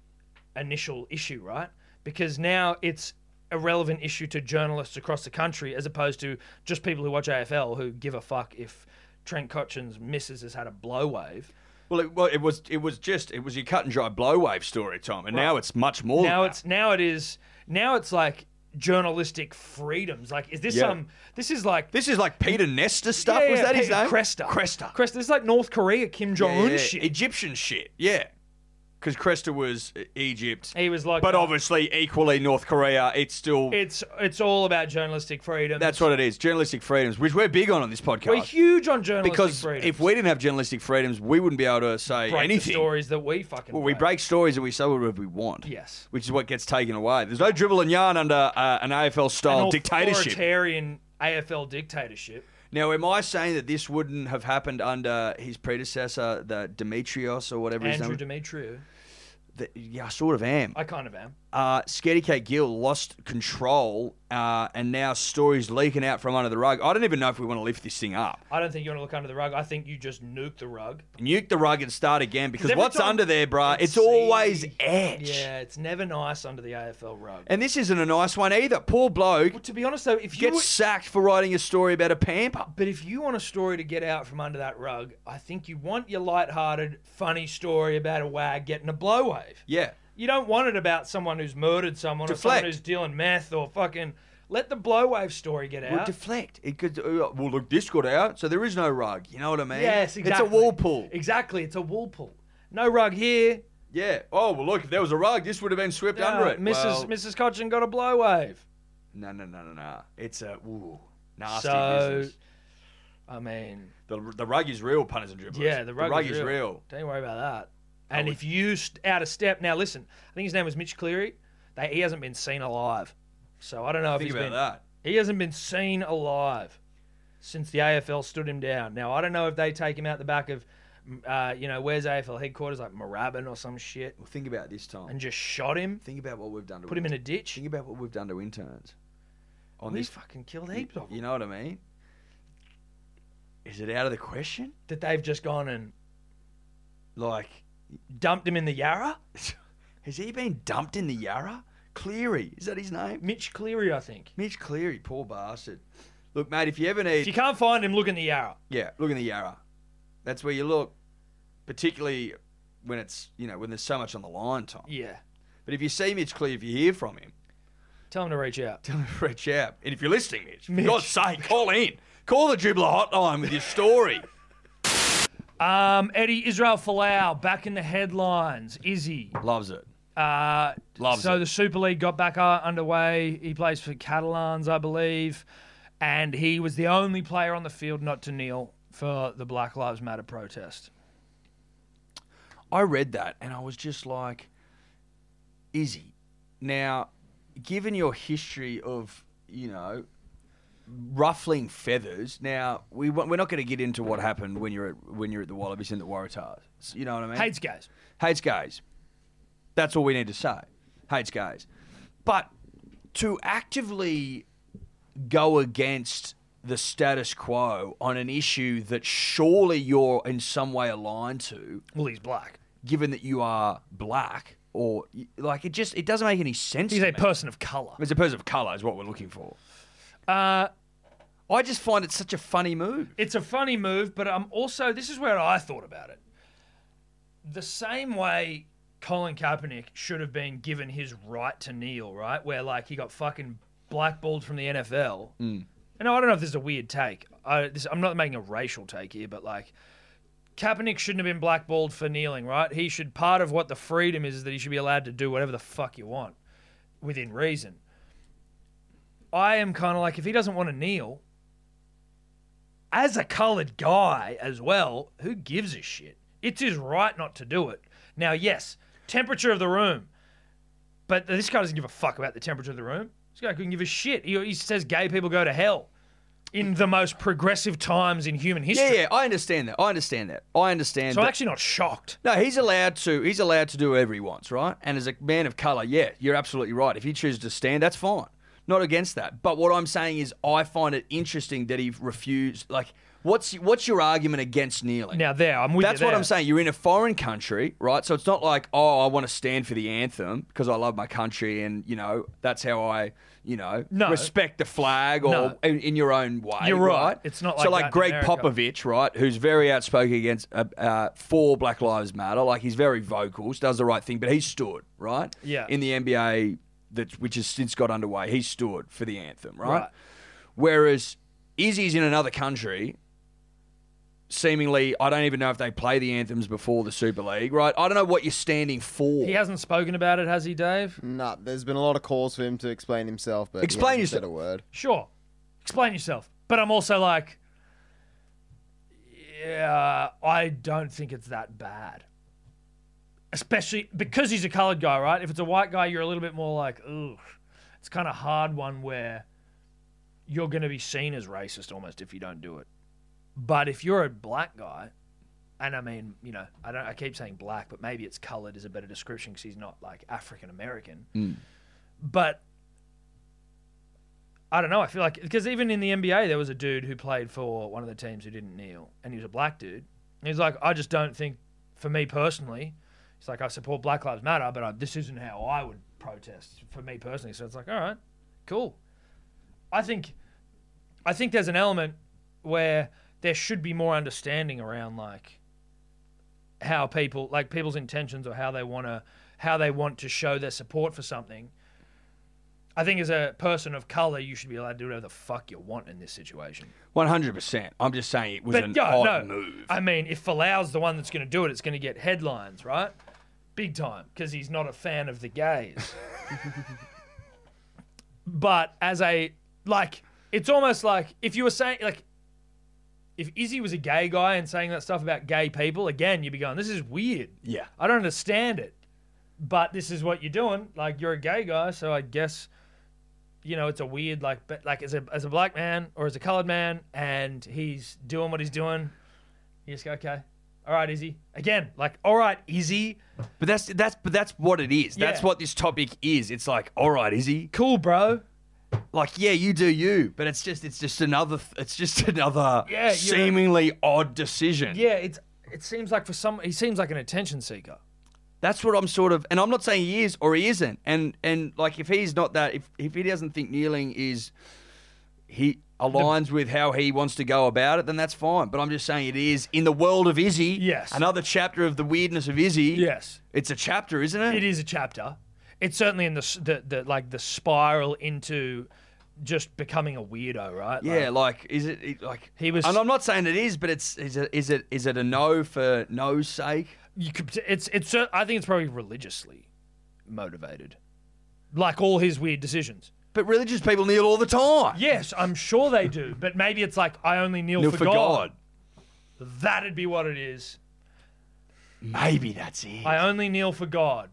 S5: initial issue, right? Because now it's a relevant issue to journalists across the country as opposed to just people who watch AFL who give a fuck if Trent Cotchin's missus has had a blow wave.
S4: Well, it, well, it was it was just it was your cut and dry blow wave story, Tom, and now it's much more.
S5: now
S4: than
S5: it's now it is now it's like journalistic freems. Like, is this
S4: Yeah.
S5: some? This is like
S4: that. this is like Peter Nesta stuff. was that his
S5: Peter
S4: name?
S5: Cresta.
S4: Cresta.
S5: Cresta. This is like North Korea Kim Jong Un
S4: Yeah, yeah,
S5: shit.
S4: Egyptian shit. Yeah. Because Cresta was E- Egypt.
S5: He was like,
S4: But
S5: uh,
S4: obviously, equally North Korea, it's still.
S5: It's it's all about journalistic freedom.
S4: that's what it is. Journalistic freedoms, which we're big on on this
S5: we're
S4: podcast.
S5: huge on journalistic
S4: Because
S5: freedom.
S4: if we didn't have journalistic freedoms, we wouldn't be able to say
S5: break the
S4: anything.
S5: stories that we fucking
S4: Well, we break stories and we say whatever we want.
S5: Yes.
S4: Which is what gets taken away. There's no dribble and yarn under uh, an AFL style
S5: An
S4: dictatorship.
S5: authoritarian AFL dictatorship.
S4: Now, am I saying that this wouldn't have happened under his predecessor, the Demetrios or whatever his
S5: Andrew
S4: name?
S5: Demetriou.
S4: Th- yeah, I sort of am.
S5: I kind of am.
S4: uh, Scaredy Cat Gill lost control, uh, and now stories leaking out from under the rug. I don't even know if we want to lift this thing up.
S5: I don't think you want to look under the rug. I think you just nuke the rug.
S4: Nuke the rug and start again because
S5: every
S4: what's
S5: time-
S4: under there, bruh, it's,
S5: It's
S4: always
S5: seedy.
S4: edge.
S5: Yeah, it's never nice under the AFL rug.
S4: And this isn't a nice one either. Poor bloke
S5: Well, to be honest though, if you
S4: gets
S5: were-
S4: sacked for writing a story about a pamper.
S5: But if you want a story to get out from under that rug, I think you want your light-hearted, funny story about a wag getting a blow wave.
S4: Yeah.
S5: You don't want it about someone who's murdered someone or
S4: Deflect.
S5: someone who's dealing meth or fucking. Let the blowwave story get
S4: Well,
S5: out.
S4: deflect. It could. uh, Well, look, this got out, so there is no rug. You know what I mean?
S5: yes, exactly.
S4: It's a wall pull.
S5: Exactly, it's a wall pull. No rug here.
S4: Yeah. Oh well, look, if there was a rug, this would have been swept under
S5: Ah,
S4: it.
S5: Mrs.
S4: Well,
S5: Mrs. Cochin got a blowwave.
S4: No, no, no, no, no. It's a ooh, nasty
S5: So-
S4: business.
S5: I mean,
S4: The, the rug is real, punters and dribblers.
S5: yeah, the rug,
S4: is real.
S5: Don't worry about that. And if you st- out of step, now listen. I think his name was Mitch Cleary. They, he hasn't been seen alive, so I don't know if
S4: Think
S5: he's
S4: about
S5: been.
S4: that.
S5: He hasn't been seen alive since the AFL stood him down. Now I don't know if they take him out the back of, uh, you know, where's AFL headquarters like Moorabbin or some shit,
S4: Well, think about this, Tom.
S5: and just shot him,
S4: think about what we've done to
S5: put him in a
S4: interns.
S5: ditch.
S4: Think about what we've done to interns. On
S5: We
S4: this,
S5: fucking killed heaps of them.
S4: you know what I mean? Is it out of the question?
S5: That they've just gone and
S4: Like,
S5: dumped him in the Yarra.
S4: has he been dumped in the Yarra? Cleary, is that his name?
S5: Mitch Cleary, I think.
S4: Mitch Cleary, poor bastard. Look, mate, if you ever
S5: If
S4: need,
S5: you can't find him, look in the Yarra.
S4: yeah, look in the Yarra. That's where you look, particularly when it's you know when there's so much on the line, Tom.
S5: Yeah.
S4: But if you see Mitch Cleary, if you hear from him,
S5: Tell him to reach out.
S4: Tell them to reach out. And if you're listening, Mitch, for God's sake, call in. Call the dribbler hotline with your story.
S5: Um, Eddie Israel Folau back in the headlines. Izzy.
S4: Loves it.
S5: Uh,
S4: Loves
S5: so
S4: it.
S5: the Super League got back uh, underway. He plays for Catalans, I believe, and he was the only player on the field not to kneel for the Black Lives Matter protest.
S4: I read that and I was just like, Izzy, now, given your history of, you know, ruffling feathers, now, we, won't- we're not going to get into what happened when you're at, when you're at the Wallabies and the Waratahs. You know what I mean?
S5: Hates gays.
S4: hates gays. That's all we need to say. Hates gays. But to actively go against the status quo on an issue that surely you're in some way aligned to,
S5: Well, he's black.
S4: given that you are black, or like it just it doesn't make any sense.
S5: He's
S4: to
S5: a
S4: me.
S5: person of color.
S4: As a person of colour is what we're looking for.
S5: Uh,
S4: I just find it such a funny move.
S5: it's a funny move, but I'm also this is where I thought about it. The same way Colin Kaepernick should have been given his right to kneel, right? Where like he got fucking blackballed from the NFL.
S4: Mm.
S5: And I don't know if this is a weird take. I, this, I'm not making a racial take here, but like Kaepernick shouldn't have been blackballed for kneeling, right? He should part of what the freedom is, is that he should be allowed to do whatever the fuck you want within reason. I am kind of like if he doesn't want to kneel, as a coloured guy as well, who gives a shit? It's his right not to do it. Now, yes, temperature of the room, but this guy doesn't give a fuck about the temperature of the room. This guy couldn't give a shit. He, he says gay people go to hell in the most progressive times in human
S4: Yeah,
S5: history.
S4: yeah, I understand that. I understand that. I
S5: So
S4: understand that.
S5: I'm actually not shocked.
S4: No, he's allowed to. He's allowed to do whatever he wants, right? And as a man of color, yeah, you're absolutely right. If he chooses to stand, that's fine. Not against that. But what I'm saying is, I find it interesting that he refused. Like, what's what's your argument against kneeling?
S5: Now, there, I'm with
S4: That's
S5: you.
S4: what
S5: there.
S4: I'm saying. You're in a foreign country, right? So it's not like, oh, I want to stand for the anthem because I love my country and, you know, that's how I, you know,
S5: No.
S4: respect the flag or
S5: No.
S4: in, in your own way.
S5: You're right. It's not
S4: So,
S5: like
S4: like
S5: that
S4: Greg
S5: in America.
S4: Popovich, right, who's very outspoken against uh, uh, for Black Lives Matter. Like, he's very vocal, does the right thing, but he stood, right?
S5: Yeah.
S4: In the NBA, that, which has since got underway, he stood for the anthem,
S5: Right.
S4: right? Whereas Izzy's in another country seemingly I don't even know if they play the anthems before the Super League, right? I don't know what you're standing for.
S5: He hasn't spoken about it, has he, Dave?
S6: Nah, there's been a lot of calls for him to explain himself, but
S4: Explain
S6: he hasn't said
S4: yourself.
S6: a word.
S5: Sure. Explain yourself. But I'm also like, yeah, I don't think it's that bad. Especially because he's a colored guy, right? If it's a white guy, you're a little bit more like, ooh, it's kind of hard one where you're going to be seen as racist almost if you don't do it. But if you're a black guy, and I mean, you know, I don't, I keep saying black, but maybe it's colored is a better description because he's not like African American. But I don't know. I feel like because even in the NBA, there was a dude who played for one of the teams who didn't kneel, and he was a black dude. And he's like, I just don't think, for me personally, it's like I support Black Lives Matter, but I, this isn't how I would protest for me personally. So it's like, all right, cool. I think, I think there's an element where there should be more understanding around like how people like people's intentions or how they want to how they want to show their support for something I think as a person of color, you should be allowed to do whatever the fuck you want in this situation.
S4: 100%. I'm just saying it was an
S5: yeah,
S4: odd move.
S5: I mean, if Falau's the one that's going to do it, it's going to get headlines, right? Big time, because he's not a fan of the gays. but as a like, it's almost like if you were saying like, if Izzy was a gay guy and saying that stuff about gay people, again, you'd be going, "This is weird.
S4: Yeah.
S5: I don't understand it." But this is what you're doing. Like, you're a gay guy, so I guess you know, it's a weird like, but like as a as a black man or as a colored man, and he's doing what he's doing. You just go, okay, all right, Izzy. Again, like, all right, Izzy,
S4: But that's that's but that's what it is. That's
S5: Yeah.
S4: what this topic is. It's like, all right, Izzy.
S5: cool, bro.
S4: Like, yeah, you do you, but it's just it's just another it's just another
S5: Yeah, you're-
S4: seemingly odd decision.
S5: Yeah, it's it seems like for some, he seems like an attention seeker.
S4: That's what I'm sort of, and I'm not saying he is or he isn't. And and like if he's not that, if if he doesn't think kneeling is, he aligns with how he wants to go about it, then that's fine. But I'm just saying it is in the world of Izzy.
S5: Yes.
S4: Another chapter of the weirdness of Izzy.
S5: Yes.
S4: It's a chapter, isn't it?
S5: It is a chapter. it's certainly in the, s- the the like the spiral into just becoming a weirdo, right?
S4: Yeah, like is it- it like
S5: He was-
S4: And I'm not saying it is, but it's is it is it is it a no for no's sake?
S5: you could it's it's cer- I think it's probably religiously motivated. Like all his weird decisions.
S4: But religious people kneel all the time.
S5: Yes, I'm sure they do, but maybe it's like I only kneel,
S4: Kneel
S5: for,
S4: for
S5: God.
S4: God.
S5: That'd be what it is.
S4: Maybe that's it.
S5: I only kneel for God.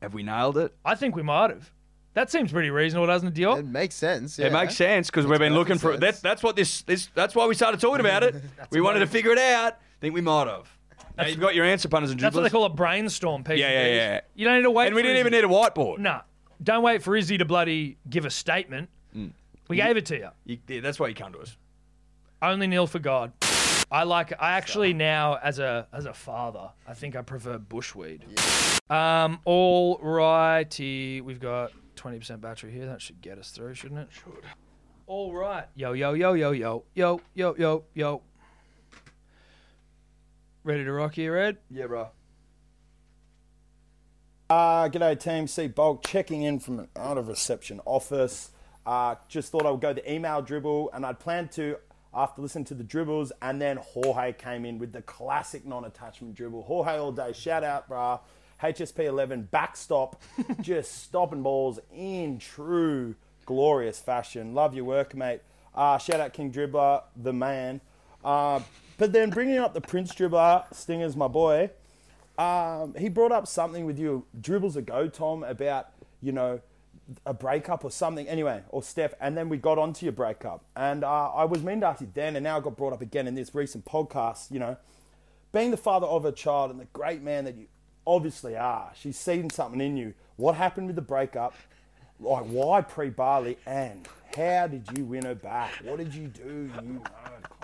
S4: Have we nailed it?
S5: I think we might have. That seems pretty reasonable, doesn't it, Dior?
S7: It makes sense. Yeah.
S4: It makes sense because we've been
S7: perfect
S4: looking for
S7: sense.
S4: that's that's what this this that's why we started talking about it. we wanted to figure it out. Think we might have. Now you've got your answer punters and
S5: That's what they
S4: dribblers.
S5: call a brainstorm, Pete.
S4: Yeah, yeah,
S5: Pete.
S4: yeah.
S5: You don't need to wait.
S4: And we
S5: for
S4: didn't
S5: Izzy.
S4: even need a whiteboard.
S5: Nah, don't wait for Izzy to bloody give a statement. We gave it to you.
S4: Mm. You- yeah, that's why you come to us.
S5: Only kneel for God. I like. I actually now, as a as a father, I think I prefer bushweed. Um. All righty, we've got twenty percent battery here. That should get us through, shouldn't it? Should. All right. Yo yo yo yo yo yo yo yo yo. Ready to rock here, Ed?
S4: Yeah, bro.
S8: Uh, g'day, team. C Bulk checking in from an out of reception office. Uh, just thought I would go the email dribble, and I'd planned to after listening to the dribbles, and then Jorge came in with the classic non-attachment dribble. Jorge all day. Shout out, brah. HSP 11 backstop, just stopping balls in true glorious fashion. Love your work, mate. Uh, shout out King Dribbler, the man. Uh, but then bringing up the Prince Dribbler, Stinger's my boy um, he brought up something with you dribbles ago, Tom, about you know a breakup or something. Anyway, or Steph, and then we got onto your breakup, and uh, I was mean to ask you then, and now I got brought up again in this recent podcast. You know, being the father of a child and the great man that you obviously are, she's seen something in you. What happened with the breakup? Like why pre Barley and how did you win her back? What did you do? You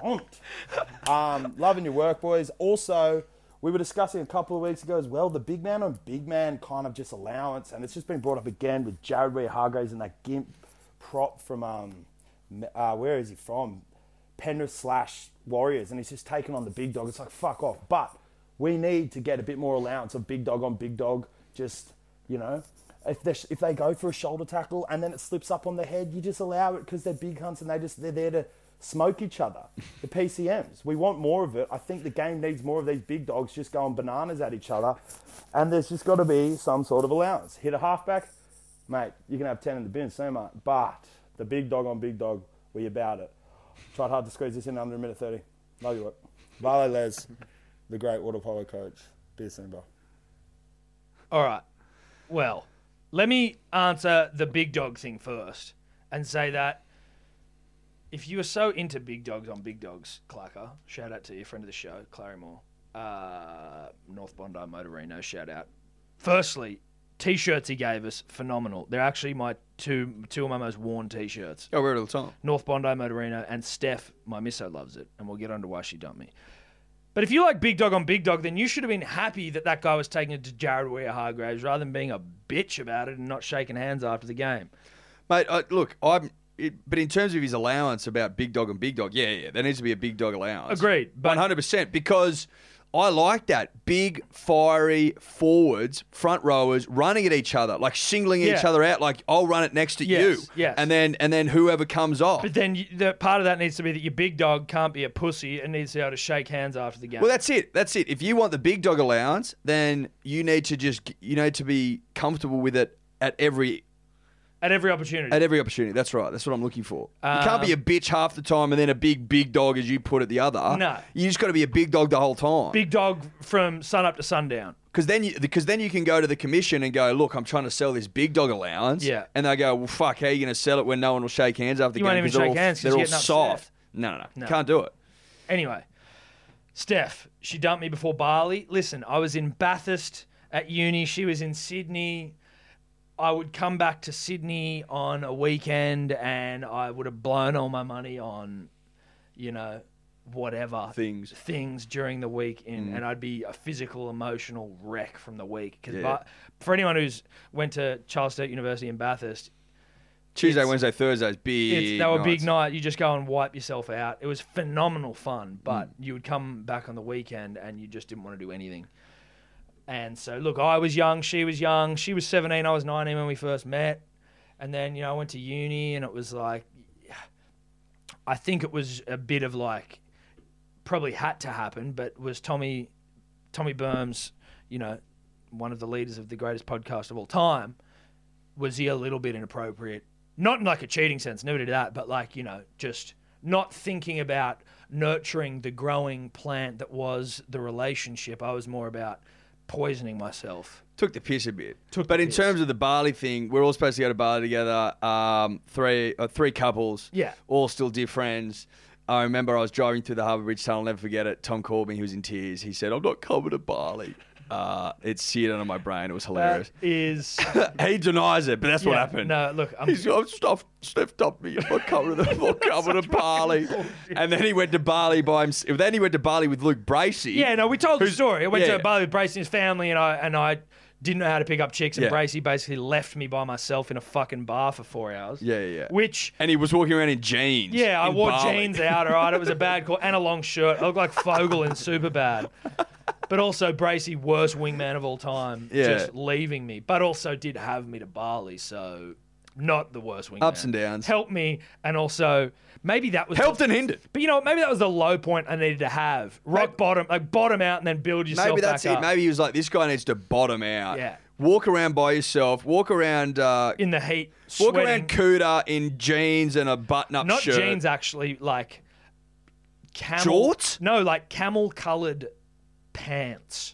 S8: cunt. Um, loving your work, boys. Also, we were discussing a couple of weeks ago as well the big man on big man kind of just allowance, and it's just been brought up again with Jared Ware Hargraves and that gimp prop from um, me- uh, where is he from? Penrith slash Warriors, and he's just taking on the big dog. It's like fuck off. But we need to get a bit more allowance of big dog on big dog. Just you know, if they if they go for a shoulder tackle and then it slips up on the head, you just allow it because they're big hunts and they just they're there to smoke each other. The PCMs, we want more of it. I think the game needs more of these big dogs just going bananas at each other, and there's just got to be some sort of allowance. Hit a halfback, mate. You can have ten in the bin, so much. But the big dog on big dog, we about it. Tried hard to squeeze this in under a minute thirty. Love you, work. Vale Les, the great water polo coach. Be a soon, bro.
S5: All right. Well, let me answer the big dog thing first and say that if you are so into big dogs on big dogs, Clarker, shout out to your friend of the show, Clary Moore, uh, North Bondi Motorino, shout out. Firstly, t-shirts he gave us phenomenal. They're actually my two two of my most worn t-shirts.
S4: Yeah, Oh, we're at all the time.
S5: North Bondi Motorino and Steph, my misso loves it, and we'll get onto why she dumped me. But if you like Big Dog on Big Dog, then you should have been happy that that guy was taking it to Jared Weir Hargraves rather than being a bitch about it and not shaking hands after the game.
S4: Mate, uh, look, I'm. It, but in terms of his allowance about big dog and big dog, yeah, yeah, there needs to be a big dog allowance.
S5: Agreed, but-
S4: one hundred percent. Because I like that big, fiery forwards, front rowers running at each other, like singling
S5: Yeah.
S4: each other out. Like I'll run it next to
S5: Yes,
S4: you,
S5: yes.
S4: and then and then whoever comes off.
S5: But then you, the, part of that needs to be that your big dog can't be a pussy and needs to be able to shake hands after the game.
S4: Well, that's it. That's it. If you want the big dog allowance, then you need to just you need to be comfortable with it at every
S5: at every opportunity.
S4: At every opportunity. That's right. That's what I'm looking for. you can't
S5: Um,
S4: be a bitch half the time and then a big, big dog, as you put it, the other.
S5: No.
S4: You just got to be a big dog the whole time.
S5: big dog from sun up to sundown.
S4: Because then, you, because then you can go to the commission and go, look, I'm trying to sell this big dog allowance.
S5: Yeah.
S4: And they go, well, fuck, how are you going to sell it when no one will shake hands after the
S5: You
S4: game?
S5: won't even
S4: 'Cause they're
S5: shake
S4: all,
S5: hands 'cause
S4: They're
S5: you're
S4: all
S5: getting upset.
S4: soft. No, no, no,
S5: No.
S4: Can't do it.
S5: Anyway, Steph, she dumped me before Bali. Listen, I was in Bathurst at uni. She was in Sydney. I would come back to Sydney on a weekend and I would have blown all my money on, you know, whatever
S4: Things.
S5: things during the week in, and I'd be a physical, emotional wreck from the week. Because for anyone who's went to Charles State University in Bathurst,
S4: Tuesday,
S5: It's-
S4: Wednesday, Thursday's big.
S5: it's, they were big
S4: nights.
S5: night. You just go and wipe yourself out. It was
S4: Mm.
S5: phenomenal fun, but you would come back on the weekend and you just didn't want to do anything. And so, look, I was young, she was young. She was 17, I was 19 when we first met. And then, you know, I went to uni and it was like, I think it was a bit of like, probably had to happen, but was Tommy, Tommy Burm's, you know, one of the leaders of the greatest podcast of all time, was he a little bit inappropriate? Not in like a cheating sense, never did that, but like, you know, just not thinking about nurturing the growing plant that was the relationship. I was more about poisoning myself.
S4: Took the piss a bit.
S5: Took
S4: but
S5: the
S4: in
S5: piss.
S4: terms of the barley thing, we're all supposed to go to barley together. Um, three uh, three couples.
S5: Yeah.
S4: All still dear friends. I remember I was driving through the Harbour Bridge Tunnel. I'll never forget it. Tom called me. He was in tears. He said, "I'm not coming to barley." Uh, it's seared under my brain. It was hilarious.
S5: That is.
S4: he denies it, but that's what
S5: Yeah,
S4: happened.
S5: No, look, I'm,
S4: He's I've stuffed, sniffed up me. I'm not coming to the I'm not coming to Bali. And then he went to Bali by himself. Then he went to Bali with Luke Bracey.
S5: Yeah, no, we told the
S4: who's-
S5: story. I went
S4: yeah.
S5: to a bar with Bracey and his family, and I and I didn't know how to pick up chicks, and
S4: Yeah.
S5: Bracey basically left me by myself in a fucking bar for four hours.
S4: Yeah, yeah, yeah.
S5: Which.
S4: And he was walking around in jeans.
S5: yeah, I
S4: in
S5: wore
S4: Bali.
S5: jeans out, all right. It was a bad call and a long shirt. I looked like Fogel in Superbad. But also, Bracey, worst wingman of all time,
S4: Yeah.
S5: just leaving me. But also, did have me to Bali, so not the worst wingman.
S4: Ups and downs.
S5: Helped me, and also, maybe that was. the-
S4: Helped and hindered.
S5: but you know, what? maybe that was the low point I needed to have. Rock bottom, like bottom out, and then build yourself.
S4: Maybe that's
S5: back
S4: it.
S5: up.
S4: Maybe he was like, this guy needs to bottom out.
S5: Yeah.
S4: Walk around by yourself. Walk around. Uh,
S5: in the heat,
S4: walk
S5: sweating.
S4: around Cuda in jeans and a button-up
S5: Not
S4: shirt.
S5: jeans, uh, actually, like camel.
S4: Jorts?
S5: No, like camel coloured pants.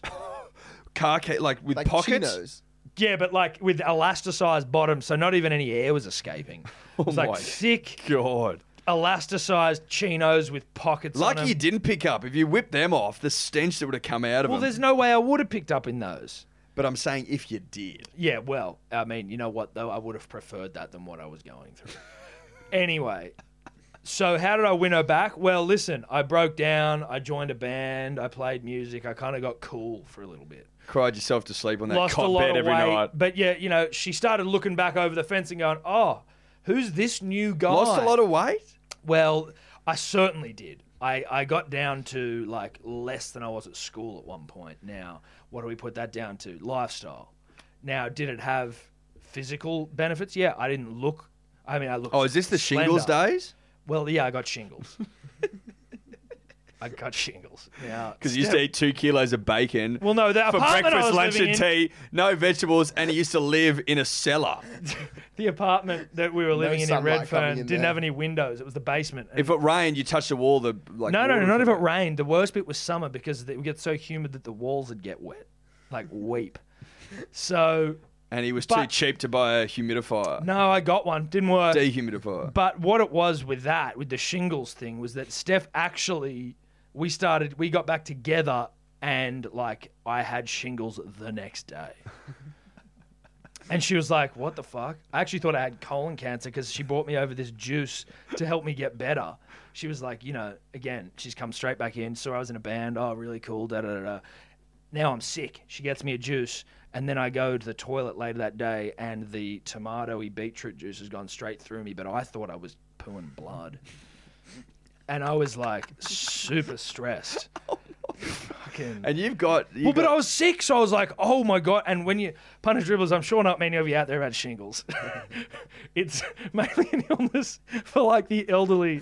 S4: car ca- like with
S8: Like
S4: pockets.
S8: chinos.
S5: Yeah, but like with elasticized bottoms, so not even any air was escaping. It was like
S4: Oh my
S5: thick
S4: God.
S5: elasticized chinos with pockets. on
S4: Lucky
S5: 'em.
S4: you didn't pick up. If you whipped them off, the stench that would have come out of
S5: Well,
S4: them.
S5: there's no way I would have picked up in those.
S4: But I'm saying if you did.
S5: Yeah, well, I mean, you know what though, I would have preferred that than what I was going through. anyway, so how did I win her back? Well, listen, I broke down, I joined a band, I played music, I kind of got cool for a little bit.
S4: Cried yourself to sleep on that
S5: Lost a
S4: cot
S5: lot
S4: bed
S5: of
S4: every
S5: weight,
S4: night.
S5: but yeah, you know, she started looking back over the fence and going, "Oh, who's this new guy?"
S4: Lost a lot of weight?
S5: Well, I certainly did. I, I got down to like less than I was at school at one point. Now, what do we put that down to? Lifestyle. Now, did it have physical benefits? Yeah, I didn't look. I mean, I looked.
S4: Oh, is this the shingles
S5: slender.
S4: days?
S5: Well, yeah, I got shingles. I got shingles. Yeah,
S4: Because you used to eat two kilos of bacon.
S5: Well, no, the
S4: for
S5: apartment I
S4: breakfast,
S5: was
S4: lunch,
S5: living
S4: and
S5: in-
S4: tea. No vegetables, and he used to live in a cellar.
S5: the apartment that we were living in in
S8: sunlight coming
S5: Redfern
S8: in
S5: didn't
S8: there.
S5: have any windows. It was the basement. and-
S4: if it rained, you touched the wall. The like.
S5: No, no,
S4: water-
S5: no, not if it rained. The worst bit was summer because it would get so humid that the walls would get wet, like weep. So
S4: And he was too
S5: But-
S4: cheap to buy a humidifier,
S5: no, uh, I got one. Didn't work.
S4: dehumidifier.
S5: But what it was with that, with the shingles thing, was that Steph actually, we started, we got back together, and like I had shingles the next day. And she was like, "What the fuck?" I actually thought I had colon cancer because she brought me over this juice to help me get better. She was like, "You know, again, she's come straight back in. Saw I was in a band. Oh, really cool. Da da da." da. Now I'm sick. She gets me a juice, and then I go to the toilet later that day, and the tomatoey beetroot juice has gone straight through me. But I thought I was pooing blood, and I was like super stressed. Fucking
S4: and you've got. you
S5: Mm. well, but
S4: got-
S5: I was sick, so I was like, oh my god. And when you punter dribbles, I'm sure not many of you out there have had shingles. it's mainly an illness for like the elderly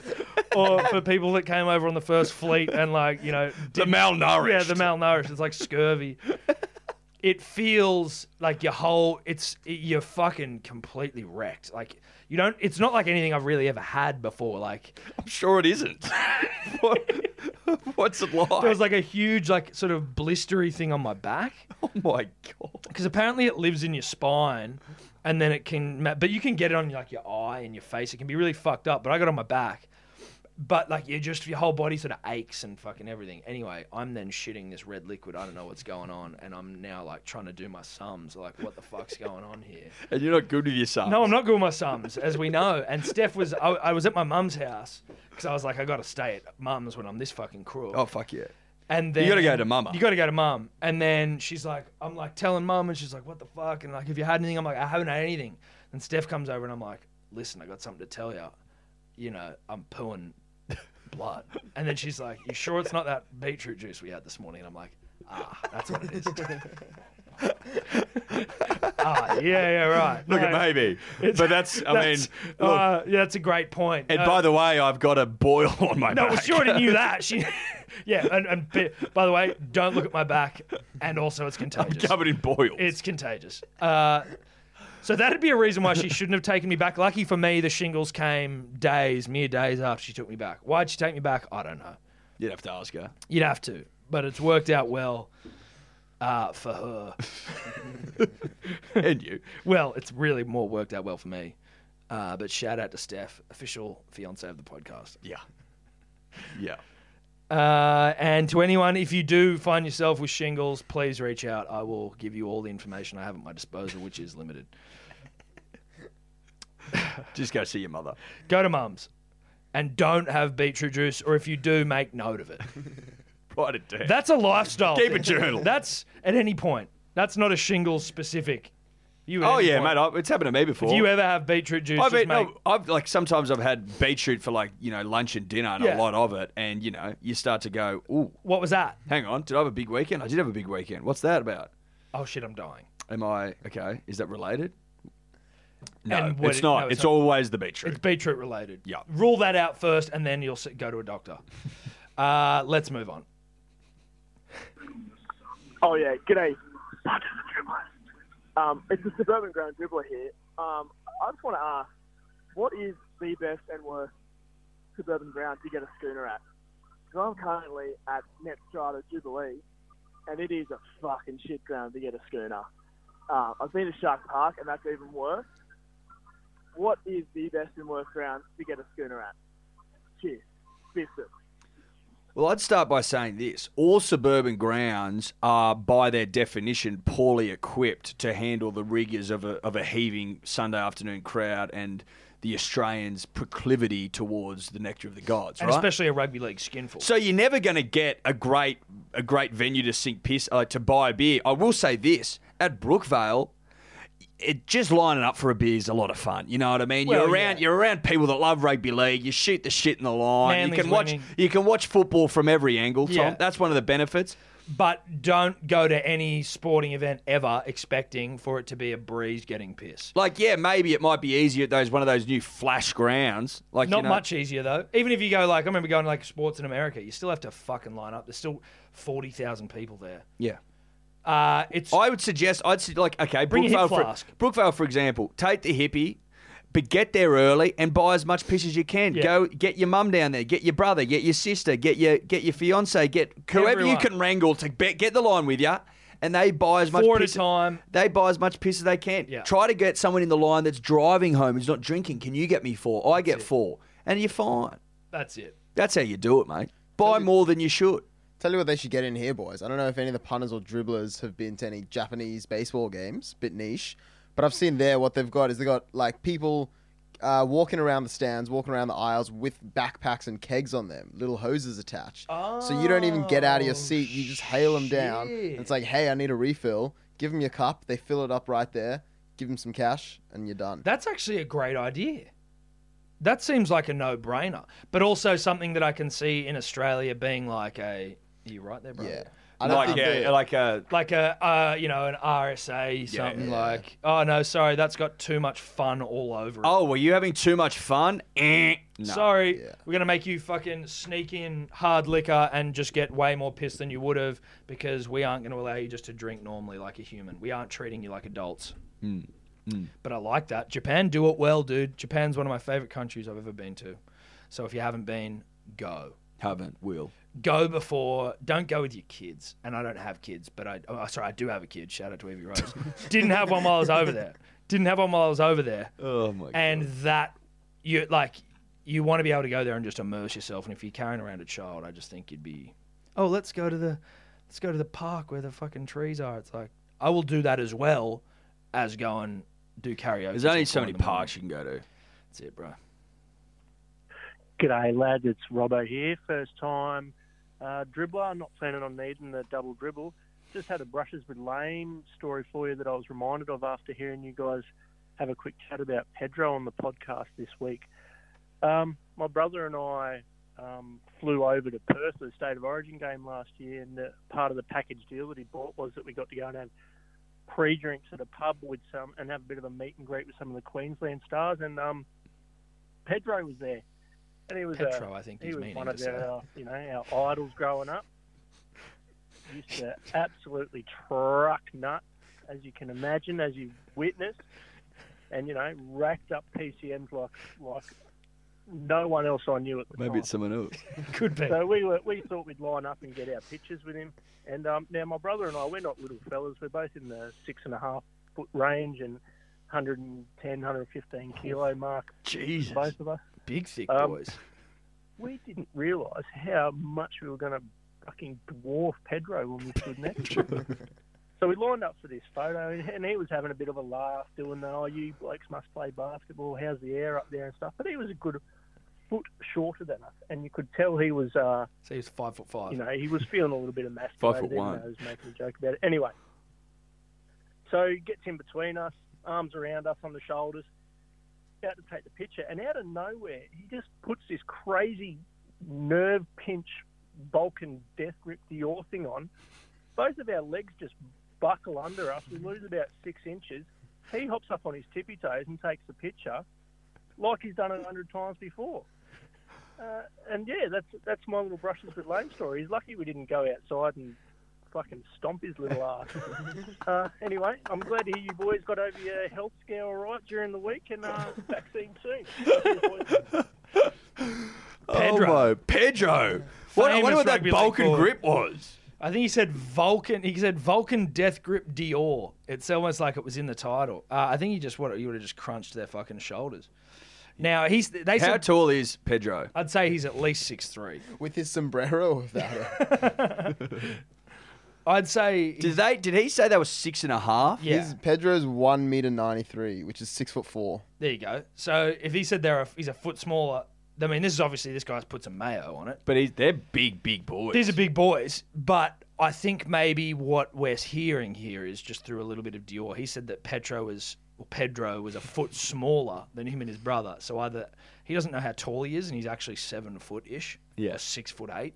S5: or for people that came over on the first fleet and like, you know,
S4: the
S5: didn't-
S4: malnourished.
S5: yeah, the malnourished. It's like scurvy. it feels like your whole. It's you're fucking completely wrecked. Like you don't. It's not like anything I've really ever had before. Like
S4: I'm sure it isn't. What- what's it like?
S5: there was like a huge like sort of blistery thing on my back
S4: oh my god.
S5: because apparently it lives in your spine, and then it can. ma- But you can get it on like your eye and your face. It can be really fucked up. But I got it on my back. But like you just your whole body sort of aches and fucking everything. Anyway, I'm then shitting this red liquid. I don't know what's going on, and I'm now like trying to do my sums. Like, what the fuck's going on here?
S4: And you're not good with yourself.
S5: No, I'm not good with my sums, as we know. And Steph was, I, I was at my mum's house because I was like, I got to stay at mum's when I'm this fucking cruel.
S4: Oh fuck yeah.
S5: And then
S4: gotta go to mama.
S5: You got to go to mum. And then she's like, I'm like telling mum, and she's like, what the fuck? And like, have you had anything? I'm like, I haven't had anything. And Steph comes over, and I'm like, listen, I got something to tell you. You know, I'm pooing blood. And then she's like, you sure it's not that beetroot juice we had this morning? And I'm like, Ah, that's what it is. ah, yeah, yeah, right.
S4: Look,
S5: No,
S4: at maybe, but that's. I
S5: that's-
S4: mean, look.
S5: uh, yeah, that's a great point.
S4: and
S5: Uh,
S4: by the way, I've got a boil on my
S5: no,
S4: back.
S5: well, she already knew that. She, yeah, and, and bi- by the way, don't look at my back. And also, it's
S4: I'm
S5: contagious.
S4: covered in boils.
S5: It's contagious. Uh, so that'd be a reason why she shouldn't have taken me back. Lucky for me, the shingles came days, mere days after she took me back. Why'd she take me back? I don't know.
S4: You'd have to ask her.
S5: You'd have to, but it's worked out well uh, for her.
S4: and you.
S5: Well, it's really more worked out well for me. Uh, but shout out to Steph, official fiance of the podcast.
S4: Yeah. Yeah.
S5: Uh, and to anyone, if you do find yourself with shingles, please reach out. I will give you all the information I have at my disposal, which is limited.
S4: Just go see your mother.
S5: Go to mum's and don't have beetroot juice, or if you do, make note of it.
S4: Write it down.
S5: That's a lifestyle.
S4: Keep a
S5: thing.
S4: journal.
S5: That's at any point. That's not a shingles specific. You at
S4: oh
S5: any
S4: yeah,
S5: point.
S4: mate. I, it's happened to me before.
S5: If you ever have beetroot juice,
S4: I've
S5: just
S4: eaten-
S5: make,
S4: no, I've like sometimes I've had beetroot for like you know lunch and dinner and
S5: Yeah.
S4: a lot of it, and you know you start to go, ooh,
S5: what was that?
S4: hang on, did I have a big weekend? I did have a big weekend. What's that about?
S5: Oh shit, I'm dying.
S4: Am I okay? Is that related? No,
S5: And what
S4: it's
S5: it-
S4: not.
S5: no, it's
S4: it's
S5: not.
S4: always the beetroot.
S5: It's beetroot related.
S4: Yeah.
S5: Rule that out first, and then you'll s- go to a doctor. uh, let's move on.
S9: Oh yeah, g'day. Bunch of dribblers. Um, it's a suburban ground dribbler here. Um, I just want to ask, what is the best and worst suburban ground to get a schooner at? Because I'm currently at Net Strata Jubilee, and it is a fucking shit ground to get a schooner. Uh, I've been to Shark Park, and that's even worse. What is the best and worst ground to get a schooner at? Cheers, biscuits.
S4: Well, I'd start by saying this all suburban grounds are, by their definition, poorly equipped to handle the rigours of a, of a heaving Sunday afternoon crowd and the Australians' proclivity towards the nectar of the gods,
S5: And
S4: right?
S5: especially a rugby league skinful.
S4: So you're never going to get a great a great venue to sink piss uh, to buy a beer. I will say this at Brookvale. It just lining up for a beer is a lot of fun. You know what I mean?
S5: Well,
S4: you're around
S5: yeah.
S4: you're around people that love rugby league. You shoot the shit in the line.
S5: Manly's
S4: you can watch
S5: winning.
S4: you can watch football from every angle, Tom.
S5: Yeah.
S4: That's one of the benefits.
S5: but don't go to any sporting event ever expecting for it to be a breeze getting piss.
S4: Like, yeah, maybe it might be easier at those one of those new flash grounds. Like
S5: Not
S4: you know,
S5: much easier though. Even if you go like I remember going to, like sports in America, you still have to fucking line up. There's still forty thousand people there.
S4: Yeah.
S5: Uh, it's
S4: I would suggest I'd su- like okay,
S5: Bring a hip
S4: Brookvale for,
S5: flask.
S4: Brookvale for example, take the hippie, but get there early and buy as much piss as you can.
S5: Yeah.
S4: Go get your mum down there, get your brother, get your sister, get your get your fiance, get whoever you
S5: Everyone.
S4: can wrangle to be, get the line with you. And they buy as much
S5: Four at a
S4: piss,
S5: time.
S4: They buy as much piss as they can.
S5: Yeah.
S4: Try to get someone in the line that's driving home who's not drinking. Can you get me four? I get four, and you're fine.
S5: that's it.
S4: That's how you do it, mate. Buy more than you should.
S6: Tell you what they should get in here, boys. I don't know if any of the punters or dribblers have been to any Japanese baseball games, bit niche, but I've seen there what they've got is they've got like people uh, walking around the stands, walking around the aisles with backpacks and kegs on them, little hoses attached. so you don't even get out of your
S5: Oh,
S6: seat, you just hail them down.
S5: shit.
S6: It's like, hey, I need a refill. Give them your cup, they fill it up right there, give them some cash, and you're done.
S5: That's actually a great idea. That seems like a no-brainer, but also something that I can see in Australia being like a. Are you right there, bro?
S6: yeah. I don't
S4: Like
S6: think
S4: yeah,
S6: they-
S4: like uh,
S5: Like a, uh, you know, an RSA something
S6: yeah.
S5: like. Oh no, sorry, that's got too much fun all over it.
S4: oh, were you having too much fun? Eh. No.
S5: Sorry,
S6: Yeah.
S5: we're gonna make you fucking sneak in hard liquor and just get way more pissed than you would have because we aren't gonna allow you just to drink normally like a human. We aren't treating you like adults.
S4: Mm,
S5: But I like that. Japan do it well, dude. Japan's one of my favorite countries I've ever been to. So if you haven't been, go.
S4: Haven't. Will.
S5: Go before. Don't go with your kids. And I don't have kids, but I. Oh, sorry, I do have a kid. Shout out to Evie Rose. Didn't have one while I was over there. Didn't have one while I was over there
S4: Oh my
S5: and that you like you want to be able to go there and just immerse yourself and if you're carrying around a child i just think you'd be oh let's go to the let's go to the park where the fucking trees are it's like i will do that as well as go and do karaoke
S4: There's only
S5: till
S4: so
S5: four in
S4: many
S5: the morning.
S4: parks you can go to.
S5: that's it bro
S9: G'day, lads. It's Robbo here. First time uh, dribbler. I'm not planning on needing the double dribble. Just had a brushes with lame story for you that I was reminded of after hearing you guys have a quick chat about Pedro on the podcast this week. Um, my brother and I
S10: um, flew over to Perth for the State of Origin game last year, and the, part of the package deal that he bought was that we got to go and have pre-drinks at a pub with some and have a bit of a meet and greet with some of the Queensland stars. And um, Pedro was there, and he was uh,
S5: Petro, I think
S10: he
S5: he's
S10: was
S5: meaning
S10: one
S5: to
S10: of
S5: say.
S10: our you know our idols growing up. Used to absolutely truck nut, as you can imagine, as you've witnessed, and you know racked up PCMs like like no one else I knew at the time.
S4: Maybe it's someone else.
S5: Could be.
S10: So we were, we thought we'd line up and get our pictures with him. And um, now my brother and I, we're not little fellas. We're both in the six and a half foot range and 110, 115 kilo mark.
S4: Jesus.
S10: Both of us.
S5: Big thick
S10: Um,
S5: boys.
S10: We didn't realise how much we were going to fucking dwarf Pedro when we stood next to him. So we lined up for this photo, and- and he was having a bit of a laugh, doing the "Oh, you blokes must play basketball. How's the air up there and stuff?" But he was a good foot shorter than us, and you could tell he was. Uh,
S5: So he's five foot five.
S10: you know, he was feeling a little bit of
S4: Five foot
S10: masturbated. even
S4: one.
S10: though He was making a joke about it. Anyway, so he gets in between us, arms around us on the shoulders, about to take the picture, and out of nowhere, he just puts this crazy nerve pinch Balkan death grip Dior thing on. Both of our legs just buckle under us. We lose about six inches. He hops up on his tippy toes and takes the picture, like he's done it a hundred times before. Uh, and yeah, that's that's my little brushes with lame story. He's lucky we didn't go outside and fucking stomp his little ass. uh, anyway, I'm glad to hear you boys got over your health scare all right during the week and uh, vaccine soon. Cheers, boys.
S5: Pedro.
S4: Oh, my- Pedro. What, I
S5: Famous
S4: wonder what that
S5: rugby league
S4: Balkan
S5: forward.
S4: grip was.
S5: I think he said Vulcan. He said Vulcan Death Grip Dior. It's almost like it was in the title. Uh, I think he just what you would have just crunched their fucking shoulders. Now he's they
S4: How
S5: said
S4: tall is Pedro?
S5: I'd say he's at least six three.
S6: with his sombrero without it.
S5: I'd say
S4: Did they? Did he say they were six and a half?
S5: yeah.
S6: His Pedro's one meter ninety three, which is six foot four.
S5: there you go. So if he said they're a, he's a foot smaller, I mean this is obviously this guy's put some mayo on it.
S4: But he's, they're big, big boys.
S5: These are big boys, but I think maybe what we're hearing here is just through a little bit of Dior. He said that Petro was or Pedro was a foot smaller than him and his brother. So either he doesn't know how tall he is, and he's actually seven foot ish.
S4: Yeah.
S5: or six foot eight.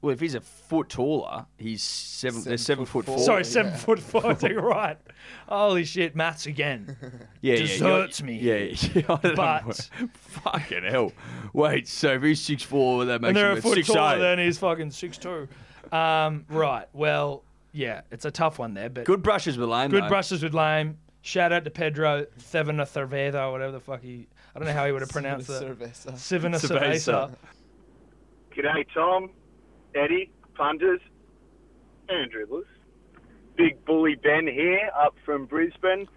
S4: well, if he's a foot taller, he's seven. they're seven foot four.
S5: Sorry, seven foot four. Take right. Holy shit, maths again.
S4: yeah,
S5: deserts
S4: yeah,
S5: me.
S4: Yeah, yeah. I don't know.
S5: But-
S4: fucking hell. Wait, so if he's six four, that makes
S5: and they're a
S4: him at
S5: foot
S4: six
S5: taller
S4: eight.
S5: than he's fucking six two. Um, right. Well, yeah, it's a tough one there, but
S4: Good brushes with lame.
S5: Good
S4: though.
S5: brushes with lame. Shout out to Pedro Thevena Cerveza, whatever the fuck he. I don't know how he would have pronounced that.
S6: Cerveza.
S5: Sivana
S4: Cerveza.
S5: Cerveza.
S10: G'day, Tom, Eddie, punters, and dribblers. Big bully Ben here, up from Brisbane.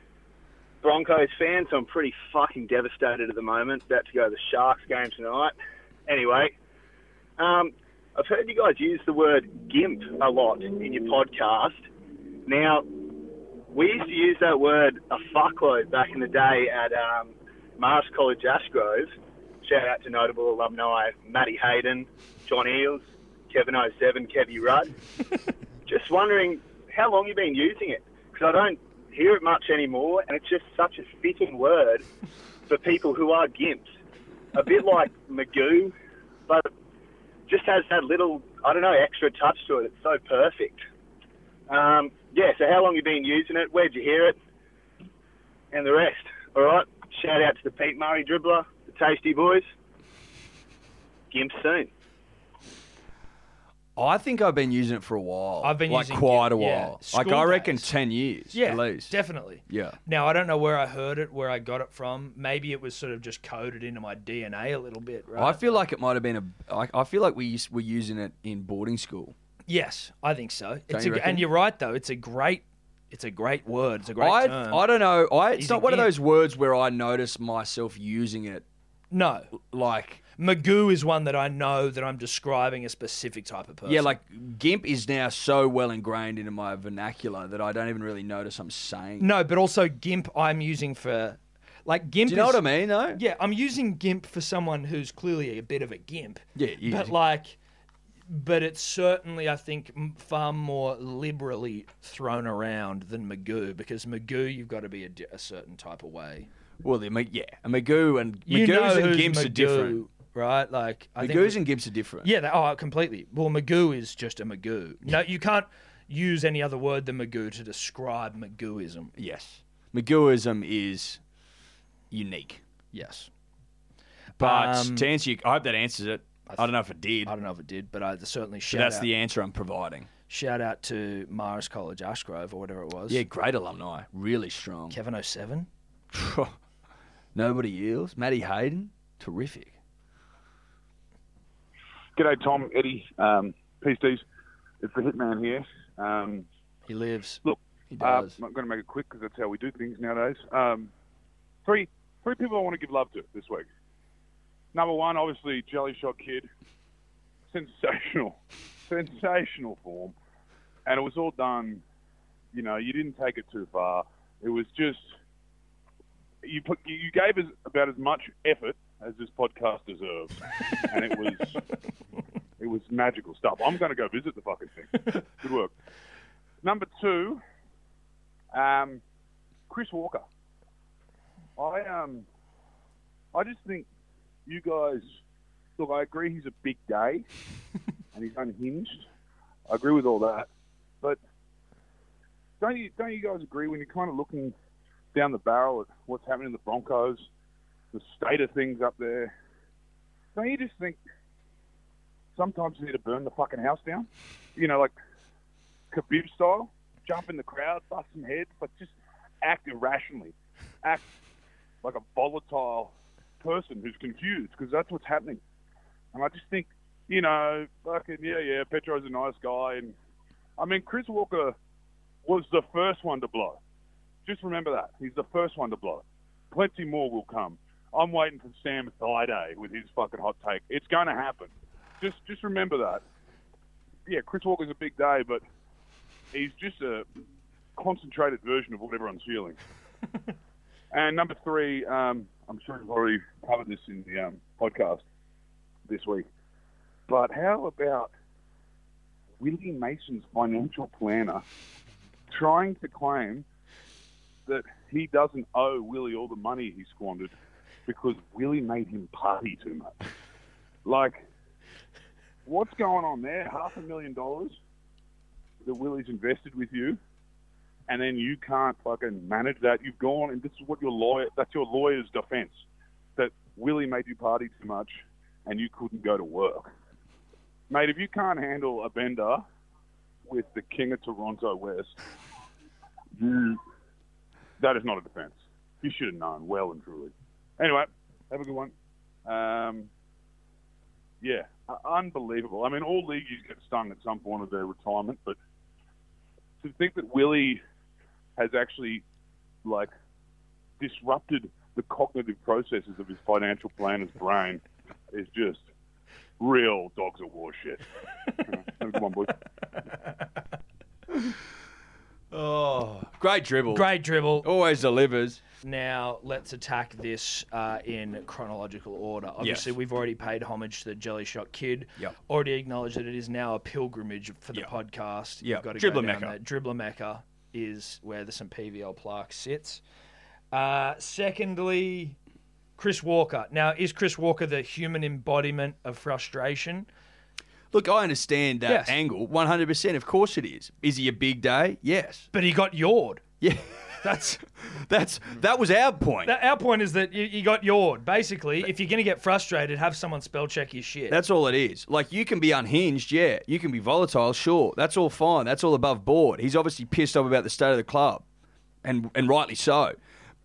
S10: Broncos fans, I'm pretty fucking devastated at the moment. About to go to the Sharks game tonight. Anyway, um, I've heard you guys use the word gimp a lot in your podcast. Now, we used to use that word a fuckload back in the day at um, Mars College Ashgrove. Shout out to notable alumni Matty Hayden, John Eels, Kevin 07, Kevy Rudd. just wondering how long you've been using it because I don't hear it much anymore, and it's just such a fitting word for people who are gimps. A bit like Magoo, but just has that little I don't know extra touch to it. It's so perfect. Um, yeah, so how long you been using it? Where'd you hear it? And the rest. All right. Shout out to the Pete Murray dribbler, the Tasty Boys. Gimp soon.
S4: Oh, I think I've been using it for a while.
S5: I've been
S4: like
S5: using
S4: quite
S5: it,
S4: a
S5: yeah.
S4: while. like
S5: School
S4: I reckon
S5: days.
S4: ten years.
S5: Yeah,
S4: at least.
S5: definitely.
S4: Yeah.
S5: Now I don't know where I heard it, where I got it from. Maybe it was sort of just coded into my DNA a little bit, right?
S4: I feel like it might have been a. I, I feel like we used, were using it in boarding school.
S5: yes, I think so. It's
S4: you
S5: a,
S4: reckon?
S5: and you're right though. It's a great, it's a great word. It's a great
S4: I
S5: term.
S4: I don't know. I,
S5: He's
S4: it's
S5: a
S4: not one of
S5: gimp.
S4: those words where I notice myself using it.
S5: no,
S4: Like
S5: Magoo is one that I know that I'm describing a specific type of person.
S4: yeah, like gimp is now so well ingrained into my vernacular that I don't even really notice I'm saying.
S5: no, but also GIMP. I'm using for like GIMP.
S4: Do you know
S5: is-
S4: what I mean? Though.
S5: Yeah, I'm using GIMP for someone who's clearly a bit of a GIMP.
S4: Yeah, you-
S5: But like, but it's certainly, I think, m- far more liberally thrown around than Magoo because Magoo, you've got to be a, di- a certain type of way.
S4: Well, the, Ma- yeah, a Magoo and
S5: You
S4: Magoos
S5: know
S4: and
S5: who's
S4: gimps are
S5: Magoo.
S4: different.
S5: right? Like I think
S4: Goose and Gibbs are different.
S5: yeah, they, oh, completely. Well, Magoo is just a Magoo. No, you can't use any other word than Magoo to describe Magooism.
S4: Yes. Magooism is unique.
S5: Yes,
S4: But
S5: Um,
S4: to answer you, I hope that answers it. I, don't know if it did.
S5: I don't know if it did, but I certainly
S4: but
S5: shout
S4: that's
S5: out,
S4: the answer I'm providing.
S5: shout out to Mars College Ashgrove or whatever it was.
S4: Yeah, great alumni. Really strong.
S5: Kevin 07.
S4: Nobody else. Matty Hayden. Terrific.
S11: G'day, Tom, Eddie, um, peace, D's. It's the Hitman here. Um,
S5: He lives.
S11: look,
S4: He
S11: uh,
S4: does.
S11: I'm going to make it quick because that's how we do things nowadays. Um, three, three people I want to give love to this week. Number one, obviously, Jelly Shot Kid. Sensational, sensational form, and it was all done. You know, you didn't take it too far. It was just you put you gave us about as much effort as this podcast deserves, and it was it was magical stuff. I'm going to go visit the fucking thing. Good work. Number two, um, Chris Walker. I um, I just think you guys look. I agree he's a big day, and he's unhinged. I agree with all that, but don't you don't you guys agree when you're kind of looking down the barrel at what's happening in the Broncos, the state of things up there? Don't you just think sometimes you need to burn the fucking house down? You know, like Khabib style, jump in the crowd, bust some heads, but just act irrationally, act like a volatile person who's confused because that's what's happening. And I just think, you know, fucking yeah, yeah, Petro's a nice guy, and I mean Chris Walker was the first one to blow. Just remember that he's the first one to blow. Plenty more will come. I'm waiting for Sam Thaiday with his fucking hot take. It's going to happen. Just, just remember that. Yeah, Chris Walker's a big day, but he's just a concentrated version of what everyone's feeling. and number three, um, I'm sure you've already covered this in the um, podcast this week, but how about Willie Mason's financial planner trying to claim that he doesn't owe Willie all the money he squandered because Willie made him party too much? Like, what's going on there? Half a million dollars? that Willie's invested with you, and then you can't fucking manage that. You've gone, and this is what your lawyer, that's your lawyer's defense, that Willie made you party too much and you couldn't go to work. Mate, if you can't handle a bender with the King of Toronto West, you, that is not a defense. You should have known well and truly. Anyway, have a good one. Um, yeah, uh, unbelievable. I mean, all leagues get stung at some point of their retirement, but to think that Willie has actually like disrupted the cognitive processes of his financial planner's brain is just real dogs of war shit. Come on, boys.
S4: Great dribble.
S5: Great dribble.
S4: Always delivers.
S5: Now let's attack this uh, in chronological order. Obviously, we've already paid homage to the Jelly Shot Kid.
S4: Yep.
S5: Already acknowledged that it is now a pilgrimage for the
S4: Yep.
S5: podcast.
S4: Yep.
S5: Got to
S4: Dribbler Mecca.
S5: Dribbler Mecca is where the St. PVL plaque sits. Uh, secondly, Chris Walker. Now, is Chris Walker the human embodiment of frustration?
S4: Look, I understand that
S5: Yes.
S4: angle 100%. Of course it is. Is he a big day? Yes.
S5: But he got yawed.
S4: Yeah.
S5: That's
S4: That's that was our point.
S5: that, our point is that you, you got yawed. Basically, if you're going to get frustrated, have someone spell check your shit.
S4: That's all it is. Like you can be unhinged, yeah. You can be volatile, sure. That's all fine. That's all above board. He's obviously pissed off about the state of the club, and and rightly so.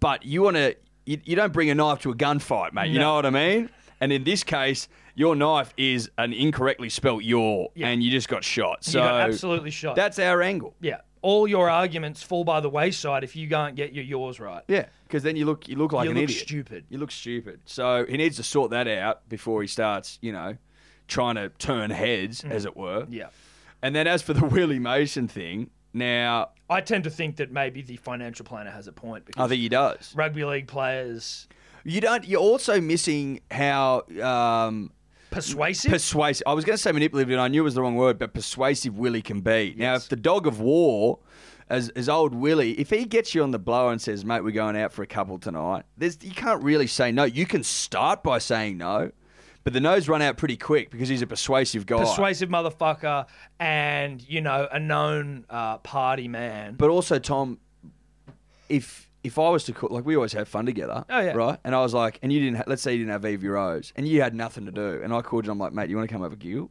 S4: But you want to, you, you don't bring a knife to a gunfight, mate. You know what I mean? And in this case, your knife is an incorrectly spelt your,
S5: Yeah.
S4: and you just got shot. So
S5: you got absolutely shot.
S4: that's our angle.
S5: Yeah. All your arguments fall by the wayside if you can't get your yours right.
S4: Yeah, because then you look you look like
S5: You
S4: an
S5: look
S4: idiot.
S5: stupid.
S4: You look stupid. So he needs to sort that out before he starts, you know, trying to turn heads, as it were.
S5: Mm. Yeah.
S4: And then as for the Willie Mason thing, now
S5: I tend to think that maybe the financial planner has a point
S4: I
S5: because
S4: think he does.
S5: rugby league players
S4: You don't. You're also missing how um,
S5: persuasive.
S4: persuasive. I was going to say manipulative, and I knew it was the wrong word, but persuasive Willie can be. Now, if the dog of war, as as old Willie, if he gets you on the blower and says, "Mate, we're going out for a couple tonight," there's you can't really say no. You can start by saying no, But the nose run out pretty quick because he's a persuasive guy.
S5: Persuasive motherfucker and, you know, a known uh, party man.
S4: But also, Tom, if if I was to call, like we always have fun together,
S5: Oh, yeah.
S4: right? And I was like, and you didn't, ha- let's say you didn't have EVROs, and you had nothing to do, and I called you, and I'm like, mate, you want to come have a giggle?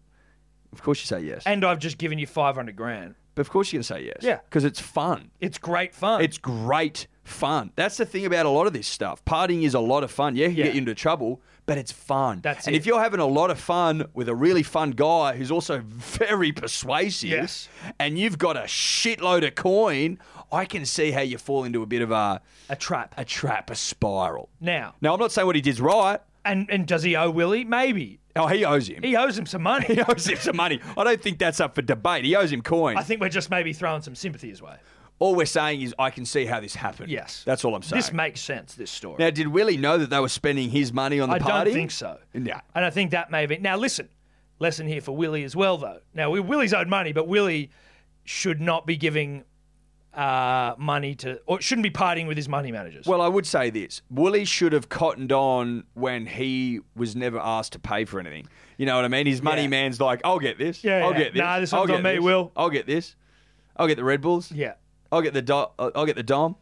S4: Of course you say yes,
S5: and I've just given you 500 grand.
S4: but of course you're gonna say yes,
S5: Yeah.
S4: because it's fun.
S5: It's great fun.
S4: It's great fun. That's the thing about a lot of this stuff. Partying is a lot of fun. Yeah, it can
S5: Yeah.
S4: get you into trouble, but it's fun.
S5: That's
S4: and
S5: it.
S4: if you're having a lot of fun with a really fun guy who's also very persuasive,
S5: Yes.
S4: and you've got a shitload of coin, I can see how you fall into a bit of a
S5: a trap.
S4: a trap, a spiral.
S5: Now,
S4: Now I'm not saying what he did's right.
S5: and, and does he owe Willie? Maybe.
S4: Oh, he owes him. He,
S5: He owes him some money.
S4: owes him some money. I don't think that's up for debate. He owes him coin.
S5: I think we're just maybe throwing some sympathy his way.
S4: all we're saying is I can see how this happened.
S5: Yes.
S4: that's all I'm saying.
S5: This makes sense, this story.
S4: Now, did Willie know that they were spending his money on the
S5: I
S4: party?
S5: don't think so.
S4: No.
S5: And I think that may be. Now, listen, lesson here for Willie as well, though. Now, we- Willie's owed money, but Willie should not be giving uh, money to, or shouldn't be partying with his money managers.
S4: Well, I would say this: Willie should have cottoned on when he was never asked to pay for anything. You know what I mean? His money
S5: Yeah.
S4: man's like, "I'll get this.
S5: Yeah,
S4: I'll
S5: yeah.
S4: get this.
S5: Nah, this
S4: I'll
S5: one's
S4: get
S5: on me,
S4: this.
S5: Will."
S4: I'll get this. I'll get the Red Bulls.
S5: yeah.
S4: I'll get the do- I'll get the Dom.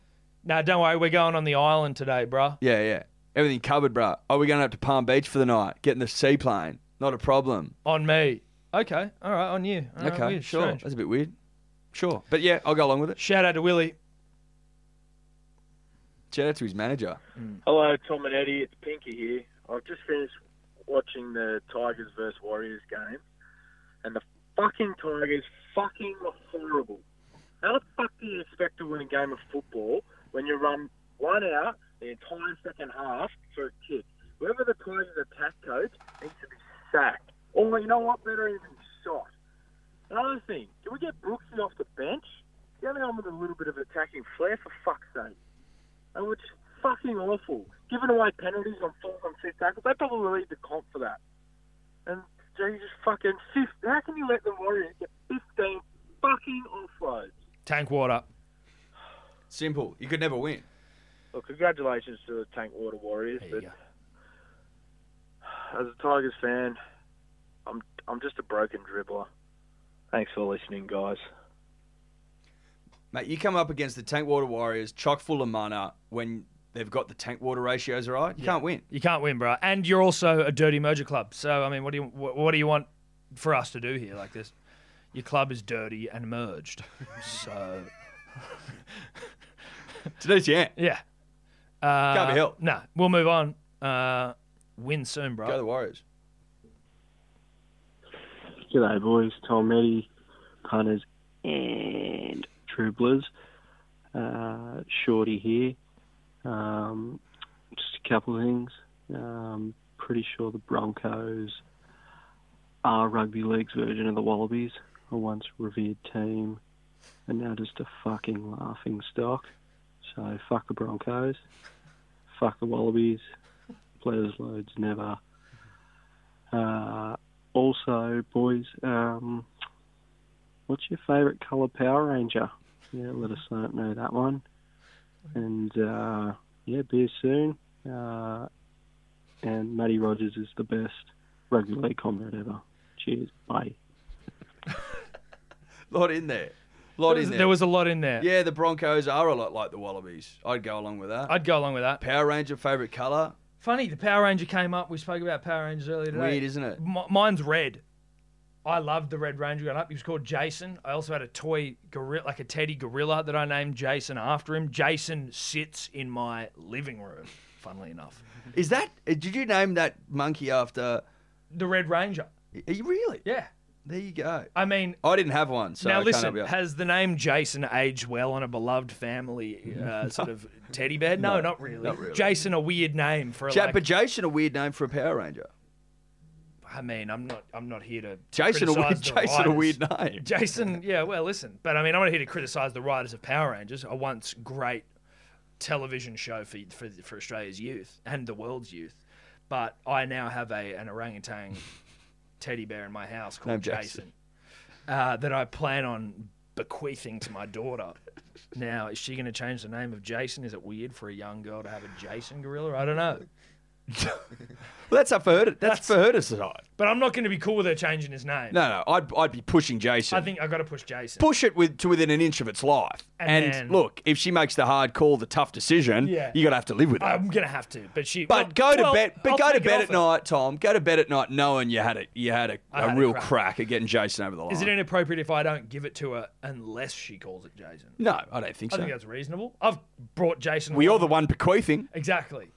S5: No, don't worry. We're going on the island today, bruh.
S4: Yeah, yeah. Everything covered, bro. Are we going up to Palm Beach for the night? Getting the seaplane? Not a problem.
S5: On me. Okay. All right. On you. All right,
S4: okay,
S5: Uh, weird,
S4: sure.
S5: strange.
S4: That's a bit weird. Sure, but yeah, I'll go along with it.
S5: Shout out to Willie.
S4: Shout out to his manager.
S5: Mm.
S9: Hello, Tom and Eddie. It's Pinky here. I've just finished watching the Tigers versus Warriors game, and the fucking Tigers fucking were horrible. How the fuck do you expect to win a game of football when you run one out the entire second half for a kick? Whoever the Tigers attack coach needs to be sacked. Or you know what? Better even shot. Another thing, can we get Brooksy off the bench? Get him with a little bit of attacking flair for fuck's sake. They were just fucking awful. Giving away penalties on fourth and fifth tackles. They probably lead the comp for that. And Jesus fucking fifth. How can you let the Warriors get 15 fucking offloads?
S5: Tank water.
S4: Simple. You could never win.
S9: Well, congratulations to the Tank Water Warriors.
S5: There you
S9: But
S5: go.
S9: as a Tigers fan, I'm I'm just a broken dribbler. Thanks for listening, guys.
S4: Mate, you come up against the Tank Water Warriors, chock full of mana, when they've got the tank water ratios right, you can't win.
S5: You can't win, bruh. And you're also a dirty merger club. So I mean, what do you what, what do you want for us to do here like this? Your club is dirty and merged. So
S4: Today's yeah.
S5: yeah. Uh,
S4: Can't be helped.
S5: No, we'll move on. Uh, win soon, bro.
S4: Go the Warriors.
S9: G'day, boys. Tom Eddy, punters and dribblers. Uh, Shorty here. Um, just a couple of things. Um, pretty sure the Broncos are rugby league's version of the Wallabies, a once revered team, and now just a fucking laughing stock. So fuck the Broncos, fuck the Wallabies. Players loads never. Uh, also, boys, um, what's your favourite colour Power Ranger? Yeah, let us know that one. And uh, yeah, be soon. Uh, and Matty Rogers is the best rugby league comrade ever. Cheers, bye.
S4: Lot in there.
S5: There
S4: Lot
S5: was,
S4: in there.
S5: there was a lot in there.
S4: yeah, the Broncos are a lot like the Wallabies. I'd go along with that.
S5: I'd go along with that.
S4: Power Ranger favourite colour.
S5: Funny, the Power Ranger came up. We spoke about Power Rangers earlier today.
S4: Weird, isn't it?
S5: M- mine's red. I loved the Red Ranger growing up. He was called Jason. I also had a toy gorilla, like a teddy gorilla, that I named Jason after him. Jason sits in my living room. Funnily enough,
S4: Is that uh, did you name that monkey after
S5: the Red Ranger.
S4: are you really?
S5: Yeah,
S4: There you go.
S5: I mean,
S4: I didn't have one, so I
S5: now
S4: can't
S5: listen.
S4: help you out.
S5: Has the name Jason aged well on a beloved family uh, sort of teddy bear? No, not, really.
S4: not really.
S5: Jason, a weird name for
S4: Ja-
S5: like.
S4: but Jason a weird name for a Power Ranger.
S5: I mean, I'm not. I'm not here to.
S4: Jason a weird
S5: criticize the
S4: Jason a
S5: writers.
S4: weird name.
S5: Jason, yeah, well, listen, but I mean, I'm not here to criticise the writers of Power Rangers, a once great television show for, for, for Australia's youth and the world's youth. But I now have a an orangutan teddy bear in my house called
S4: Named
S5: Jason,
S4: Jason.
S5: uh, that I plan on bequeathing to my daughter. Now, is she going to change the name of Jason? Is it weird for a young girl to have a Jason gorilla? I don't know.
S4: Well, that's up for her. To, that's, for her to decide.
S5: But I'm not going to be cool with her changing his name.
S4: No, no, I'd, I'd be pushing Jason.
S5: I think I got to push Jason.
S4: push it with to within an inch of its life.
S5: And
S4: And,
S5: then-
S4: look, if she makes the hard call, the tough decision,
S5: Yeah.
S4: you gotta have to live with it.
S5: I'm going to have to. But she.
S4: but
S5: well-
S4: go to
S5: well,
S4: bed. But
S5: I'll
S4: go to
S5: take it
S4: bed
S5: off
S4: at
S5: her.
S4: night, Tom. Go to bed at night knowing you had a you had a,
S5: I
S4: a
S5: had a
S4: real
S5: crack.
S4: crack. at getting Jason over the line.
S5: Is it inappropriate if I don't give it to her unless she calls it Jason?
S4: no, I don't think
S5: I
S4: so.
S5: think that's reasonable. I've brought Jason.
S4: we are
S5: along.
S4: the one bequeathing.
S5: Exactly.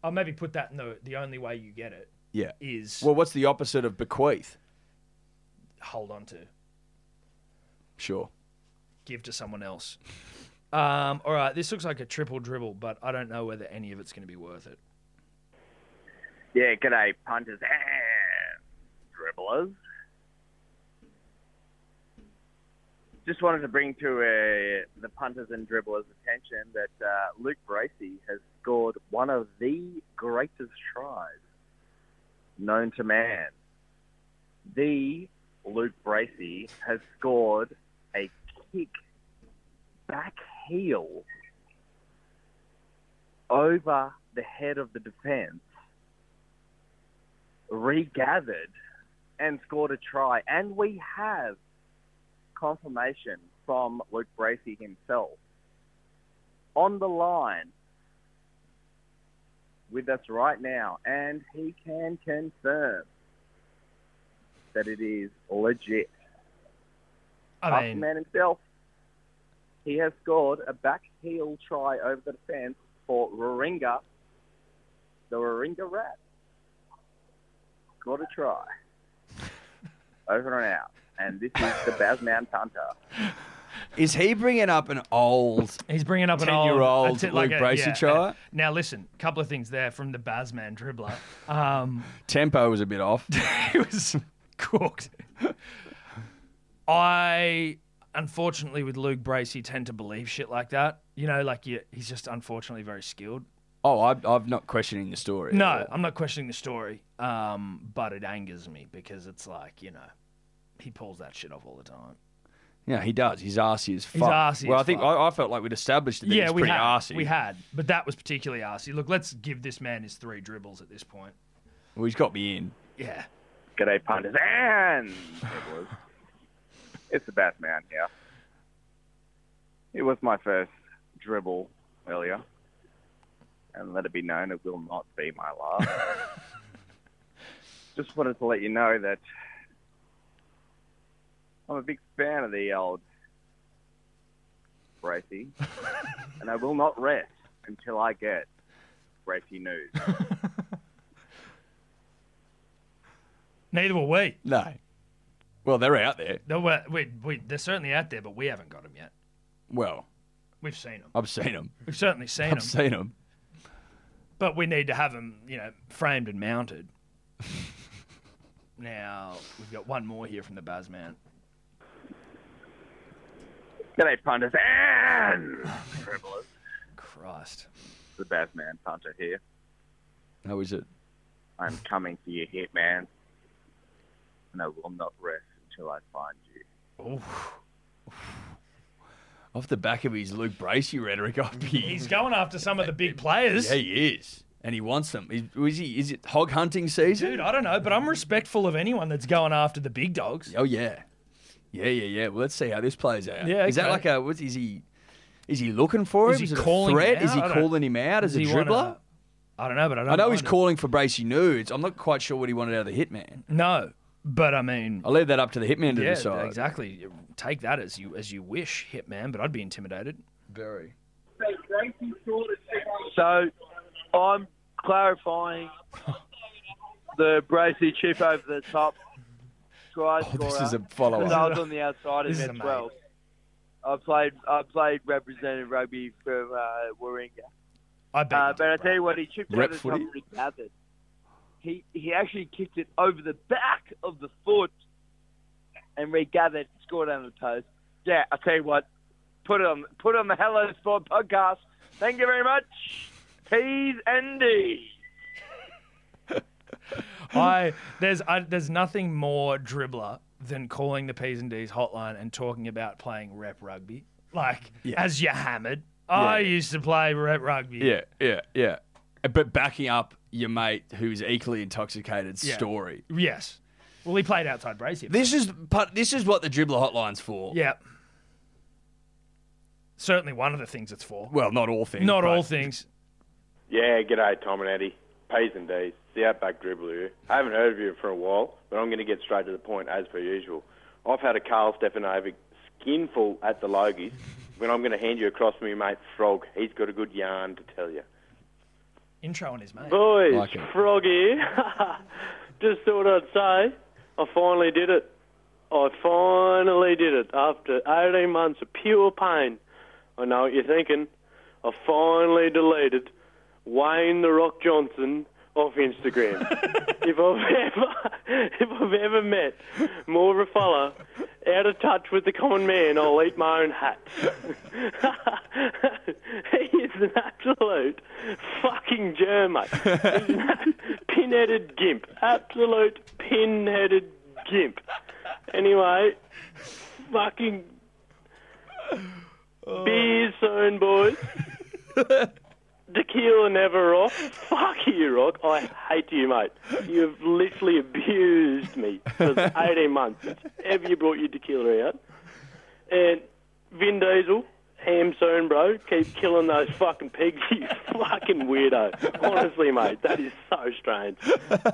S5: I'll maybe put that in the the only way you get it
S4: Yeah.
S5: is
S4: Well, what's the opposite of bequeath?
S5: hold on to,
S4: Sure.
S5: give to someone else. Um, all right, this looks like a triple dribble, but I don't know whether any of it's going to be worth it.
S12: Yeah, g'day, punters and dribblers. Just wanted to bring to uh, the punters and dribblers' attention that uh, Luke Bracey has scored one of the greatest tries known to man. The Luke Bracey has scored a kick back heel over the head of the defence regathered and scored a try. And we have confirmation from Luke Bracey himself on the line with us right now. And he can confirm that it is legit.
S5: I
S12: After
S5: mean,
S12: man himself, he has scored a back heel try over the defence for Roringa, the Roringa Rat. Got a try. Over and out. And this is the Basmount Hunter.
S4: Is he bringing up an old?
S5: he's bringing up an
S4: 10-year-old
S5: old a ti-
S4: Luke Bracey
S5: yeah,
S4: try?
S5: uh, Now listen, couple of things there from the Bazman dribbler. Um,
S4: Tempo was a bit off.
S5: he was cooked. I unfortunately with Luke Bracey tend to believe shit like that. You know, like you, he's just unfortunately very skilled.
S4: Oh, I, I'm not questioning the story. at
S5: No,
S4: all.
S5: I'm not questioning the story, um, but it angers me because it's like you know, he pulls that shit off all the time.
S4: Yeah, he does. He's arsey as fuck.
S5: arsey
S4: Well,
S5: as
S4: I think
S5: fuck.
S4: I, I felt like we'd established that
S5: yeah,
S4: he's
S5: we
S4: pretty
S5: had,
S4: arsey.
S5: we had, but that was particularly arsey. Look, let's give this man his three dribbles at this point.
S4: Well, he's got me in.
S5: Yeah,
S12: G'day, punters and dribblers. it's the Batman here. It was my first dribble earlier, and let it be known it will not be my last. Just wanted to let you know that I'm a big fan of the old Bracey, and I will not rest until I get Bracey news.
S5: neither were we.
S4: No. Well, they're out there.
S5: They were, we, we, they're certainly out there, but we haven't got him yet.
S4: Well,
S5: We've seen him.
S4: I've seen them.
S5: We've certainly seen him,
S4: I've seen them.
S5: but we need to have him, you know, framed and mounted. now we've got one more here from the Bazman.
S12: G'day, punters
S9: Ah!
S12: and dribblers.
S5: Christ.
S12: the Batman punter here.
S4: How is it?
S12: I'm coming for you, Hitman, and I will not rest until I find you.
S4: Off the back of his Luke Bracey rhetoric, I'd be.
S5: Mm. He's going after some of the big players.
S4: Yeah, he is, and he wants them. Is, is he? Is it hog hunting season?
S5: Dude, I don't know, but I'm respectful of anyone that's going after the big dogs.
S4: Oh yeah, yeah, yeah, yeah. Well, let's see how this plays out.
S5: Yeah,
S4: Is that
S5: okay.
S4: like a? What is he? Is he looking for him?
S5: Is he
S4: it a
S5: calling him
S4: threat? Is he
S5: out? I don't-
S4: calling him out as a
S5: Does he wanna-
S4: dribbler?
S5: I don't know, but I don't
S4: I know he's
S5: mind it.
S4: calling for Bracey nudes. I'm not quite sure what he wanted out of the hitman.
S5: No, but I mean,
S4: I'll leave that up to the hitman to
S5: Mm. yeah,
S4: decide.
S5: exactly. Take that as you as you wish, hitman. But I'd be intimidated.
S4: Very.
S9: So I'm clarifying the Bracey chip over the top try
S4: Oh, this
S9: scorer,
S4: is a follow
S9: 'cause
S4: up.
S9: I was on the outside of
S5: This
S9: it
S5: is
S9: as
S5: amazing.
S9: well. I played I played representative rugby from uh, Warringah.
S5: I bet.
S9: Uh,
S5: you
S9: but I
S5: do,
S9: tell you what, he chipped
S4: Rep
S9: out of
S4: footy?
S9: something he gathered. He he actually kicked it over the back of the foot and regathered, scored on the post. Yeah, I tell you what, put it on put it on the Hello Sport podcast. Thank you very much. P's and D's.
S5: bro. I there's I, there's nothing more dribbler than calling the P's and D's hotline and talking about playing rep rugby, like as you're hammered. I used to play rep rugby.
S4: Yeah, yeah, yeah. But backing up your mate who's equally intoxicated
S5: Yeah.
S4: story.
S5: Yes. Well, he played outside Brazier.
S4: This is but this is what the dribbler hotline's for.
S5: yeah. Certainly one of the things it's for.
S4: Well, not all things.
S5: Not
S4: but-
S5: all things.
S13: Yeah, g'day, Tom and Eddie. P's and D's, the Outback Dribbler here. eh? I haven't heard of you for a while, but I'm going to get straight to the point as per usual. I've had a Carl Stefanovic skinful at the Logies, but I'm going to hand you across to me, mate, Frog. He's got a good yarn to tell you.
S5: Intro on his mate.
S13: Boys,
S4: Like it.
S13: Frog here. Just thought I'd say, I finally did it. I finally did it. After 18 months of pure pain, I know what Oh, you're thinking. I finally deleted Wayne The Rock Johnson off Instagram. if, I've ever, if I've ever met more of a fella out of touch with the common man, I'll eat my own hat. he is an absolute fucking germ, mate. He's an pinheaded gimp. Absolute pinheaded gimp. Anyway, fucking beer soon, boys. Tequila never off. Fuck you, Rock. I hate you, mate. You've literally abused me for 18 months since ever you brought your tequila out. And Vin Diesel, ham soon, bro. Keep killing those fucking pigs, you fucking weirdo. Honestly, mate, that is so strange.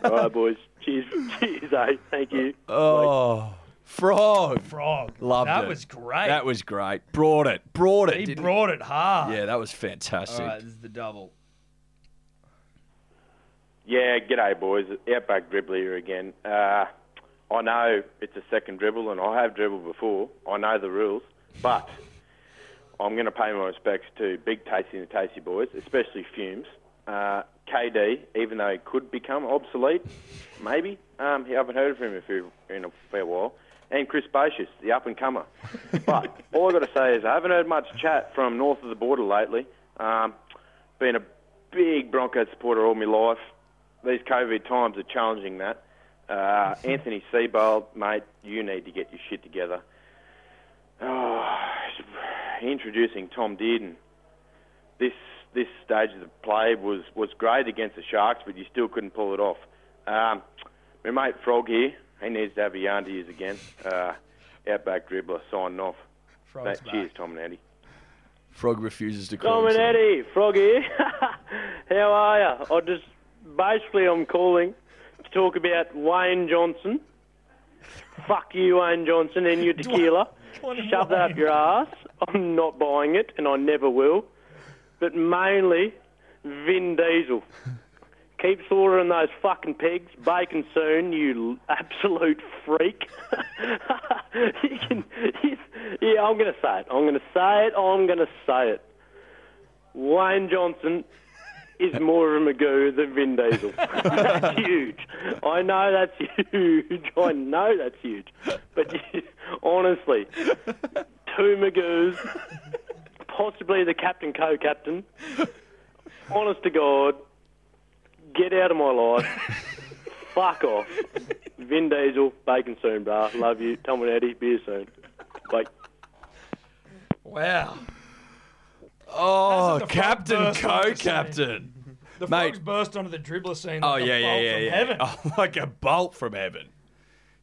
S13: All right, boys. Cheers. Cheers, eh? Thank you.
S4: Oh, frog.
S5: Frog.
S4: Loved
S5: that
S4: it.
S5: was great.
S4: That was great. Brought it. Brought it.
S5: he
S4: didn't
S5: brought it hard.
S4: Yeah, that was fantastic.
S5: All right, this is the double.
S13: Yeah, g'day, boys. Outback Dribbler here again. Uh, I know it's a second dribble, and I have dribbled before. I know the rules, but I'm going to pay my respects to Big Tasty and the Tasty Boys, especially Fumes. Uh, KD, even though he could become obsolete, maybe. Um, I haven't heard of him in a, few, in a fair while. And Chris Bacious, the up and comer. but all I've got to say is I haven't heard much chat from north of the border lately. Um, been a big Bronco supporter all my life these COVID times are challenging that. Uh, Anthony Seabold, mate, you need to get your shit together. Oh, introducing Tom Dearden. This this stage of the play was, was great against the Sharks, but you still couldn't pull it off. Um, my mate Frog here, he needs to have a yarn to use again. Uh, outback dribbler, signing off.
S5: Frog's
S13: Mate,
S5: back.
S13: cheers, Tom and Andy.
S4: Frog refuses to call.
S13: Tom and
S4: himself.
S13: Eddie, Frog here. How are you? I just basically I'm calling to talk about Wayne Johnson. Fuck you, Wayne Johnson, and your tequila. Shove that up your ass. I'm not buying it, and I never will. But mainly, Vin Diesel. Keep slaughtering those fucking pigs. Bacon soon, you l- absolute freak. you can, yeah, I'm going to say it. I'm going to say it. I'm going to say it. Wayne Johnson is more of a Magoo than Vin Diesel. that's huge. I know that's huge. I know that's huge. But you, honestly, two Magoos, possibly the captain, co-captain. Honest to God, get out of my life. Fuck off. Vin Diesel, bacon soon, brah. Love you. Tom and Eddie, beer soon. Bye.
S5: Wow.
S4: Oh,
S5: That's the frog
S4: captain,
S5: burst onto the scene.
S4: co-captain.
S5: The
S4: Mate.
S5: frogs burst onto the dribbler scene.
S4: Oh
S5: like a
S4: yeah, yeah,
S5: bolt
S4: yeah,
S5: from
S4: yeah.
S5: Heaven.
S4: Oh, like a bolt from heaven.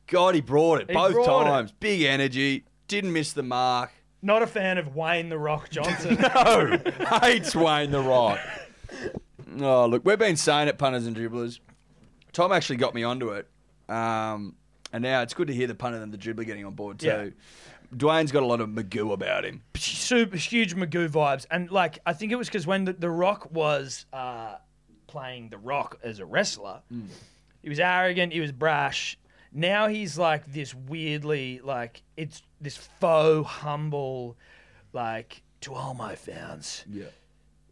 S4: God, he brought it
S5: He
S4: both
S5: brought it.
S4: times. Big energy. Didn't miss the mark.
S5: Not a fan of Wayne the Rock Johnson.
S4: Oh, hates Wayne the Rock. Oh, look, we've been saying it, punters and dribblers. Tom actually got me onto it. Um, and now it's good to hear the punter and the dribbler getting on board, too.
S5: Yeah.
S4: Dwayne's got a lot of Magoo about him.
S5: super huge Magoo vibes, and like I think it was because when the, the Rock was uh, playing the Rock as a wrestler,
S4: Mm.
S5: he was arrogant, he was brash. Now he's like this weirdly like it's this faux humble, like to all my fans. Yeah.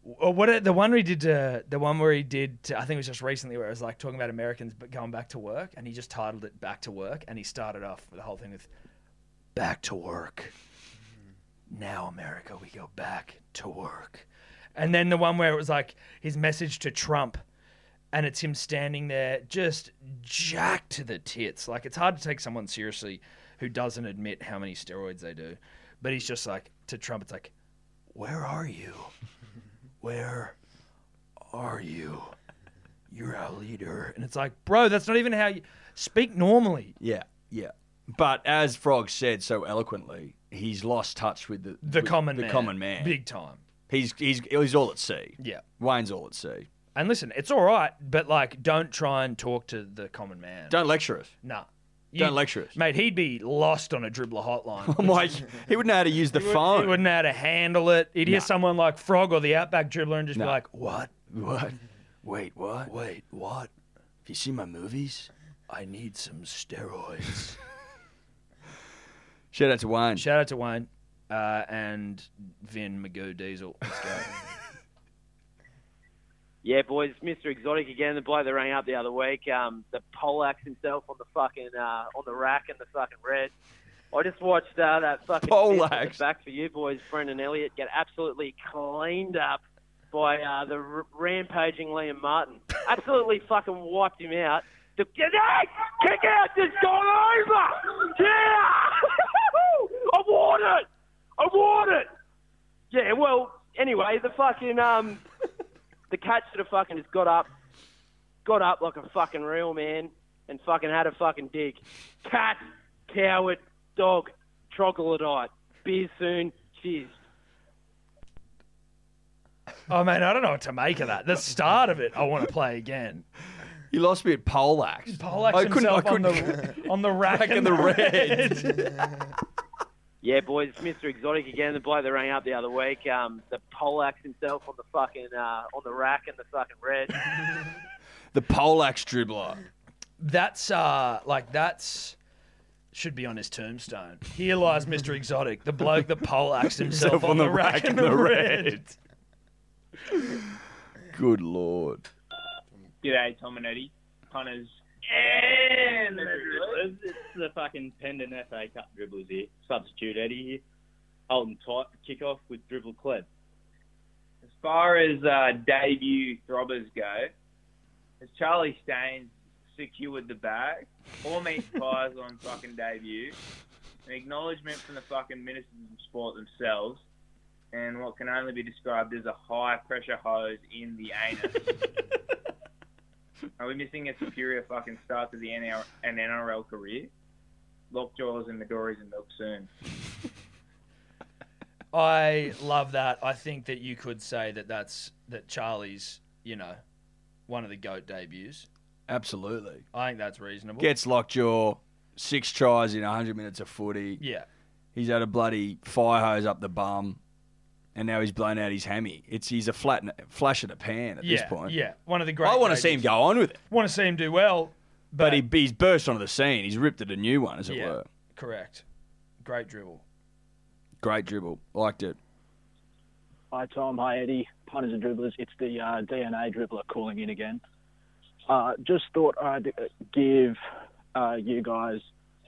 S5: Or what the one where he did to, the one where he did to, I think it was just recently where it was like talking about Americans but going back to work and he just titled it back to work and he started off with the whole thing with back to work now America, we go back to work. And then the one where it was like his message to Trump, and it's him standing there just jacked to the tits. Like it's hard to take someone seriously who doesn't admit how many steroids they do. But he's just like to Trump, it's like, where are you? Where are you? you're our leader. And it's like, bro, that's not even how you speak normally.
S4: Yeah, yeah. But as Frog said so eloquently, he's lost touch with the
S5: The
S4: with
S5: common
S4: the
S5: man.
S4: common man.
S5: Big time.
S4: He's he's he's all at sea.
S5: Yeah.
S4: Wayne's all at sea.
S5: And listen, it's all right, but like, don't try and talk to the common man.
S4: Don't lecture us.
S5: Nah.
S4: Don't lecture us.
S5: Mate, he'd be lost on a dribbler hotline.
S4: I'm like, he wouldn't know how to use the phone.
S5: He wouldn't know how to handle it. He'd hear someone like Frog or the Outback dribbler and just be
S4: No.
S5: like, what?
S4: What? Wait, what? Wait, what? Have you seen my movies?
S5: I need some steroids.
S4: Shout out to Wayne.
S5: Shout out to Wayne uh, and Vin Magoo Diesel. Let's go.
S14: Yeah, boys, Mr. Exotic again, the bloke that rang up the other week, um, the Pollax himself on the fucking uh, on the rack and the fucking red. I just watched uh, that fucking
S4: Pollax.
S14: fist at the back for you boys, Brendan Elliott, get absolutely cleaned up by uh, the r- rampaging Liam Martin. Absolutely fucking wiped him out. The hey, kick out just gone over. Yeah, I won it. I won it. Yeah, well, anyway, the fucking um, the cat should have fucking just got up, got up like a fucking real man, and fucking had a fucking dig. Cat, coward, dog, troglodyte. Beer soon. Cheers.
S5: oh, man, I don't know what to make of that. The start of it, I want to play again.
S4: You lost me at Poleaxe.
S5: Pollax
S4: I couldn't- I
S5: himself on the, on the rack,
S4: Back in
S5: and
S4: the
S5: the
S4: red.
S14: Yeah, boys, Mr. Exotic again, the bloke that rang up the other week, um, the Pollax himself on the fucking uh, on the rack and the fucking red.
S4: the Poleaxe dribbler.
S5: that's uh like that's should be on his tombstone. Here lies Mr. Exotic, the bloke that poleaxed himself on, the, rack, and the red.
S4: Good lord.
S2: G'day, Tom and Eddie. Punters. And the dribblers. It's the fucking pendant FA Cup dribblers here. Substitute Eddie here. Holding tight for kickoff with Dribble Cleb. As far as uh, debut throbbers go, has Charlie Staines secured the bag? All meat pies on fucking debut. An acknowledgement from the fucking ministers of sport themselves. And what can only be described as a high pressure hose in the anus. Are we missing a superior fucking start to the NRL, an NRL career? Lockjaws and Midori's and milk soon.
S5: I love that. I think that you could say that that's that Charlie's, you know, one of the goat debuts.
S4: Absolutely.
S5: I think that's reasonable.
S4: Gets lockjaw, six tries in 100 minutes of footy.
S5: yeah.
S4: He's had a bloody fire hose up the bum, and now he's blown out his hammy. It's He's a flat, flash in a pan at
S5: Yeah.
S4: this point.
S5: Yeah. One of the great
S4: I want to see him go on with it.
S5: Want to see him do well,
S4: But he, he's burst onto the scene. He's ripped at a new one, as it
S5: Yeah.
S4: were.
S5: correct. Great dribble.
S4: Great dribble. Liked it.
S15: Hi, Tom. Hi, Eddie. Punters and dribblers. It's the uh, DNA dribbler calling in again. Uh, just thought I'd uh, give uh, you guys,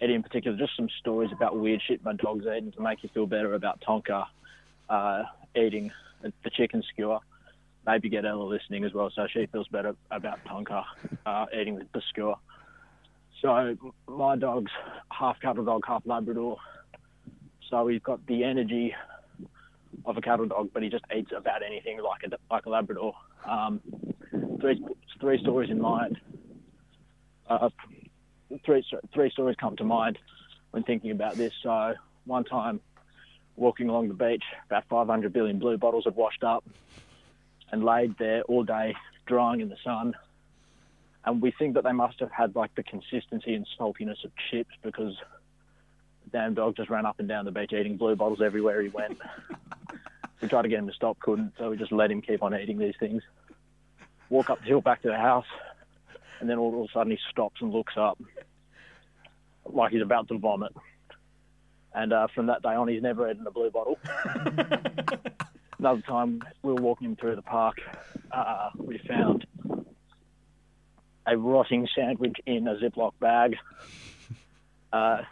S15: Eddie in particular, just some stories about weird shit my dog's eating to make you feel better about Tonka uh, eating the chicken skewer. Maybe get Ella listening as well so she feels better about Tonka uh, eating the, the skewer. So my dog's half cattle dog, half Labrador. So we've got the energy of a cattle dog, but he just eats about anything like a like a Labrador. Um, three three stories in mind. Uh, three three stories come to mind when thinking about this. So one time, walking along the beach, about 500 billion blue bottles had washed up and laid there all day, drying in the sun. And we think that they must have had like the consistency and saltiness of chips because the damn dog just ran up and down the beach eating blue bottles everywhere he went. We tried to get him to stop, couldn't, so we just let him keep on eating these things. Walk up the hill back to the house, and then all of a sudden he stops and looks up like he's about to vomit. And uh, from that day on, he's never eaten a blue bottle. Another time, we were walking him through the park. Uh, we found a rotting sandwich in a Ziploc bag. Uh,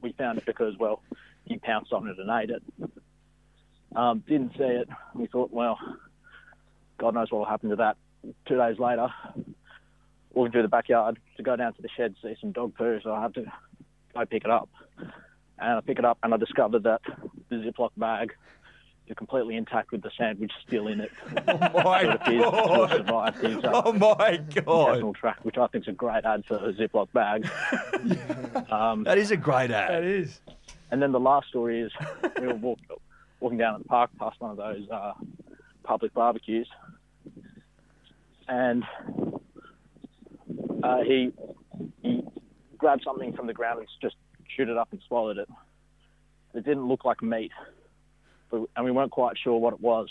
S15: we found it because, well, he pounced on it and ate it um, didn't see it. We thought, well, God knows what will happen to that. Two days later, walking through the backyard to go down to the shed to see some dog poo, so I had to go pick it up. And I pick it up and I discovered that the Ziploc bag You're completely intact with the sandwich still in it.
S14: Oh my
S15: So it appears to
S14: God.
S15: have survived these, uh,
S14: Oh my god,
S15: national track, which I think is a great ad for Ziploc bags. um,
S14: that is a great ad.
S5: That is.
S15: and then the last story is we were walk, walking down at the park past one of those uh, public barbecues, and uh, he he grabbed something from the ground and just chewed it up and swallowed it. It didn't look like meat, but, and we weren't quite sure what it was.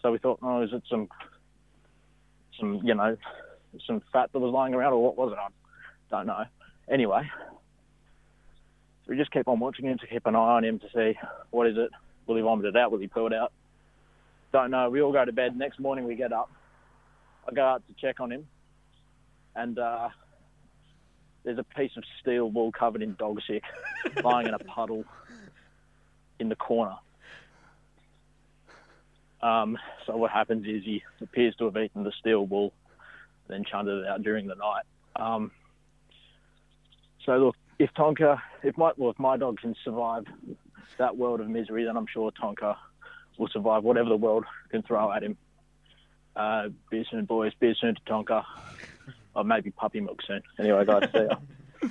S15: So we thought, oh, is it some some you know some fat that was lying around, or what was it? I don't know. Anyway, so we just keep on watching him to keep an eye on him to see what is it. Will he vomit it out? Will he poo it out? Don't know. We all go to bed. Next morning we get up. I go out to check on him, and uh, there's a piece of steel wool covered in dog shit lying in a puddle in the corner. Um, so what happens is he appears to have eaten the steel wool, then chunted it out during the night. Um, so look, if Tonka, if my well, if my dog can survive that world of misery, then I'm sure Tonka will survive whatever the world can throw at him. Uh, beer soon, boys. Beer soon to Tonka. Or maybe puppy milk soon. Anyway, guys, see ya.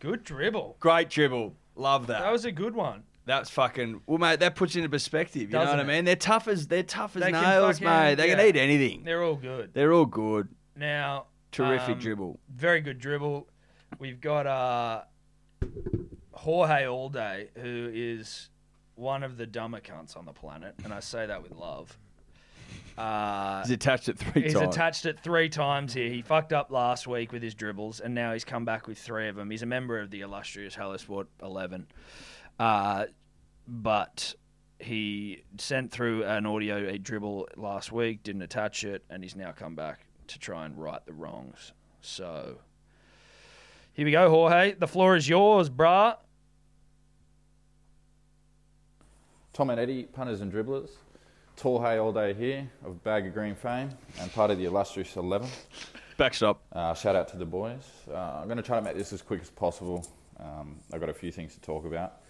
S5: Good dribble.
S14: Great dribble. Love that.
S5: That was a good one.
S14: That's fucking well, mate. That puts it into perspective. You know
S5: Doesn't
S14: what
S5: it?
S14: I mean? They're tough as they're tough as
S5: They can
S14: nails,
S5: fucking-
S14: mate. They
S5: yeah.
S14: can eat anything.
S5: They're all good.
S14: They're all good.
S5: Now,
S14: Terrific
S5: um,
S14: dribble.
S5: Very good dribble. We've got uh, Jorge Allday, who is one of the dumber cunts on the planet, and I say that with love. Uh,
S14: He's attached it three
S5: he's
S14: times.
S5: attached it three times here. He fucked up last week with his dribbles, and now he's come back with three of them. He's a member of the illustrious Hello Sport 11. Uh, but he sent through an audio a dribble last week, didn't attach it, and he's now come back to try and right the wrongs. So here we go, Jorge. The floor is yours, brah.
S16: Tom and Eddie, punters and dribblers. Torhey all day here of Bag of Green fame and part of the illustrious 11.
S14: Backstop.
S16: Uh, shout out to the boys. Uh, I'm going to try to make this as quick as possible. Um, I've got a few things to talk about.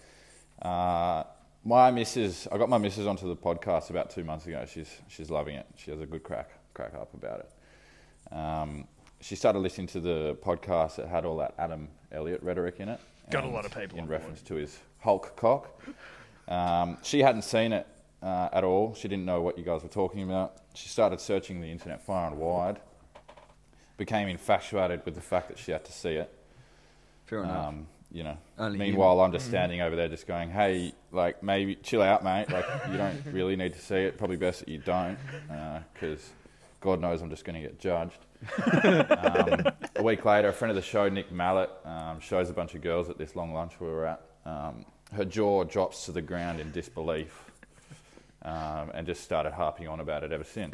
S16: Uh, my missus, I got my missus onto the podcast about two months ago. She's she's loving it. She has a good crack crack up about it. Um, she started listening to the podcast that had all that Adam Elliott rhetoric in it.
S5: Got a
S16: and
S5: lot of people
S16: in
S5: on board.
S16: reference to his Hulk cock. Um, she hadn't seen it uh, at all. She didn't know what you guys were talking about. She started searching the internet far and wide. Became infatuated with the fact that she had to see it.
S14: Fair enough.
S16: Um, you know.
S14: Only
S16: meanwhile, I'm just standing over there, just going, "Hey, like maybe chill out, mate. Like you don't really need to see it. Probably best that you don't, because God knows I'm just going to get judged." um, a week later, a friend of the show, Nick Mallet, um, shows a bunch of girls at this long lunch we were at. Um, her jaw drops to the ground in disbelief. Um, and just started harping on about it ever since.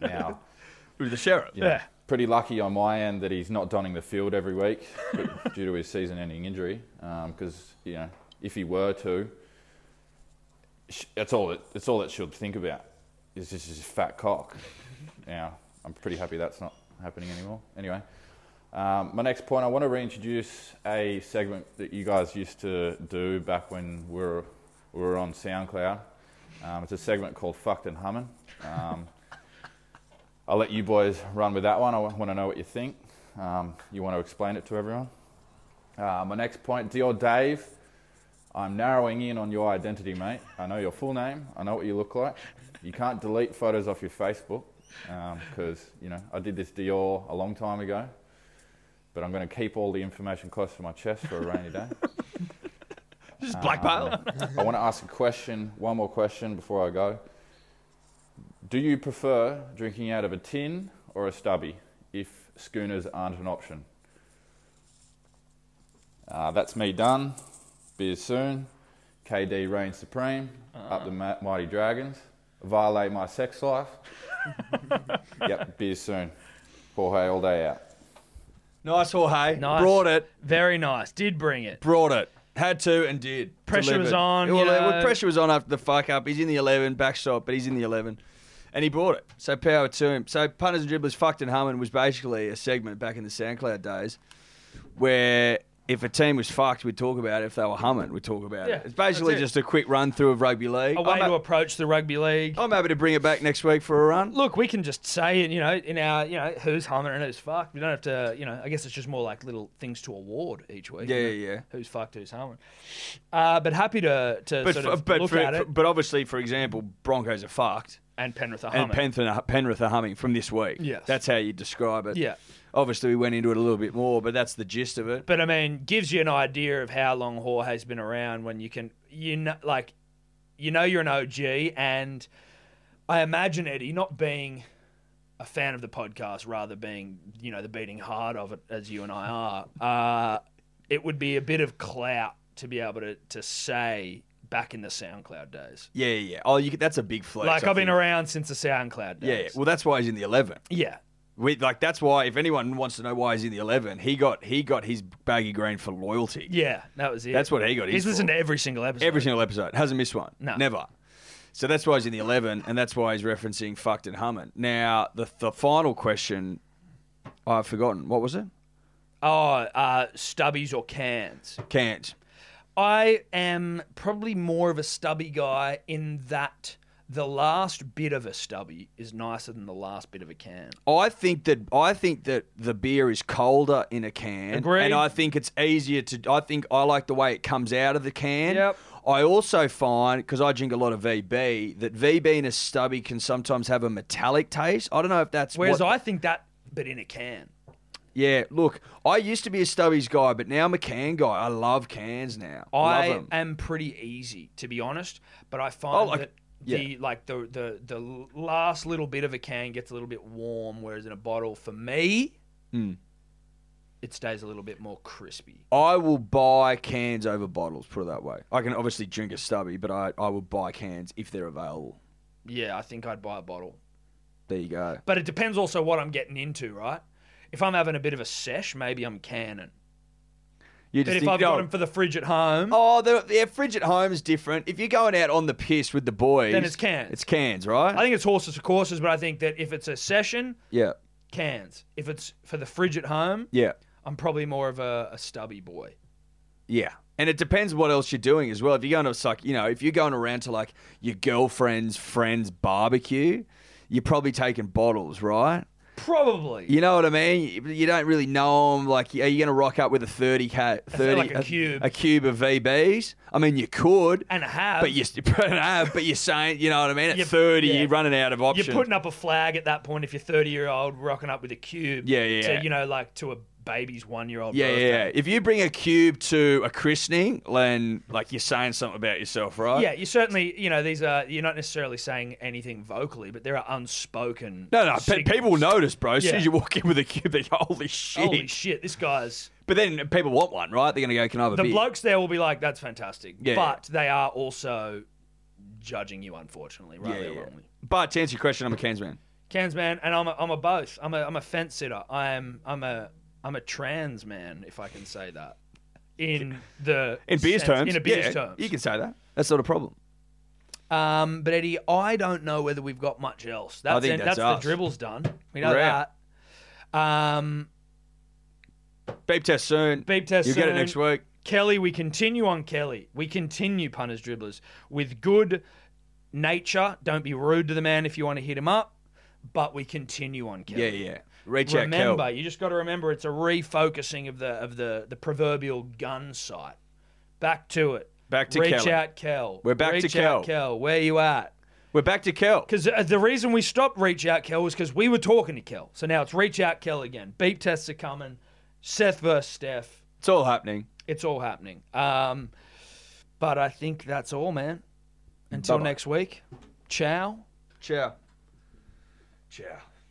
S16: now,
S14: With the sheriff.
S16: you know, pretty lucky on my end that he's not donning the field every week but due to his season-ending injury. Because you know, if he were to, sh- that's all that that's all that she'll think about is just his fat cock. now, I'm pretty happy that's not happening anymore. Anyway, um, my next point, I want to reintroduce a segment that you guys used to do back when we were we were on SoundCloud. Um, it's a segment called "Fucked and Hummin'." Um, I'll let you boys run with that one. I want to know what you think. Um, you want to explain it to everyone. Uh, my next point, dear Dave, I'm narrowing in on your identity, mate. I know your full name. I know what you look like. You can't delete photos off your Facebook because you know I did this Dior a long time ago. But I'm going to keep all the information close to my chest for a rainy day.
S14: Just blackmail.
S16: Uh, Um, I want to ask a question, one more question before I go. Do you prefer drinking out of a tin or a stubby if schooners aren't an option? Uh, that's me done. Beers soon. KD reigns supreme. Up the ma- mighty dragons. Violate my sex life. yep, beers soon. Jorge all day out.
S14: Nice Jorge.
S5: Nice.
S14: Brought it.
S5: Very nice. Did bring it.
S14: Brought it. Had to and did.
S5: Pressure was
S14: Delivered.
S5: on, you
S14: Well, uh, well,
S5: know.
S14: pressure was on after the fuck up. He's in the eleven backstop, but he's in the eleven, and he brought it. So power to him. So punters and dribblers fucked and humming was basically a segment back in the SoundCloud days where
S4: if a team was fucked, we'd talk about it. If they were humming, we'd talk about
S5: Yeah,
S4: it. It's basically
S5: that's it.
S4: just a quick run through of rugby league.
S5: A way
S4: I'm,
S5: to
S4: ha-
S5: approach the rugby league.
S4: I'm happy to bring it back next week for a run.
S5: Look, we can just say it, you know, in our, you know, who's humming and who's fucked. We don't have to, you know, I guess it's just more like little things to award each week.
S4: Yeah,
S5: you know,
S4: yeah, yeah.
S5: Who's fucked, who's humming. Uh, but happy to, to
S4: But
S5: sort
S4: f-
S5: of
S4: but
S5: look
S4: for-
S5: at it.
S4: but obviously, for example, Broncos are fucked.
S5: and Penrith are
S4: and
S5: humming.
S4: Penrith are, Penrith are humming from this week.
S5: Yes.
S4: That's how you describe it.
S5: Yeah.
S4: Obviously, we went into it a little bit more, but that's the gist of it.
S5: but I mean, gives you an idea of how long Jorge's been around when you can, you know, like, you know, you're an OG, and I imagine Eddie not being a fan of the podcast, rather being, you know, the beating heart of it as you and I are. Uh, it would be a bit of clout to be able to to say back in the SoundCloud days.
S4: Yeah, yeah. yeah. Oh, you, c- that's a big flex.
S5: Like
S4: I
S5: I've been
S4: think.
S5: around since the SoundCloud
S4: Yeah, yeah.
S5: days.
S4: Well, that's why he's in the eleven.
S5: yeah.
S4: We, like that's why if anyone wants to know why he's in the eleven, he got he got his baggy green for loyalty.
S5: Yeah, that was it.
S4: That's what he got
S5: He's
S4: in for.
S5: listened to every single episode.
S4: Every single episode. Hasn't missed one.
S5: No.
S4: Never. So that's why he's in the 11, and that's why he's referencing fucked and humming. Now, the, the final question, I've forgotten. What was it?
S5: Oh, uh, stubbies or cans.
S4: Can't.
S5: I am probably more of a stubby guy in that the last bit of a stubby is nicer than the last bit of a can.
S4: I think that I think that the beer is colder in a can,
S5: Agreed.
S4: and I think it's easier to. I think I like the way it comes out of the can.
S5: Yep.
S4: I also find because I drink a lot of VB that VB in a stubby can sometimes have a metallic taste. I don't know if that's
S5: Whereas
S4: what,
S5: I think that, but in a can.
S4: Yeah, look, I used to be a stubbies guy, but now I'm a can guy. I love cans now. I love
S5: I
S4: 'em.
S5: am pretty easy, to be honest, but I find
S4: Oh, like-
S5: that. The
S4: yeah.
S5: like the, the the last little bit of a can gets a little bit warm, whereas in a bottle, for me,
S4: Hmm.
S5: it stays a little bit more crispy.
S4: I will buy cans over bottles, put it that way. I can obviously drink a stubby, but I, I will buy cans if they're available.
S5: Yeah, I think I'd buy a bottle.
S4: There you go.
S5: But it depends also what I'm getting into, right? If I'm having a bit of a sesh, maybe I'm canning.
S4: You
S5: But if
S4: think,
S5: I've
S4: oh,
S5: got them for the fridge at home,
S4: Oh, the, the fridge at home is different. If you're going out on the piss with the boys,
S5: Then it's cans.
S4: It's cans, right?
S5: I think it's horses for courses, but I think that if it's a session,
S4: yeah,
S5: cans. If it's for the fridge at home,
S4: yeah,
S5: I'm probably more of a, a stubby boy.
S4: yeah. And it depends what else you're doing as well. If you're going to it's like, you know, if you're going around to like your girlfriend's friend's barbecue, you're probably taking bottles, right?
S5: Probably.
S4: You know what I mean? You, you don't really know them. Like, are you going to rock up with a thirty k,
S5: feel
S4: thirty
S5: like a cube.
S4: a cube of VBs? I mean, you could,
S5: And a half.
S4: but you but you're saying, you know what I mean? At
S5: You're-
S4: thirty,
S5: yeah.
S4: you're running out of options.
S5: You're putting up a flag at that point if you're 30 year old rocking up with a cube.
S4: Yeah, yeah,
S5: To,
S4: yeah.
S5: you know, like to a baby's one year old.
S4: Yeah, yeah,
S5: birthday.
S4: yeah. If you bring a cube to a christening, then like you're saying something about yourself, right?
S5: Yeah, you certainly, you know, these are, you're not necessarily saying anything vocally, but there are unspoken.
S4: No, no. Pe-
S5: signals.
S4: people notice, bro. As soon
S5: Yeah.
S4: as you walk in with a cube, they go, "Holy shit!"
S5: Holy shit, this guy's.
S4: but then people want one, right? They're gonna go, "Can I have a
S5: The
S4: beer?"
S5: blokes there will be like, that's fantastic.
S4: Yeah,
S5: but they are also judging you, unfortunately,
S4: yeah,
S5: rightly
S4: yeah,
S5: or
S4: yeah.
S5: wrongly.
S4: But to answer your question, I'm a cans man.
S5: Cans man, and I'm a, I'm a both. I'm a, I'm a fence sitter. I am I'm a I'm a trans man, if I can say that. In the
S4: In beer's
S5: sense-
S4: terms,
S5: in a beer's
S4: yeah,
S5: terms.
S4: you can say that. That's not a problem.
S5: Um, but Eddie, I don't know whether we've got much else. That's
S4: I think
S5: it.
S4: that's
S5: the
S4: us.
S5: dribbles done. We know
S4: We're
S5: that.
S4: out.
S5: Um,
S4: Beep test soon.
S5: Beep test
S4: You'll get
S5: soon.
S4: it next week.
S5: Kelly, we continue on Kelly. We continue punters dribblers with good nature. Don't be rude to the man if you want to hit him up, but we continue on Kelly.
S4: Yeah, yeah. Reach out,
S5: remember,
S4: Kel.
S5: you just got to remember it's a refocusing of the of the the proverbial gun sight. Back to it.
S4: Back to
S5: Reach
S4: Kelly.
S5: out, Kel.
S4: We're back to
S5: Reach out,
S4: Kel.
S5: Kel. Where you at?
S4: We're back to Kel.
S5: Because uh, the reason we stopped Reach Out Kel was because we were talking to Kel. So now it's Reach Out Kel again. Beep tests are coming. Seth versus Steph.
S4: It's all happening.
S5: It's all happening. Um, but I think that's all, man. Until
S4: Bye-bye.
S5: next week. Ciao.
S4: Ciao.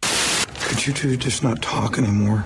S17: Could you two just not talk anymore?